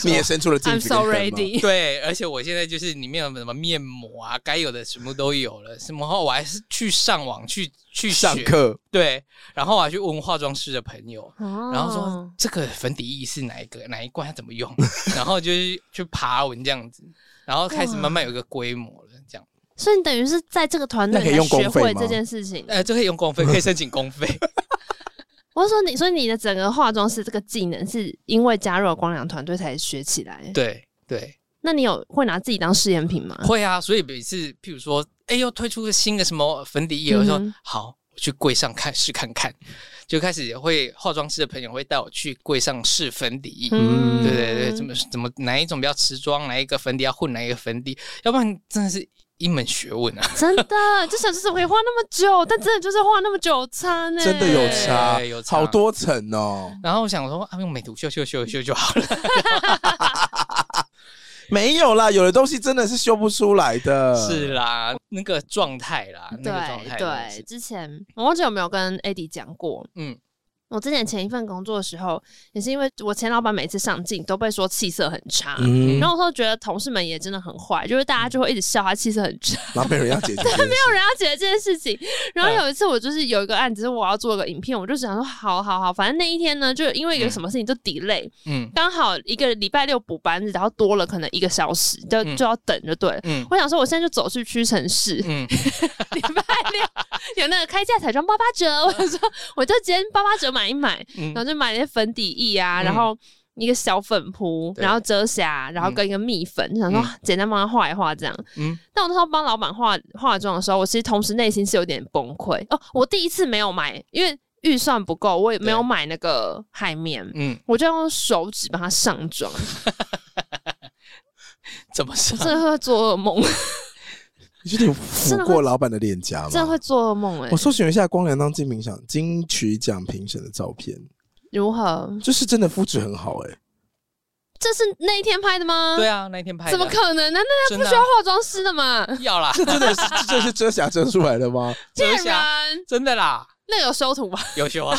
你也伸出了镜 I'm 子 so 跟灯吗 ready。 对，而且我现在就是里面有什么面膜啊，该有的全部都有了。什么？我还是去上网去去上学，课，对，然后我还去问化妆师的朋友，然然后哦说这个粉底液是哪一个，哪一罐它怎么用， 然后就是去爬文这样子，然后开始慢慢有一个规模了，这样。所以你等于是在这个团队那可以你才用公学费会吗这件事情。呃，这可以用公费，可以申请公费。我是说你，所以你的整个化妆师这个技能是因为加入了光良团队才学起来。 对对，那你有会拿自己当试验品吗？会啊，所以每次譬如说，哎、又推出个新的什么粉底液，我说、嗯哼好，我去柜上看试看看，就开始会化妆师的朋友会带我去柜上试粉底液。嗯对对对，怎么怎么哪一种比较持妆，哪一个粉底要混哪一个粉底，要不然真的是一门学问啊！ 真的，就想就是可以画那么久，但真的就是画那么久欸差呢。真的有差，对有差好多层哦。然后我想说，啊，用美图秀秀秀秀就好了。没有啦，有的东西真的是修不出来的。是啦，那个状态啦，那个状对态真的对，是，之前我忘记有没有跟 AD 讲过，嗯，我之前前一份工作的时候，也是因为我前老板每次上镜都被说气色很差。嗯然，后我说觉得同事们也真的很坏，就是大家就会一直笑他气色很差， 然后没有人要解决，没没有人要解决这件事情。然嗯后有一次我就是有一个案子，是我要做个影片，我就想说好好好，反正那一天呢，就因为有什么事情就 delay，嗯刚好一个礼拜六补班日，然后多了可能一个小时，就嗯就要等就对了。嗯我想说，我现在就走去屈臣氏，嗯， 礼拜六有那个开价彩妆八八 折，我说我就今天八八折买一买，嗯然后就买了一些粉底液啊，嗯然后一个小粉扑，对然后遮瑕，然后跟一个蜜粉，就想说嗯啊简单帮他画一画这样。嗯但我那时候帮老板化化妆的时候，我其实同时内心是有点崩溃哦。我第一次没有买，因为预算不够，我也没有对买那个海绵，嗯，我就用手指帮他上 妆，怎么说？真的会做噩梦，你有点抚过老板的脸颊真的吗会？做噩梦哎、我搜寻一下光良当金明奖金曲奖评审的照片，如何？就是真的肤质很好 哎、这是那一天拍的吗？对啊，那一天拍的怎么可能呢？那真不的需要化妆师的嘛？啊要啦，这真的是这这是遮瑕遮出来的 吗？遮骗瑕人，真的啦，那有修图吧？有修啊，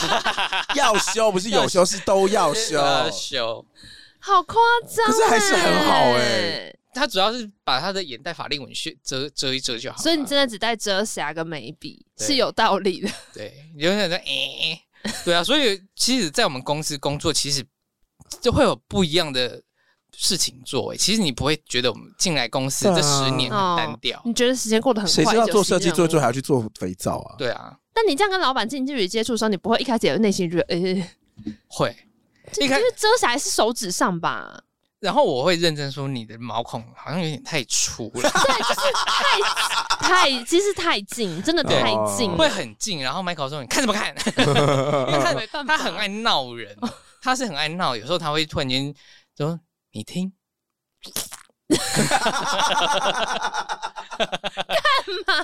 要修不是有修，是都要修。要修。 好夸张、欸，可是还是很好哎欸、他主要是把他的眼袋法令纹去遮遮一遮就好了。所以你真的只带遮瑕跟眉笔对是有道理的。对，你有点在诶、对啊，所以其实，在我们公司工作，其实就会有不一样的事情做、诶其实你不会觉得我们进来公司对啊这十年很单调。你觉得时间过得很快？谁知道做设计19做一做还要去做肥皂啊？对啊，但你这样跟老板近距离接触的时候，你不会一开始有内心觉得，呃、会。这一开因为遮瑕还是手指上吧？然后我会认真说，你的毛孔好像有点太粗了， 太，其实太近，真的对太近了，会哦很近。然后 Michael 说：“你看 什么看？”因为他没办法他很爱闹人，他是很爱闹，有时候他会突然间说：“你听。”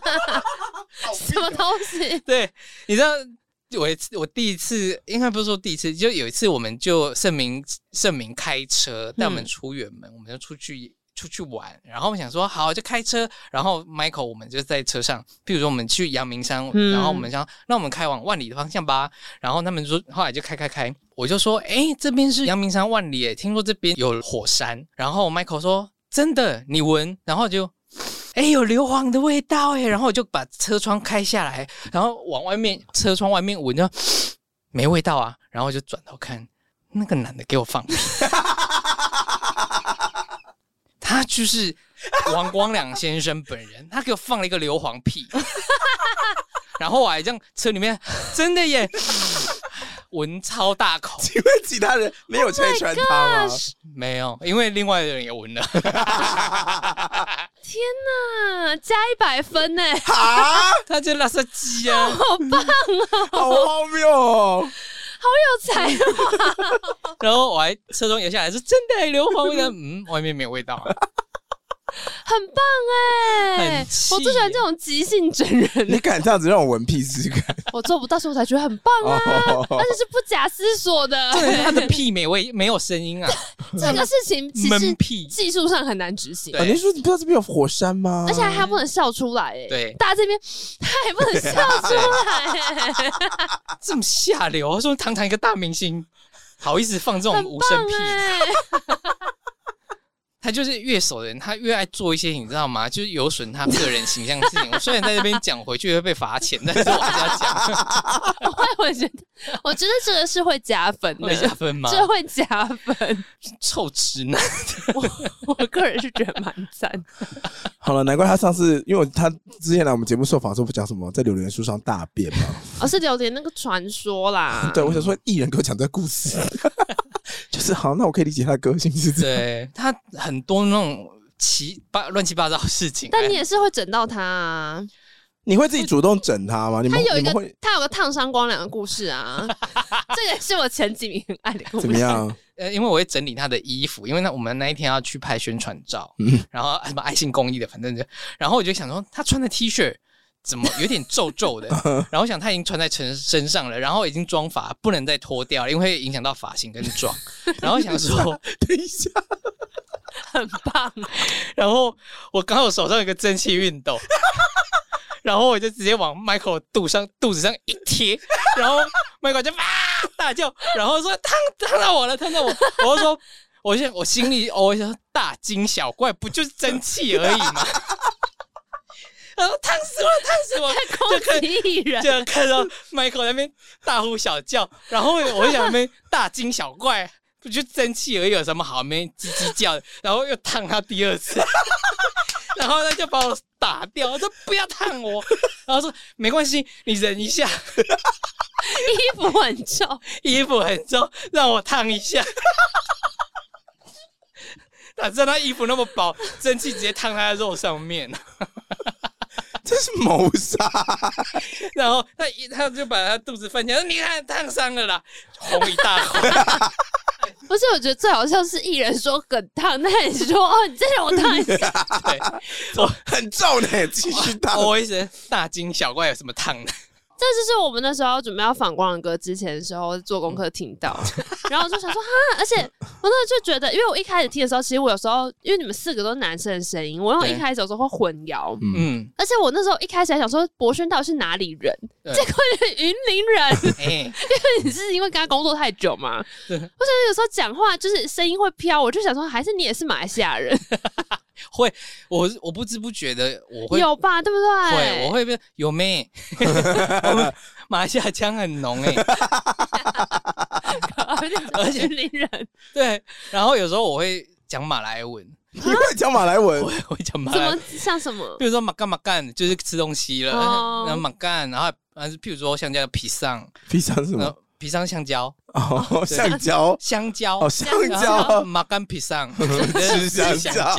什么东西？对，你知道我一次我第一次，应该不是说第一次，就有一次我们就盛明盛明开车带我们嗯出远门，我们就出去出去玩，然后我们想说好就开车，然后 Michael 我们就在车上，譬如说我们去阳明山，嗯然后我们想那我们开往万里的方向吧，然后他们说后来就开开开，我就说诶，这边是阳明山万里耶，听说这边有火山，然后 Michael 说真的，你闻，然后就。哎、有硫磺的味道哎，然后我就把车窗开下来，然后往外面车窗外面闻，就没味道啊，然后我就转头看那个男的给我放屁， 他就是王光良先生本人，他给我放了一个硫磺屁，然后我还这样车里面真的耶，文超大口，请问其他人没 Oh 有拆穿他吗？没有，因为另外的人也闻了。天哪，啊加一百分欸呢， 啊，他就拉圾鸡 啊，好荒谬哦！好有才哦！然后我还车中摇下来说真的硫磺味的，嗯，外面没有味道、啊。很棒哎、很气我最喜欢这种即兴整人，你敢这样子让我闻屁试试 看？我做不到，所以我才觉得很棒啊，哦而且是不假思索的。重点是他的屁没味，没有声音啊，这个事情其闷实屁。技术上很难执行，对哦您说你不知道这边有火山吗？而且还不能笑出来哎、对大家这边他也不能笑出来、欸，这么下流，他说堂堂一个大明星，好意思放这种很无声棒屁？哎、他就是越熟的人，他越爱做一些你知道吗？就是有损他个人形象的事情。我虽然在这边讲回去会被罚钱，但是我还是要 啊讲，欸我我觉得我觉得这个是会加分会加的。分吗？这会加分，臭直男，我个人是觉得蛮赞。好了，难怪他上次，因为他之前来我们节目受访的时候不讲什么在榴莲树上大便嘛。 而、哦是榴莲那个传说 啦，对，我想说艺人给我讲这个故事， 就是好，那我可以理解他的个性是 这样。对他很多那种奇八乱七八糟的事情。哎但你也是会整到他啊。你会自己主动整他吗？你他们有你一个们会他有个烫伤光良的故事啊，这也是我前几名很爱的故事。怎么？ 样？呃，因为我会整理他的衣服，因为那我们那一天要去拍宣传照，嗯然后什么爱心公益的，反正就，然后我就想说，他穿的 T 恤怎么有点皱皱的？然后我想他已经穿在身身上了，然后已经妆发不能再脱掉了，因为会影响到发型跟妆。然后想说，等一下，很 棒，然后我刚好手上有个蒸汽熨斗，然后我就直接往 Michael 肚上肚子上一贴，然后 Michael 就啊大叫，然后说烫烫到我了，烫到我，我就说。我现在我心里偶尔想说大惊小怪，不就是蒸汽而已吗？ 然后烫死我了，烫死我了！就恭看喜艺人， 就看到 Michael 在那边大呼小叫，然后我就想那边大惊小怪，不就蒸汽而已，有什么好？没叽叽叫的，然后又烫他第二次， 然后他就把我打掉，我说不要烫我，然后说没关系，你忍一下， 衣服很臭，衣服很重，让我烫一下。 哪知道他衣服那么薄，蒸汽直接烫他的肉上面。这是谋杀！然后他一他就把他肚子翻起来，说你看烫伤了啦，红一大口。不是？我觉得最好笑是艺人说很烫，但你说哦，你再让我 烫一下，对，很重呢、继续 打。哦哦我一直大惊小怪，有什么烫的？这就是我们那时候准备要反光的歌之前的时候做功课听 到，然后我就想说哈，而且我那时候就觉得，因为我一开始听的时候，其实我有时候因为你们四个都是男生的声音，我用对一开始有时候会混淆，嗯，而且我那时候一开始还想说博轩到底是哪里人，对结果是云林人。 哎、你是因为跟他工作太久吗？我对想说有时候讲话就是声音会飘，我就想说还是你也是马来西亚人，会，我我不知不觉的，我会有哎吧？对不对？会， 我会变有妹， 我们马来西亚腔很浓哎、而且云林人对，然后有时候我会讲马来文， 你会讲马来文哦我？会会讲马怎来么文，像什么 比如说马干马干，就是吃东西了，哦然后马干，然后还是譬如说香蕉皮上，披上是什然么？后皮上香蕉，哦，对橡胶，香蕉。哦，橡香胶，马干 皮上吃香吃蕉，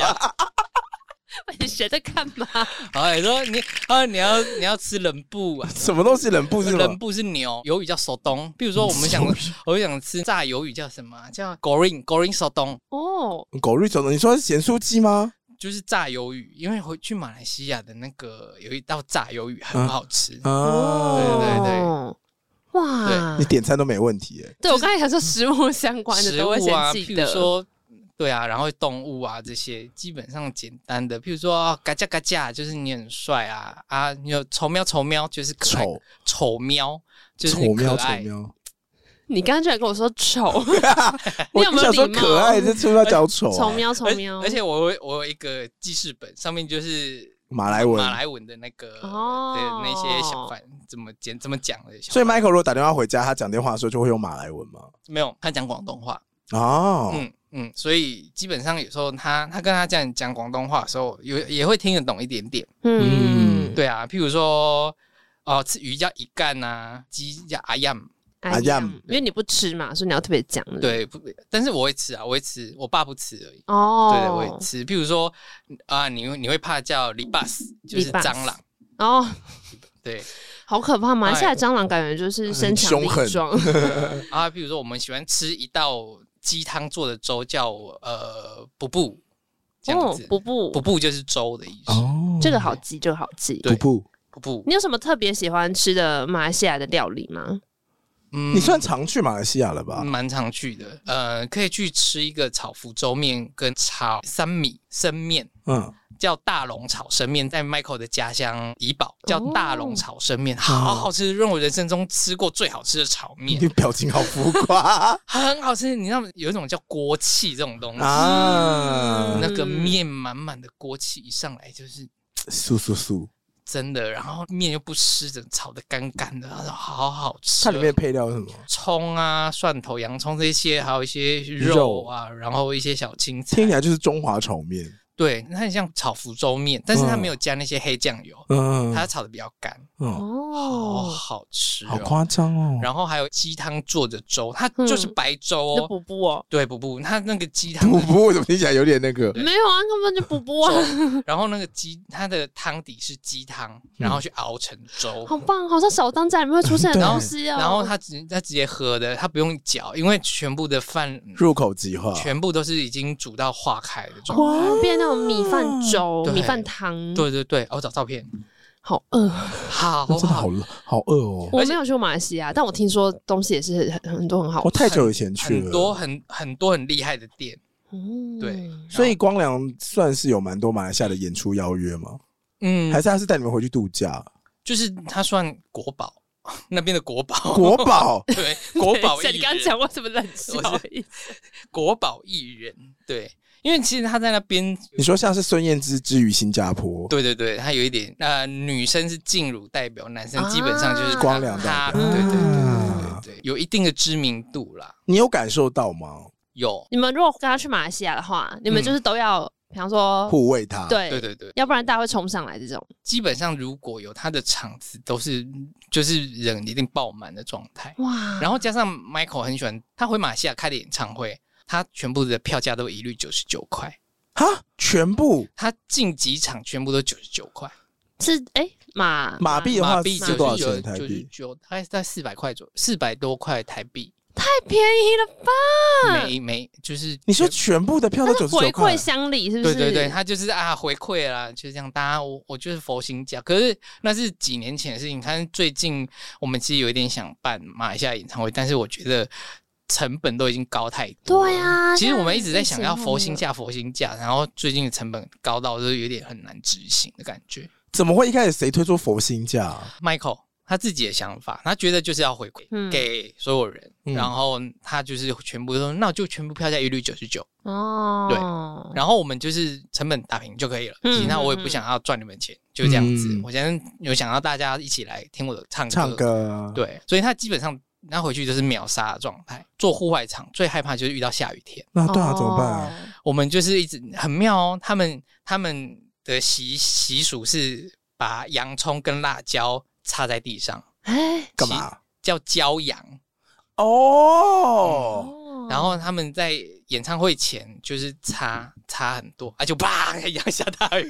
你学在干嘛？然后你说你啊你要你要吃冷布，什么东西？冷布是什人么？部是牛，鱿鱼叫手东。比如说，我 们想，我想吃炸鱿鱼叫什么啊？叫 goreng goreng 手东，哦，狗瑞走的，你说是咸酥鸡吗？就是炸鱿鱼。因为回去马来西亚的那个有一道炸鱿鱼很好吃，啊，对对哇你！点餐都没问题耶、对我刚才想说食物相关的食都会物啊，先记譬得如，说。对啊，然后动物啊这些基本上简单的，譬如说啊嘎吱嘎吱，就是你很帅啊啊，你有丑喵丑喵就是可爱，丑丑喵就是你丑喵可丑爱，喵，你刚刚居然跟我说丑，你哎我有没想有说啊礼貌可爱，这出要讲丑、啊丑喵而丑喵，而且我有我有一个记事本，上面就是马来文马来文的那个哦对那些小贩怎么讲怎么讲的小贩，所以 Michael 如果打电话回家，他讲电话的时候就会用马来文吗？没有他讲广东话，哦，嗯嗯，所以基本上有时候他他跟他这样讲广东话的时候，有也会听得懂一点点。嗯嗯，啊对啊，譬如说哦、吃鱼叫一干呐，鸡叫阿 yam，啊呀哎因为你不吃嘛，所以你要特别讲。嗯不，对，不，但是我会吃啊，我会吃，我爸不吃而已。哦，对对，我会吃。譬如说啊，你会你会怕叫 libas，就是，libas 蟑螂。哦，对好可怕！马来西亚哎蟑螂感觉就是身强力很凶壮，啊，譬如说我们喜欢吃一道鸡汤做的粥，叫呃不不， 这样哦子，。不不不，不就是粥的意思。哦这个好记，这个好记。不对不，不不，你有什么特别喜欢吃的马来西亚的料理吗？嗯你算常去马来西亚了吧？蛮常去的，呃，可以去吃一个炒福州面跟炒三米生面，嗯，叫大龙炒生面，在 Michael 的家乡怡保叫大龙炒生面，哦嗯好好吃，让我人生中吃过最好吃的炒面，你表情好浮 夸很好吃。你知道有一种叫锅气这种东西，啊！嗯那个面满满的锅气一上来就是素素素，真的，然后面又不湿的，炒的干干的，然后好好吃。它里面配料是什么？葱啊、蒜头、洋葱这些，还有一些肉肉啊，然后一些小青菜听，起来就是中华炒面。对，它很像炒福州面，但是它嗯没有加那些黑酱油，嗯，它炒的比较干，嗯，好哦，好吃、好哦。夸张哦。然后还有鸡汤做的粥，它就是嗯白粥就哦。补补哦，对，不不，它那个鸡汤不 的不，我怎么听起来有点那个？没有啊，根本就补补啊，粥，然后那个鸡它的汤底是鸡汤，然嗯后去熬成粥。好棒，好像小当家里面会出现的对东西哦。然后它直它直接喝的，它不用搅，因为全部的饭入口即化，全部都是已经煮到化开的状态。哦哇，变那种米饭粥、对米饭汤，，对对对，哦我找照片，好饿。好那真的好好好饿哦。我而且没有去过马来西亚，但我听说东西也是很很多很好我吃。太久以前去很多了，很很多很厉害的店，嗯对所以光良算是有蛮多马来西亚的演出邀约吗？嗯还，是他是带你们回去度假？就是它算国宝 那边的国宝，国宝 对国 宝艺等一下你人，刚刚讲过什么冷我笑是意思？国宝艺人，对，因为其实他在那边，你说像是孙燕姿之于新加坡，对对对，他有一点，呃，女生是静茹代表，男生基本上就是啊他光良代他，表对对对啊对对对，有一定的知名度啦，你有感受到吗？有，你们如果跟他去马来西亚的话，你们就是都要，比方说，护卫他，，对嗯啊对对对，要不然大家会冲上来这种。基本上如果有他的场子，都是就是人一定爆满的状态。哇，然后加上 Michael 很喜欢，他回马来西亚开的演唱会，他全部的票价都一律九十九块，哈，全部他进几场全部都九十九块，是哎马马币的话马币哦是九多少十钱九台九十币？九，大概在四百块左右，四百多块台币，太便宜了吧？没没就是你说全部的票都它九是十九回馈块，乡里是不对是？对对，他就是啊回馈啦，就是这样。大家我我就是佛心教，可是那是几年前的事情。你看最近我们其实有一点想办马来西亚演唱会，但是我觉得成本都已经高太多了。对啊其实现在我们一直在想要疫情后佛心价佛心价，然后最近的成本高到就是有点很难执行的感觉。怎么会一开始谁推出佛心价啊？ Michael 他自己的想法，他觉得就是要回馈嗯给所有人，嗯然后他就是全部都那就全部票价一律九十九，哦，然后我们就是成本打平就可以了。嗯其他我也不想要赚你们钱，就这样子。嗯我现在有想要大家一起来听我的唱歌，唱歌，对，所以他基本上他回去就是秒杀的状态。做户外场最害怕就是遇到下雨天，那对啊，怎么办？哦？我们就是一直很妙哦。他们他们的习习俗是把洋葱跟辣椒插在地上，哎，干嘛？叫椒羊。嗯哦，嗯然后他们在演唱会前就是擦擦很多，啊就啪，要下大雨，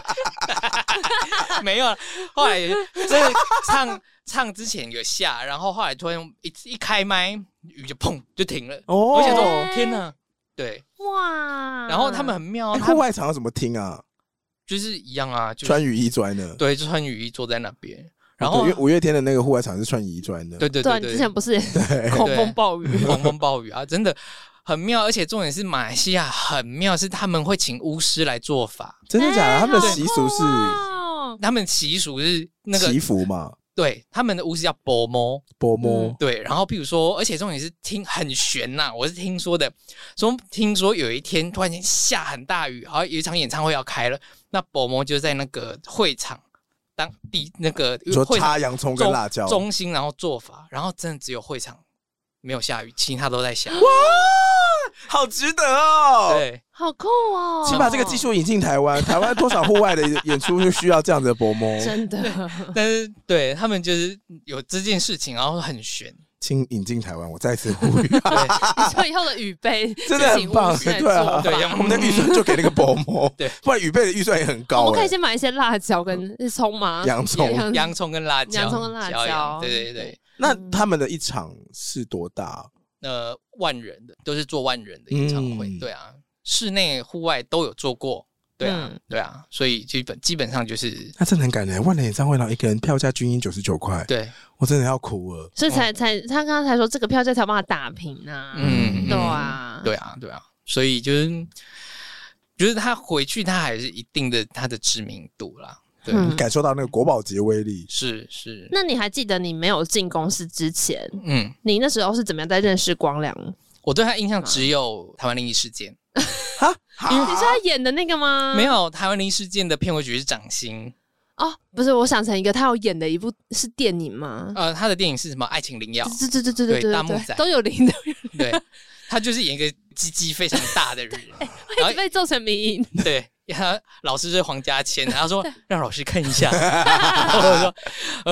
没有啊。后来真的唱唱之前有下，然后后来突然一一开麦，雨就砰就停了。哦我想哎说，天哪！对，哇，然后他们很妙哦，哎他户们外场要怎么听啊？就是一样啊，就是穿雨衣砖的，对，就穿雨衣坐在那边，然对后因为五月天的那个户外场是穿雨衣砖的，对对对对啊，你之前对，不是也 狂风暴雨？ 狂风暴雨啊，真的很妙。而且重点是马来西亚很妙，是他们会请巫师来做法。真的假的？哎他们的习俗是好酷哦他们习俗是那个祈福嘛？对，他们的巫师叫波摩，波摸对。然后譬如说，而且重点是听很悬呐、我是听说的，说听说有一天突然间下很大雨，好像有一场演唱会要开了，那波摩就在那个会场当地那个你说会场插洋葱跟辣椒，中心，然后做法，然后真的只有会场没有下雨，其他都在下。好值得哦！对，好酷哦！请把这个技术引进台湾，台湾多少户外的演出就需要这样子的薄膜，真 的， 但是对他们就是有这件事情，然后很悬。请引进台湾，我再次呼吁，你说以后的雨备 真的很棒，对对啊，对我们的预算就给那个薄膜，对，不然预备的预算也很高，我们可以哎先买一些辣椒跟葱吗？洋 葱。洋洋葱跟辣椒，洋葱跟辣椒椒，对对对，那他们的一场是多大？呃，万人的都是做万人的演唱会，嗯对啊，室内户外都有做过，对啊、嗯对啊，所以基本基本上就是那真的很感人，万人演唱会，然后一个人票价均一九十九块，对，我真的要哭了。所以才才他刚刚才说这个票价才帮他打平啊。嗯，嗯对，啊，对啊，对啊，所以就是就是他回去，他还是一定的他的知名度啦，对，嗯你感受到那个国宝级的威力，是是，那你还记得你没有进公司之前，嗯，你那时候是怎么样在认识光良？我对他印嗯象只有台湾灵异事件，因为你是他演的那个吗？没有台湾灵异事件的片尾曲是掌心，哦，不是，我想成一个他有演的一部是电影吗？呃，他的电影是什么《爱情灵药》， 对对对对哦对对大木仔对，都有灵的，对，他就是演一个鸡鸡非常大的人，啊然一直 后被做成迷因。对，他老师是黄家千，然后说让老师看一 下，然后我说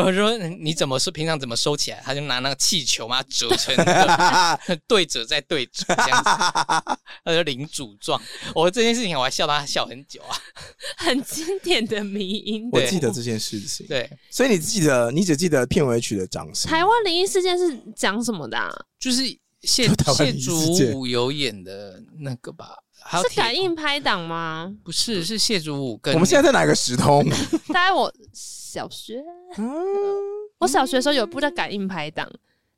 我说嗯你怎么是平常怎么收起来？他就拿那个气球嘛折成 对折再对折这样子，他就领主状。我这件事情我还笑他笑很久啊，很经典的迷音。我对记得这件事情。对，所以你记得，你只记得片尾曲的掌声。台湾灵异事件是讲什么的、啊？就是谢台湾谢灵异祖事件武有演的那个吧。还有是铁？感应拍档吗不是是谢祖武跟我们现在在哪个时空？大概我小学，嗯我小学的时候有一部叫《感应拍档》，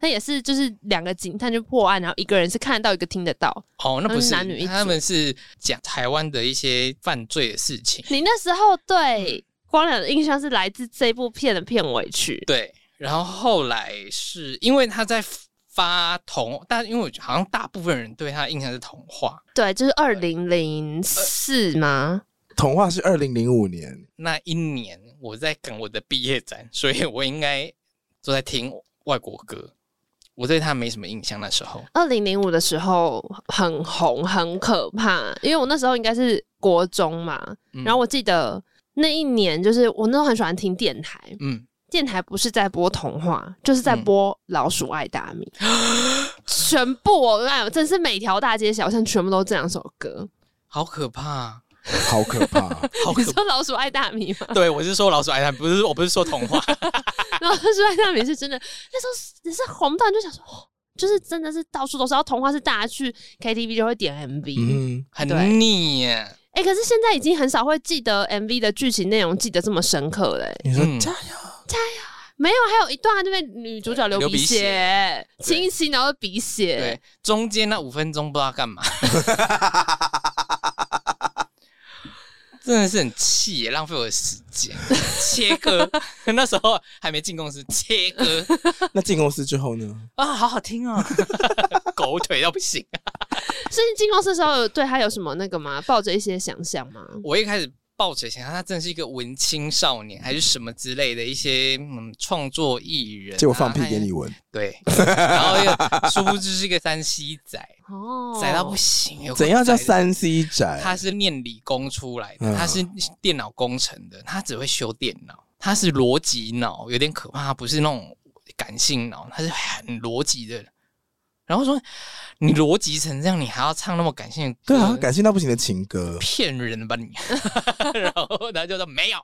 那也是就是两个警探去破案，然后一个人是看得到，一个听得到。哦，那他不们是男女一他组们是讲台湾的一些犯罪的事情。你那时候对光良的印象是来自这部片的片尾曲，对，然后后来是因为他在发童，但因为我觉得好像大部分人对他的印象是童话，对，就是二零零四吗？童话是二零零五年，那一年我在赶我的毕业展，所以我应该都在听外国歌，我对他没什么印象。那时候二零零五的时候很红，很可怕，因为我那时候应该是国中嘛，嗯然后我记得那一年就是我那时候很喜欢听电台，嗯，电台不是在播童话，就是在播《老鼠爱大 米》全部我哎呦，真是每条大街小巷全部都这两首歌。好可怕，啊好可怕。好你可说怕。 《老鼠爱大米》吗？对，我是说老鼠爱他，不是我不是说童 话，啊《老鼠爱大米》是真的，那时候也是红到你就想说，哦就是真的是到处都是。然后童话是大家去 KTV 就会点 MV，嗯，对很腻耶。哎、可是现在已经很少会记得 MV 的剧情内容记得这么深刻嘞、你说嗯加油，没有，还有一段啊那边女主角流流鼻鼻血，对亲一亲然后鼻血对，，中间那五分钟不知道干嘛， 真的是很气耶，浪费我的时间。切歌， 那时候还没进公司，切歌那进公司之后呢？ 啊，好好听哦， 狗腿到不行。是你进公司的时候有对她有什么那个吗？抱着一些想象吗？我一开始抱着想象他真的是一个文青少年，还是什么之类的一些嗯创作艺人、啊，结果放屁他给也你闻，对，然后又殊不知是一个三 C 仔，哦，仔到不行，有够怎样叫宅的三 C 宅？他是念理工出来的，哎嗯他是电脑工程的，他只会修电脑，他是逻辑脑，有点可怕，他不是那种感性脑，他是很逻辑的。然后说你逻辑成这样，你还要唱那么感性的歌？对啊，感性到不行的情歌。骗人吧 你！然后他就说没有，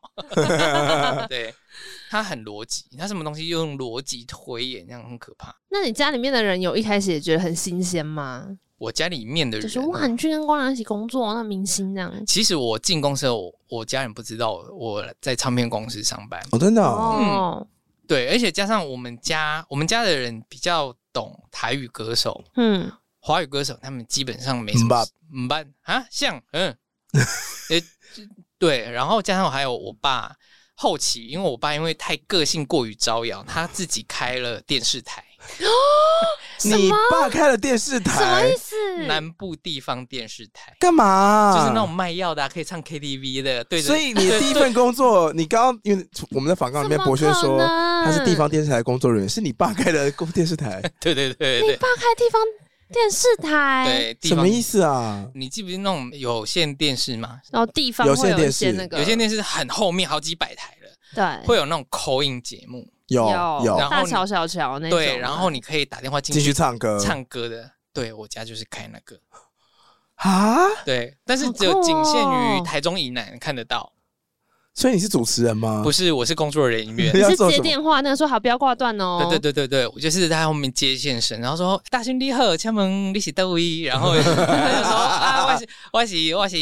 对他很逻辑，他什么东西用逻辑推演，这样很可怕。那你家里面的人有一开始也觉得很新鲜吗？我家里面的就人说哇，你去跟光良一起工作，那明星这样。其实我进公司后，我我家人不知道我在唱片公司上班，哦，真的哦，哦，对，而且加上我们家，我们家的人比较懂台语歌手、嗯，华语歌手，他们基本上没什嗯吧么嗯吧啊，像嗯， 呃，对，然后加上还有我爸后期，因为我爸因为太个性过于招摇，他自己开了电视台，你爸开了电视什么台意，思？南部地方电视台，干嘛？就是那种卖药的啊、可以唱 KTV 的，对着所以 你的第一份工作，你刚刚因为我们在访纲里面，博轩说怎么可能他是地方电视台工作人员，是你爸开的电视台，对对对对对爸开地方电视台， 对，地什方么意思啊？你记不记得那种有线电视吗？然后地方有会线一电些视那个，有线电视很后面好几百台了，对，会有那种口音节目，有有有然后大你乔小乔那种啊，对，然后你可以打电话进进去去唱歌唱歌的。对我家就是开那个，啊？对，但是好只有酷仅限于哦台中以南看得到，嗯所以你是主持人吗？不是，是我是工作人 员你。要是做接什么？电话，那个说好不要挂断哦，对对对对对，我就是在后面接线生，然后说大兄弟好，请问你是豆一，然后 他就说啊，我是我是我是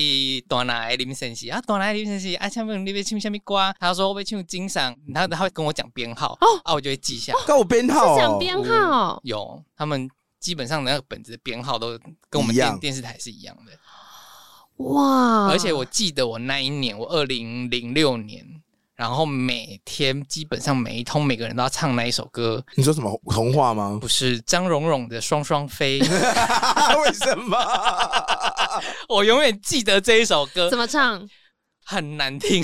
大奶林先生啊，大奶林先生啊，请问你要唱什么歌？他说我要唱金赏，然后他会跟我讲编号，哦啊，我就会记下。跟我编号是讲哦，编号，有他们基本上那个本子的编号都跟我们一样电电视台是一样的，嗯哇！而且我记得我那一年，我二零零六年。然后每天基本上每一通每个人都要唱那一首歌，你说什么童话吗？不是张荣荣的《双双飞》， 为什么？我永远记得这一首歌怎，么唱？很难听。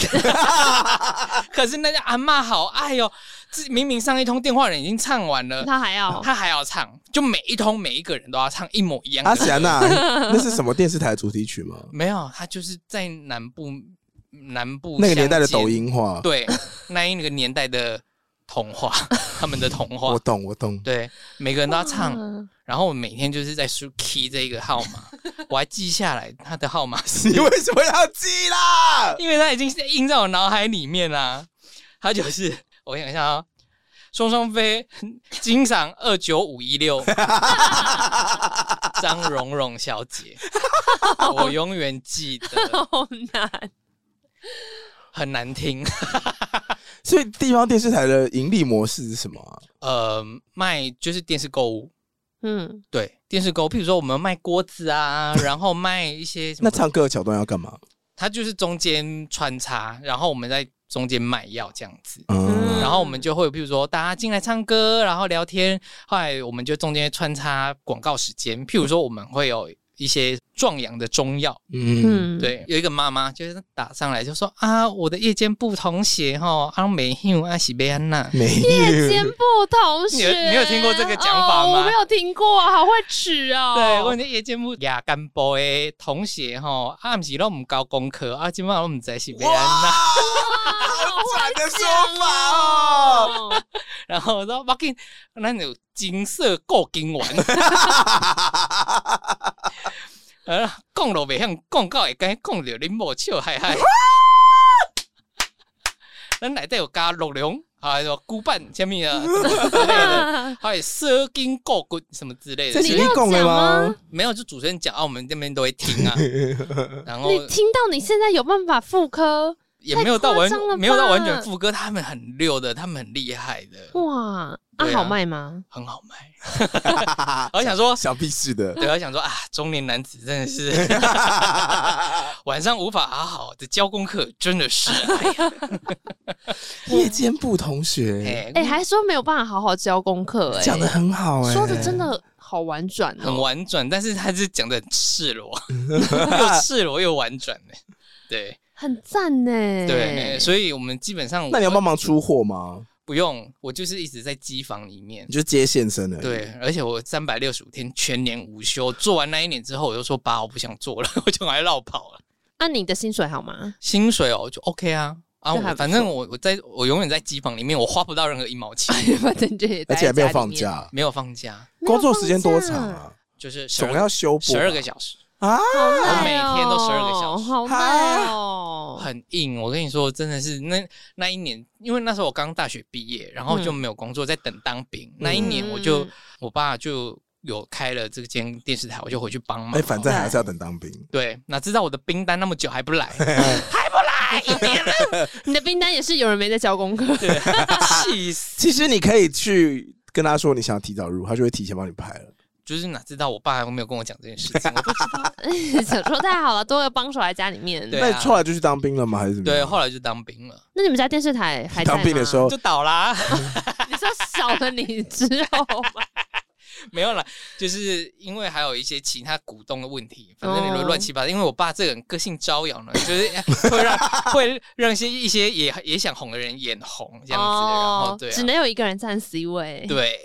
可是那个阿嬷好爱哦，自明明上一通电话人已经唱完了，他还要她还要唱，就每一通每一个人都要唱一模一样的。阿霞 娜，那是什么电视台主题曲吗？没有，她就是在南部南部那个年代的乡间抖，音化，对，那一个年代的童话， 他们的童话我。懂，我懂。对，每个人都要唱，哇然后我每天就是在输 key 这一个号码，我还记下来他的号码是你为什么要记啦？因为它已经是印在我脑海里面啦、它就是我想一下啊、双双飞金赏二九五 一六，张蓉蓉 小姐，我永远记得， 好难，很难听。所以地方电视台的盈利模式是什么啊？呃，卖就是电视购物，嗯，对电视购物，譬如说我们卖锅子 啊，然后卖一些什么那，唱歌的桥段要干嘛？它就是中间穿插，然后我们在中间卖药这样子。嗯嗯，然后我们就会，比如说大家进来唱歌，然后聊天，后来我们就中间穿插广告时间，譬如说我们会有一些壮阳的中药，嗯，嗯，，对，有一个妈妈就是打上来就说啊，我的夜间部童鞋哈，啊阿美秀阿喜贝安娜，没夜间有。部同学，你有你有听过这个讲法吗哦我没有听过，好会取哦。对，我的夜间部亚干部的童鞋哈，啊不是拢唔交功课，啊今晚拢唔知道是贝安娜，啊好惨的说法 哦！ 哦， 然后我说我给那有金色够金丸。呃，讲落袂向讲到会敢讲到恁某笑嗨嗨。咱内底有加鹿茸，啊，有古板，什么啊， 之类的，还有蛇精过骨什么之类这你是的。你要讲的讲吗吗？没有，就主持人讲啊，我们这边都会 听啊，然后你听到你现在有办法复刻也没有到完太夸张了吧，没有到完全副歌，他们很溜的，他们很厉害的，哇？啊，对啊好卖吗？很好卖。 我想说，小屁事的，对，我想说啊，中年男子真 的是晚上无法好好的教功课，真的是啊，夜间部同学哎哎，还说没有办法好好教功课，哎，讲的很好哎，说的真的好婉转很哦。婉转，但是他是讲的很 赤裸，又赤裸又婉转的。对很赞呢。对，所以我们基本上那你要帮我忙出货吗？不用，我就是一直在机房里面你。就接线生的，对，，而且我三百六十五天全年无休，做完那一年之后，我就说爸，我不想做了， 我就赶快绕跑了。那、你的薪水好吗？薪水哦，就 OK 啊啊，这还不我错反正我我在我永远在机房里面，我花不到任何一毛 钱， 反正这也而待且还在没有家放里面，假，没有放假，没有工作时间多放假长？啊？就是总要休播十二个小时，啊，好累哦、我每天都12个小时好累哦。很硬。我跟你说，真的是那那一年，因为那时候我刚大学毕业，然后就没有工作，在等当兵。那一年我就嗯我爸就有开了这间电视台，我就回去帮忙。哎，反正还是要等当兵，对，哪知道我的兵单那么久还 不来， 哎哎你的冰单也是有人没在交功课， 对，啊气死！其实你可以去跟他说你想要提早入，他就会提前帮你排了。就是哪知道我爸没有跟我讲这件事情，我不知道。想说太好了，多个帮手来家里面。对啊那你后来就去当兵了吗？还是怎么对，样？后来就当兵 了，那你们家电视台还在吗当兵的时，候就倒啦，你说少了你之后吗， 没有啦，就是因为还有一些其他股东的问题，反正哦你乱七八糟。因为我爸这个人个性招摇呢，就是哎会让 会让一些一些也也想红的人眼红 这样子，哦然后对啊、只能有一个人站 C 位。对，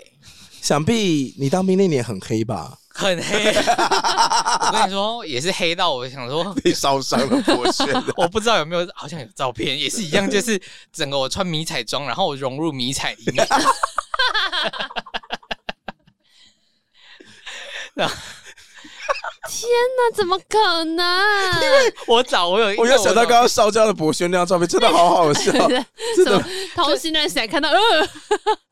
想必你当兵那年很黑吧？很黑。我跟你说，也是黑到我想说，被烧伤了剥削了。我不知道有没有，好像有照片，也是一样，就是整个我穿迷彩装，然后我融入迷彩里面。那怎么可 能？我找我有一， 我又想到刚刚烧焦的博轩那张照片，真的好好笑， 真什么的。同行人才看到？呃，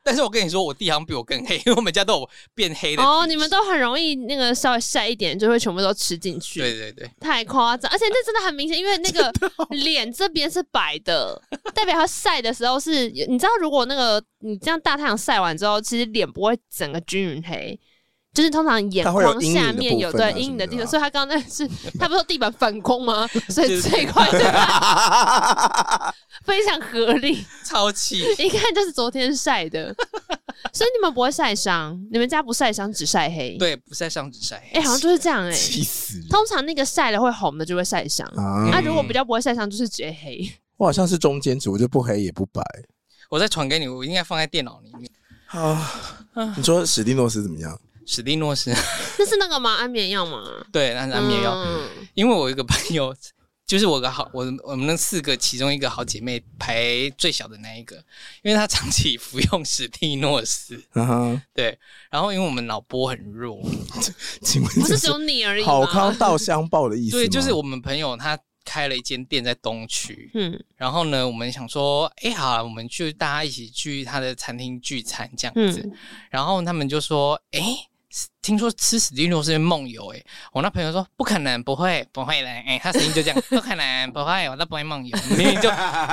但是我跟你说，我弟好像比我更黑， 因为我们家都有变黑的。哦，你们都很容易那个稍微晒一点，就会全部都吃进去。对对对，太夸张，而且那真的很明显，因为那 个哦脸这边是白的，代表它晒的时候是，你知道，如果那个你这样大太阳晒完之后，其实脸不会整个均匀黑，就是通常眼它会有眶阴影的下面有部分啊对阴影的地方，什所以他刚刚那是他不是说地板反光 吗？所以最快就非常合理， 超气。一看就是昨天晒的，所以你们不会晒伤，你们家不晒伤，只晒黑。，对，不晒上只晒黑。哎、好像就是这样哎、气死人通常那个晒了会红的就会晒伤。啊！啊，如果比较不会晒伤，就是直接黑。我好像是中间组，我就不黑也不白我再传给你，我应该放在电脑里面。啊。你说史蒂诺斯怎么样？史蒂诺斯， 那是那个吗？安眠药吗？对，那是安眠药。嗯因为我有一个朋友，就是我有个好，我我们那四个其中一个好姐妹排最小的那一个，因为她长期服用史蒂诺斯， 啊哈，对，然后因为我们脑波很弱，请问不这是只有你而已吗好康道相报的意思吗？对，就是我们朋友他开了一间店在东区，嗯然后呢，我们想说，哎、好啊，我们就大家一起去他的餐厅聚餐这样子，嗯，然后他们就说，哎、听说吃史蒂诺斯会梦游，哎，我那朋友说不可能，不会，不会的，哎、他声音就 这样，不可能，不会，我都不会梦游，明明就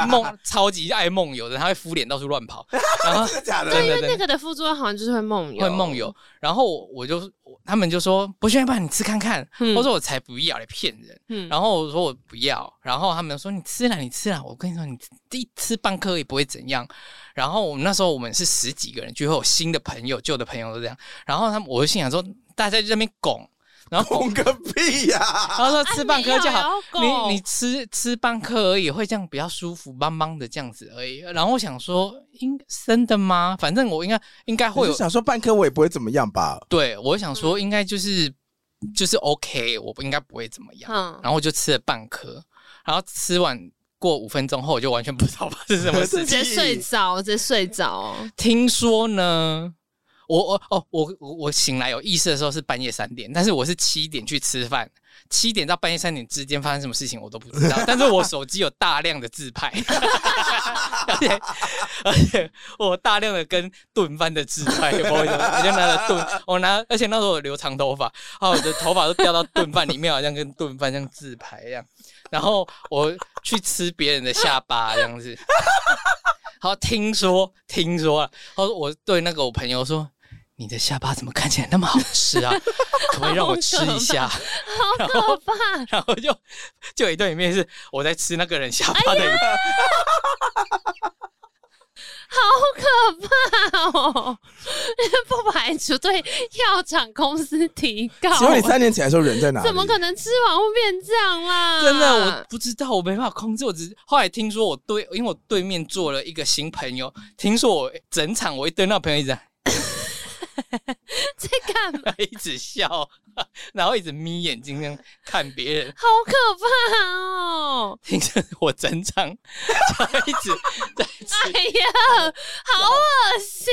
梦超级爱梦游的，他会敷脸到处乱 跑，然后真的假的？对因对为那对，个的副作用好像就是会梦游，会梦游，然后我我就他们就说不炫，不然你吃看看，嗯。我说我才不要来骗人，嗯，然后我说我不要，然后他们说你吃了，你吃了，我跟你说你一吃半颗也不会怎样。然后我们那时候我们是十几个人，就会有新的朋友、旧的朋友都这样。然后他们我就心想说，大家就在那边拱，然后哄 拱，个屁呀、然后说吃半颗就好。好你你吃吃半颗而已，会这样比较舒服，邦邦的这样子而已。然后我想说，应生的吗？反正我应该应该我会就有，想说半颗我也不会怎么样吧。对我想说应该就是就是 OK，我不应该不会怎么样。嗯，然后我就吃了半颗，然后吃完过五分钟后，我就完全不知道发生什么事直接情。睡着，直接睡着，听说呢，我我哦我我我醒来有意识的时候是半夜三点，但是我是七点去吃饭，七点到半夜三点之间发生什么事情我都不知道，但是我手机有大量的自拍，而且而且我大量的跟炖饭的自拍，也不会什么，我就拿着炖，我拿，而且那时候我留长头发，啊，我的头发都掉到炖饭里面，好像跟炖饭像自拍一样，然后我去吃别人的下巴这样子。好，听说听说啊，他说我对那个我朋友说，你的下巴怎么看起来那么好吃啊？可不可以让我吃一下？好可怕！然后就就有一段影片是我在吃那个人下巴的哎影片，好可怕哦！ 不排除对药厂公司提告，请问你三年前的时候人在哪里？怎么可能吃完会变这样啦？真的我不知道，我没办法控制。我只是后来听说我对，因为我对面坐了一个新朋友，听说我整场我一对那朋友一直 在在干嘛？一直笑，然后一直眯眼睛这样看别人，好可怕哦！ 听着我整场 就一直在吃哎呀，好恶心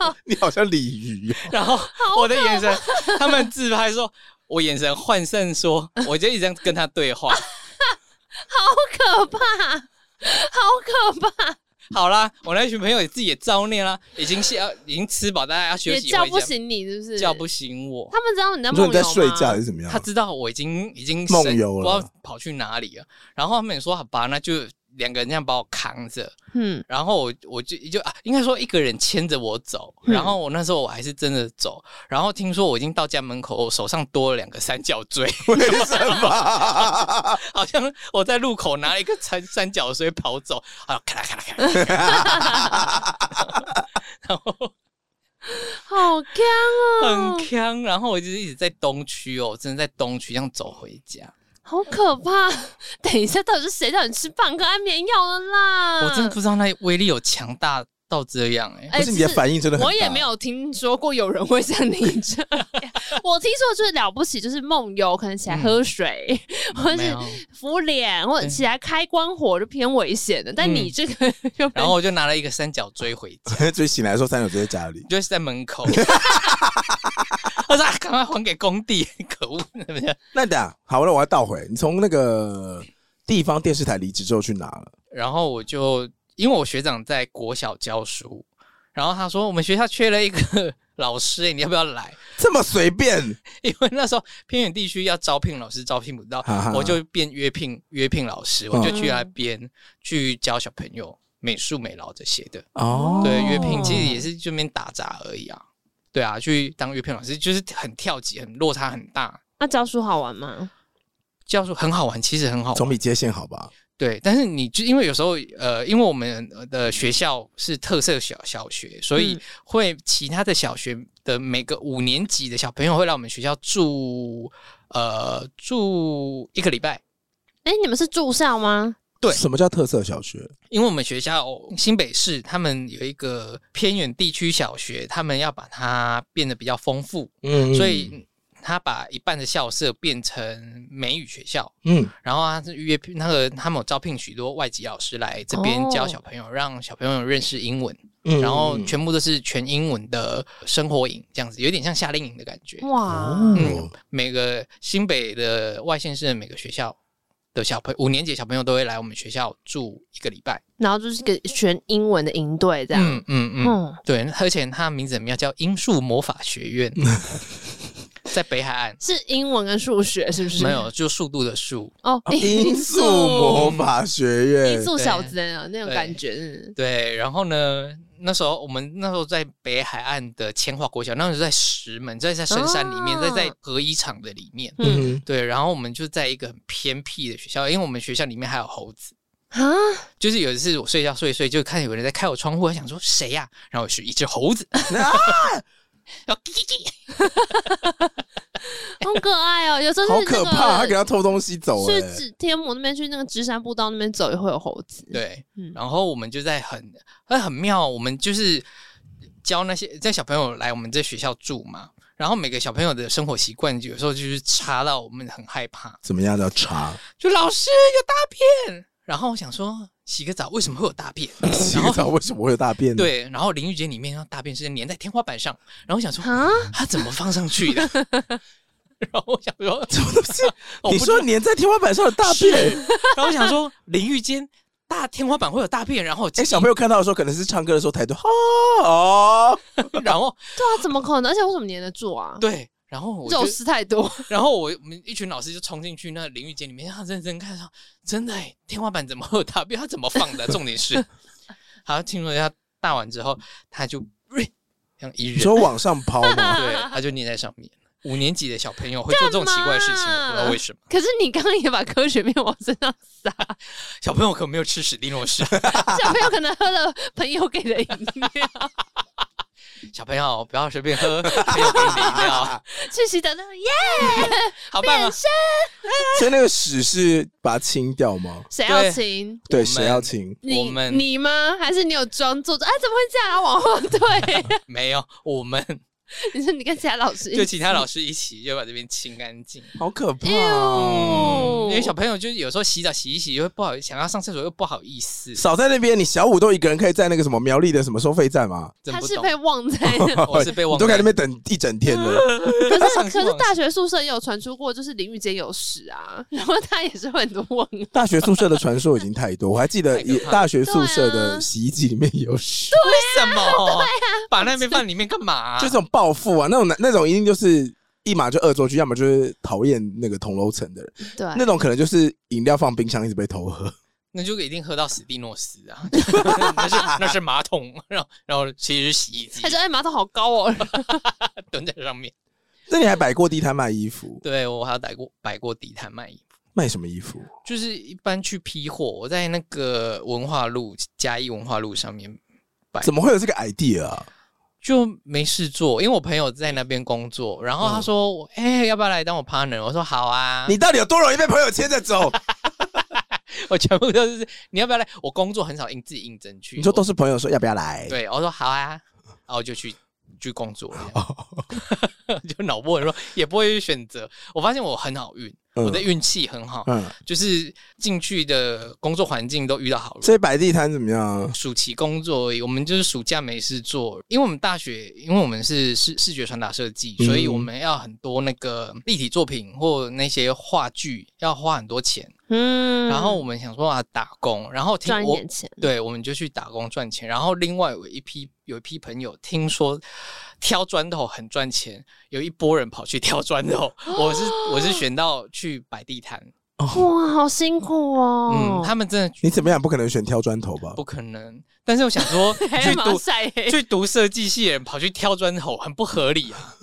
哦！你好像鲤鱼哦、然后我的眼神，他们自拍说，我眼神涣散说，我就一直这样跟他对话。 好可怕，好可怕，好啦，我那群朋友也自己也造孽啦，已经下已经吃饱，大家要休也息叫不回家，醒你是不是？叫不醒我。他们知道你在你梦说游你吗在睡觉还是怎么样他？知道我已经已经嗯梦神游了不知道跑去哪里了。然后他们也说好吧，那就两个人这样把我扛着，嗯，然后我我就就啊，应该说一个人牵着我走，嗯然后我那时候我还是真的走，然后听说我已经到家门口，我手上多了两个三角锥， 为什么？ 好像我在路口拿了一个三三角锥跑走，啊，咔啦咔啦 咔啦，然后好干哦，很呛，然后我就是一直在东区哦，真的在东区这样走回家，好可怕！ 等一下，到底是谁叫你吃半颗安眠药了啦？我真的不知道那威力有强大到这样哎、不是你的反应真的很大我也没有听说过有人会像你这样， 我听说就是了不起，就是梦游，可能起来喝水，或者嗯没是有。敷脸，或者起来开关火就偏危险的。但你这个就然后我就拿了一个三角锥回 家， 所以醒来的时候，三友就在家里。就是在门口。我说啊赶快还给工地，可恶！那等下好了，我要倒回。你从那个地方电视台离职之后去哪了？然后我就因为我学长在国小教书，然后他说我们学校缺了一个 老师、欸，你要不要来？这么随便？因为那时候偏远地区要招聘老师招聘不到哈哈，我就变约聘约聘老师，我就去那边去教小朋友美术美劳这些的。哦，对，约聘其实也是这边打杂而已啊。对啊，去当约聘老师就是很跳级，很落差很大。那教书好玩吗？教授很好玩，其实很好玩。总比接线好吧？对，但是你就因为有时候，呃，因为我们的学校是特色小小学，所以嗯会其他的小学的每个五年级的小朋友会来我们学校住，呃，住一个礼拜，哎、你们是住校吗？对什么叫特色小学？因为我们学校新北市他们有一个偏远地区小学，他们要把它变得比较丰富，嗯所以他把一半的校舍变成美语学校，嗯，然后他是预约那个他们有招聘许多外籍老师来这边哦教小朋友，让小朋友认识英文，嗯然后全部都是全英文的生活营，这样子有点像夏令营的感嗯觉。哇，哦，每个新北的外县市的每个学校的小朋友，五年级的小朋友都会来我们学校住一个礼拜。然后就是个全英文的营队这样。嗯嗯嗯，嗯对，而且它名字很妙，叫英数魔法学 院，在北海岸。是英文跟数学是不嗯是？没有，啊就速度的速。哦，音速啊魔法学音院，速小子啊，那种对感觉。嗯对，然后呢，那时候我们那时候在北海岸的千华国小，那时候在石门，在在深山里面，哦在在隔衣场的里面。嗯嗯对，然后我们就在一个很偏僻的学校，因为我们学校里面还有猴子。啊，就是有一次我睡觉睡一睡，就看有人在开我窗户，我想说谁呀、然后是一只猴子，哼 啊然后叽叽 叽好可爱哦！有时候好就是那可个怕，他给他偷东西走，哎去指天母那边，去那个芝山步道那边走，也会有猴子。，对，嗯然后我们就在很哎很妙，我们就是教那些在小朋友来我们这学校住嘛，然后每个小朋友的生活习惯有时候就是差到我们很害怕，怎么样叫查？就老师有大便，然后我想说洗个澡为什么会有大 便？洗个澡为什么会有大便呢？哦对，然后淋浴间里面，然后大便是粘在天花板上，然后我想说啊，他怎么放上去的？然后我想说，什么东 西？我你哦不知说道粘在天花板上的大便？然后我想说淋浴间大天花板会有大便，然后我哎、小朋友看到的时候，可能是唱歌的时候抬头，哦，哦友，然后对啊，怎么可能？而且为什么粘得住啊？，对。然后我就肉丝太 多。然后我我们一群老师就冲进去那个淋浴间里面，他认真看说，真的、欸，天花板怎么会有大便？他怎么放的？重点是，好，听说他大完之后，他就瑞像一你人，说往上抛 吗？对，他就粘在上面。五年级的小朋友会做这种奇怪的事情，干嘛我不知道为什么。可是你刚刚也把科学面往身上撒， 小朋友可没有吃史蒂诺氏， 小朋友可能喝了朋友给的饮料， 小朋友不要随便喝，朋友给你的饮料，去洗 澡那种耶，啊好棒啊！所以那个屎是把它清掉吗？谁要对亲？对，们谁要清？我你们你吗？还是你有装作哎怎么会这样啊？往后退， 没有，我们你说你跟其他老师一起就其他老师一起就把这边清干净。好可哎怕、啊哦嗯因为小朋友就是有时候洗澡洗一洗，又会不好想要上厕所，又不好意思，少在那边，你小五都一个人可以在那个什么苗栗的什么收费站吗？真他不是懂。被忘在 那我是被忘 你都可以在那边等一整天的。可是上可次是忘大学宿舍也有传出过，就是淋浴间有屎啊，然后他也是会很多啊问号。大学宿舍的传说已经太多，我还记得太可怕也大学宿舍对的啊洗衣机里面有屎，为什么？把那边放里面干嘛、就这种暴富啊，那种男那种一定就是一码就恶作剧，要么就是讨厌那个同楼层的人，对，那种可能就是饮料放冰箱一直被偷喝。那就一定喝到史蒂诺斯 啊！那是那是马桶，啊然后然后其实是洗衣机啊他，就哎马桶好高哦，蹲在上面。那你还摆过地摊卖衣服？对我还有摆过摆过地摊卖衣服，卖什么衣服？就是一般去批货，我在那个文化路嘉义文化路上面摆怎么会有这个 idea 啊？就没事做，因为我朋友在那边工作，然嗯后他说我：“啊哎、要不要来当我 partner？” 我说：“好啊。” 你到底有多容易被朋友牵着走？我全部都是你要不要来？我工作很少应自己应征去，你说都我是朋友说要不要来？对，我说好啊，然后就去去工作了，哦 就脑波很弱，也不会去选择。我发现我很好运，嗯我的运气很好，嗯，就是进去的工作环境都遇到好人。所以摆地摊怎么样？暑期工作而已，我们就是暑假没事做，因为我们大学，因为我们是视视觉传达设计，嗯所以我们要很多那个立体作品或那些话剧，要花很多钱。 嗯， 然后我们想说啊，打工，然后听赚一我点钱，对，我们就去打工赚钱。然后另外有一批有一批朋友听说挑砖头很赚钱，有一波人跑去挑砖头。我是我哦是选到去摆地摊，哇，好辛苦哦嗯，。他们真的你怎么样？不可能选挑砖头吧？不可能。但是我想说， 还去马读晒黑，去读设计系的人跑去挑砖头，很不合理啊。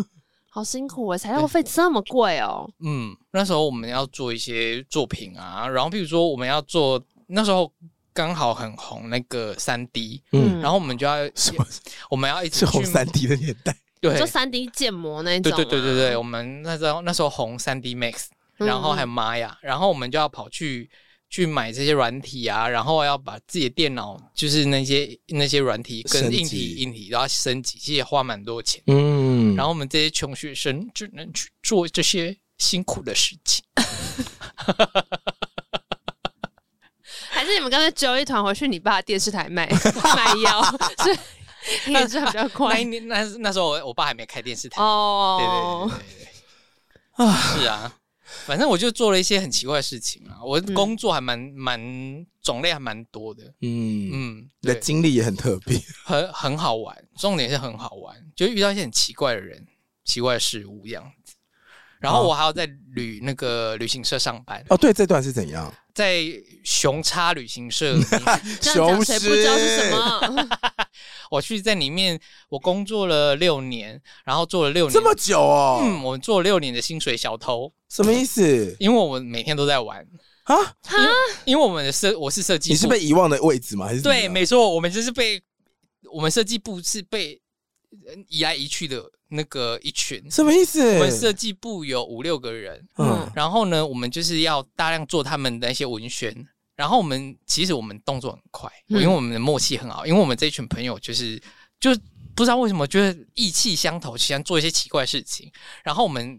好辛苦哎，材料费这么贵哦。嗯，那时候我们要做一些作品啊，然后比如说我们要做，那时候刚好很红那个三 D，嗯嗯，然后我们就要什么我们要一是直去红三 D 的年代，对就三 D 建模那对种，啊对对对对，我，们那时候那时候红三 D Max，嗯然后还有 Maya，、然后我们就要跑去去买这些软体啊，然后要把自己的电脑就是那些那些软体跟升级硬体硬体都要升级，其实也花蛮多钱。嗯，然后我们这些穷学生只能去做这些辛苦的事情。还是你们干脆揪一团回去你爸的电视台 卖卖药，所以你也赚比较那快一年那那时候我我爸还没开电视台，对哦。对对对对，是啊。反正我就做了一些很奇怪的事情啊，我工作还蛮蛮、种类还蛮多的，嗯，嗯，你对。的经历也很特别，很很好玩，重点是很好玩，就是遇到一些很奇怪的人、奇怪的事物这样子。然后哦我还要在旅那个旅行社上班，哦，对，这段是怎样？在熊叉旅行社， 这样讲雄谁不知道是狮什么？我去在里面我工作了六年，然后做了六年这么久哦，嗯，我做了六年的薪水小偷，什么意思因为我们每天都在玩，啊？因为我们的设我是设计部，你是被遗忘的位置吗？还是怎么对，样没错，我们就是被我们设计部是被呃移来移去的那个一群，什么意思？我们设计部有五六个人，嗯然后呢，我们就是要大量做他们的一些文宣。然后我们其实我们动作很快，嗯因为我们的默契很好，因为我们这群朋友就是就不知道为什么就是意气相投，喜欢做一些奇怪的事情。然后我们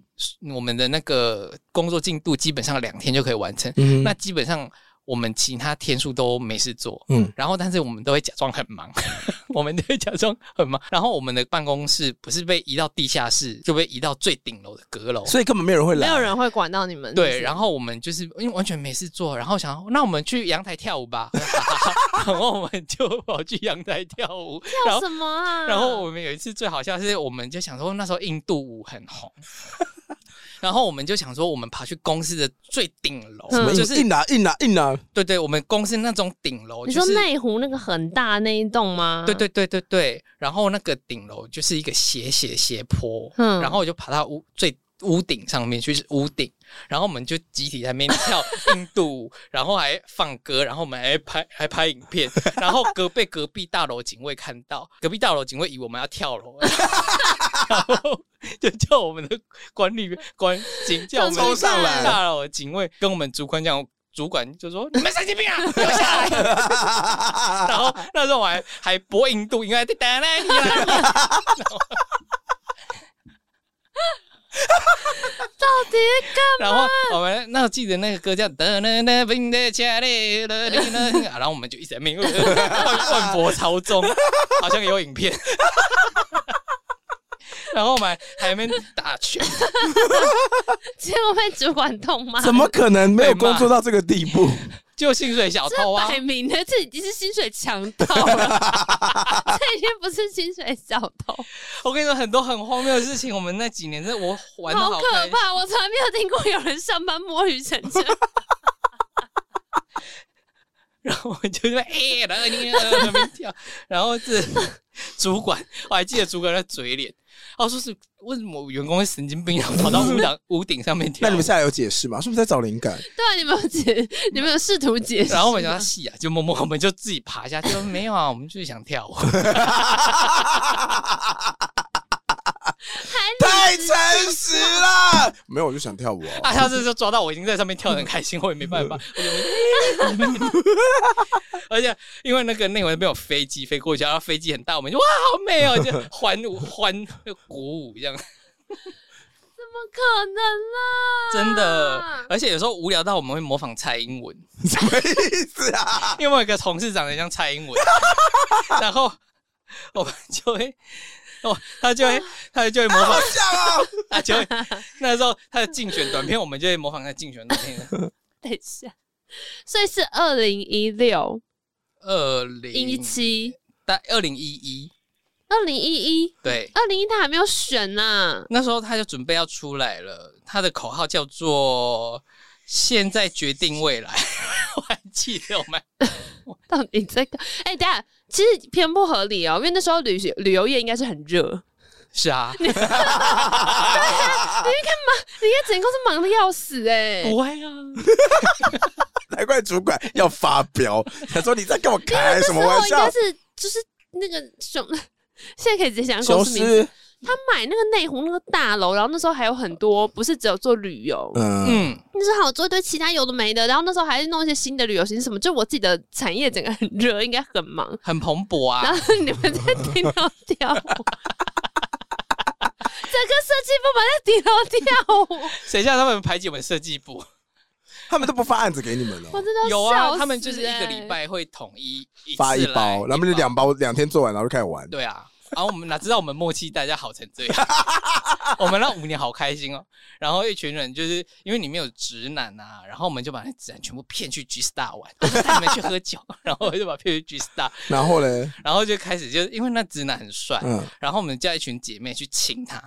我们的那个工作进度基本上两天就可以完成，嗯那基本上我们其他天数都没事做。嗯然后但是我们都会假装很忙， 我们都会假装很忙。然后我们的办公室不是被移到地下室，就被移到最顶楼的阁楼。所以根本没有人会来，没有人会管到你们。对，然后我们就是因为完全没事做，然后想要那我们去阳台跳舞吧， 然后我们就跑去阳台跳舞，然叫后什么啊？然后我们有一次最好笑是，我们就想说那时候印度舞很红， 然后我们就想说我们爬去公司的最顶楼，什么就啊就是是硬拿硬拿硬拿，对对，我们公司那种顶楼，你就说是内湖那个啊很大那一栋吗？对，对对对对，然后那个顶楼就是一个斜斜斜坡，嗯然后我就爬到屋最屋顶上面去是屋顶，然后我们就集体在那边 跳印度舞，然后还放歌，然后我们还拍还拍影片，然后隔被隔壁大楼警卫看到，隔壁大楼警卫以为我们要 跳楼，然后就叫我们的管理员管警叫我们冲上来大楼的警卫跟我们主管讲，主管就说你们神经病啊，留下来。然后那时候我还还播印度音乐，哒啦滴啦啦，到底然后我们那我记得那个歌叫 哒啦啦冰的家里啦滴啦滴，然后我们就一直在那边万万波操纵，好像有影片。然后我们还没打拳，结果被主管痛骂？怎么可能没有工作到这个地步？就薪水小这偷啊！摆明了，这已经是薪水强盗了， 这已经不是薪水小偷，我跟你说，很多很荒谬的事情，我们那几年真的我玩的好好开可怕！我从来没有听过有人上班摸鱼成这样。然后我就在哎，然后你那边跳，然后是 主管，我还记得主管的嘴脸，他说是为什么我员工会神经病，然啊后跑到屋 顶屋顶上面跳？那你们现在有解释吗？是不是在找灵感？对啊，你们有解，你们有试图解释吗？然后我 们讲他戏啊，就默默我们就自己爬下去，说没有啊，我们就是想跳舞。 还太诚实了，啊！没有，我就想跳舞啊，啊。下次就抓到我已经在上面跳的很开心，我也没办法。我就 而且因为那个内文没有飞机飞过去，然后飞机很大，我们就哇好美哦，就欢舞欢鼓舞这样，怎么可能啦？真的。啊而且有时候无聊到我们会模仿蔡英文，什么意思啊？因为我有一个同事长得像蔡英文， 然后我们就会。哦，他就啊会，他就会模仿，这样啊？他就会。那时候他的竞选短片，我们就会模仿他的竞选短片。等一下，所以是二零一六二零一七、大二零一一，二零一一、对，二零一，他还没有选呢、那时候他就准备要出来了，他的口号叫做“现在决定未来”， 我还记得我们到底在干？哎、等一下，其实偏不合理哦，因为那时候旅旅游业应该是很热，你是啊，哦看整个公司忙的要死哎、不会啊，难怪主管要发飙，他说你在跟我开什么那时玩候应该笑？是就是那个什么， 现在可以直接讲公雄司名字。狮，他买那个内湖那个大楼，然后那时候还有很多，不是只有做旅游，嗯，嗯，那时候还有做一堆其他有的没的，然后那时候还是弄一些新的旅游型什么，就我自己的产业整个 很热，应该很忙。很蓬勃啊然，后你们在顶楼跳舞，整个设计部门在顶楼跳舞，谁叫他们排挤我们设计部？ 他们都不发案子给你们哦了我。真的有要笑啊，死他们就是一个欸礼拜会统一一次 发一来包，然后他们就一两包两天做完，然后就开始玩。对啊，然后我们哪知道我们默契大家好成这 样，我们那五年好开心哦。然后一群人就是因为里面有直男啊，然后我们就把那直男全部骗去 G Star 玩，带你们去 喝酒，然后就把他骗去 G Star，然后 嘞，然后就开始就是因为那直男很帅，嗯，然后我们叫一群姐妹去亲他，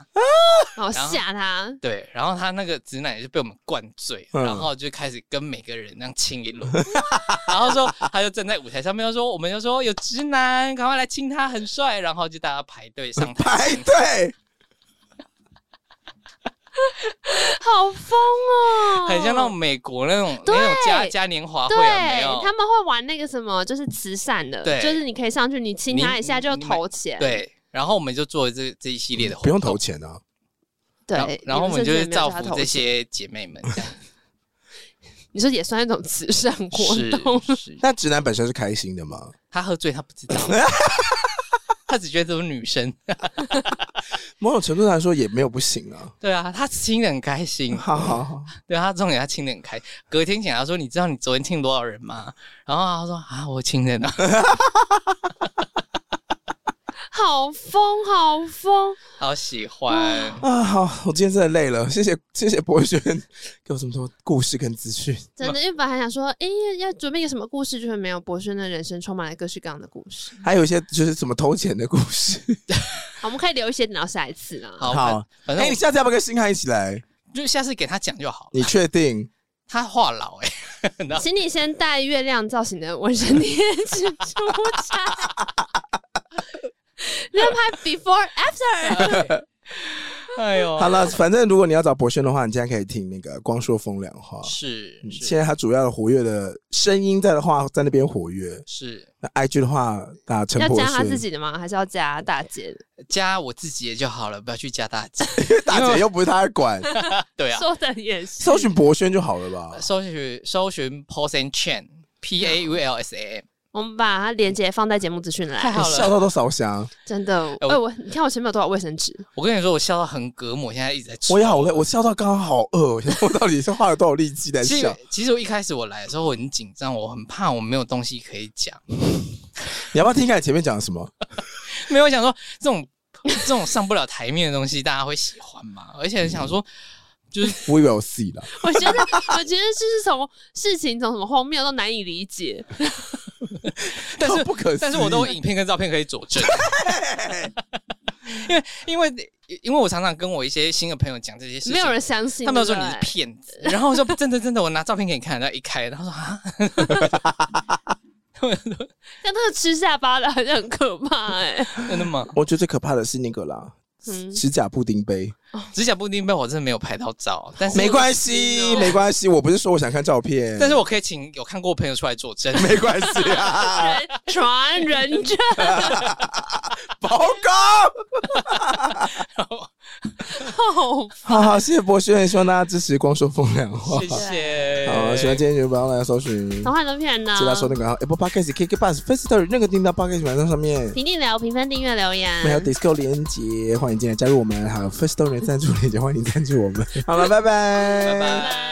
然后吓他，对，然后他那个直男也是被我们灌醉，嗯然后就开始跟每个人那样亲一轮， 然后说他就站在舞台上面，他说我们就说有直男，赶快来亲他，很帅，然后就大家排队上台排亲他队，好疯哦， 很像那种美国那种对那种嘉嘉年华会对有没有？他们会玩那个什么，就是慈善的，对就是你可以上去，你亲他你一下就你投钱，对，然后我们就做了这这一 系列的活不动，用投钱啊。然后对。然后我们就是造造福这，些姐妹们，这样你说也算一种慈善活动。是是。那直男本身是开心的嘛？他喝醉，他不 知道，他只觉得都是女生。 某种程度上说也没有不行啊。对啊，他亲的很开心。好好好，对啊，他重点他亲的很开。隔天起来他说：“你知道你昨天亲多少人吗？”然后他说：“啊，我亲人啊。好疯，好疯！” 好喜欢，啊，好，我今天真的累了，谢谢谢谢博轩给我这么多故事跟资讯。真的，因为本来还想说，诶，要准备一个什么故事，就是没有博轩的人生充满了各式各样的故事。还有一些就是怎么偷钱的故事。 好，我们可以留一些等到下一次啦。好，好反反哎、正你我下次要不要跟星汉一起来？就下次给他讲就好了。你确定？他话痨哎、 然后请你先带月亮造型的纹身贴纸 出差，你要拍 before after。哎呦，好了，反正如果你要找博轩的话，你今天可以听那个《光说风凉话》是嗯。是现在他主要的活跃的声音在的话，在那边活跃。是那 IG 的话，打陈要博加他自轩，己的吗？还是要加大姐的？加我自己的就好了，不要去加大家。大姐又不是他在管， 对 啊，说的也是。搜寻博轩就好了吧？搜寻搜寻 Pulse and Chain P A U L S A M，我们把它连接放在节目资讯太栏。好你笑了！到都烧香，真的，哎哎、我我你看我前面有多少卫生纸？我跟你说，我笑到横膈膜，现在一直在吃。我也好累，我笑到刚刚好饿。我想我到底是花了多少力气在其笑实？其实我一开始我来的时候我很紧张，我很怕我没有东西可以讲，你要不要听看你前面讲的什么？ 没有我想说这种这种上不了台面的东西大家会喜欢吗？而且想说， We will see 啦。我觉得，我觉得就是什么事情从什么荒谬到难以理解，但是嗯不可思议，但是我都有影片跟照片可以佐证，因为因为因为我常常跟我一些新的朋友讲这些事情，没有人相信。他们都说对你不对是骗子，然后我说真的真的，我拿照片给你看，然后一开，然后说啊，但那个吃下巴的好像很可怕哎、 真的吗？我觉得最可怕的是那个啦，嗯指甲布丁杯。指甲布丁杯我真的没有拍到照，但是没关是系，哦没关系，我不是说我想看照片，但是我可以请有看过朋友出来作证。 没关系 啊，传人证，报告。好好好，谢谢博轩，希望大家支持光说风凉话。谢谢。好，喜欢今天节目，不要忘了搜寻，童话跟片呢记？得收那个 Apple Podcast、KK Bus、f a c e b o o 那个订到 Podcast 网站上面。评定聊、评分、订阅、留言我们还有 Disco 连接，欢迎进来加入我们。还有 First Story 的赞助连接，欢迎赞助我们。好了，拜拜，拜拜拜。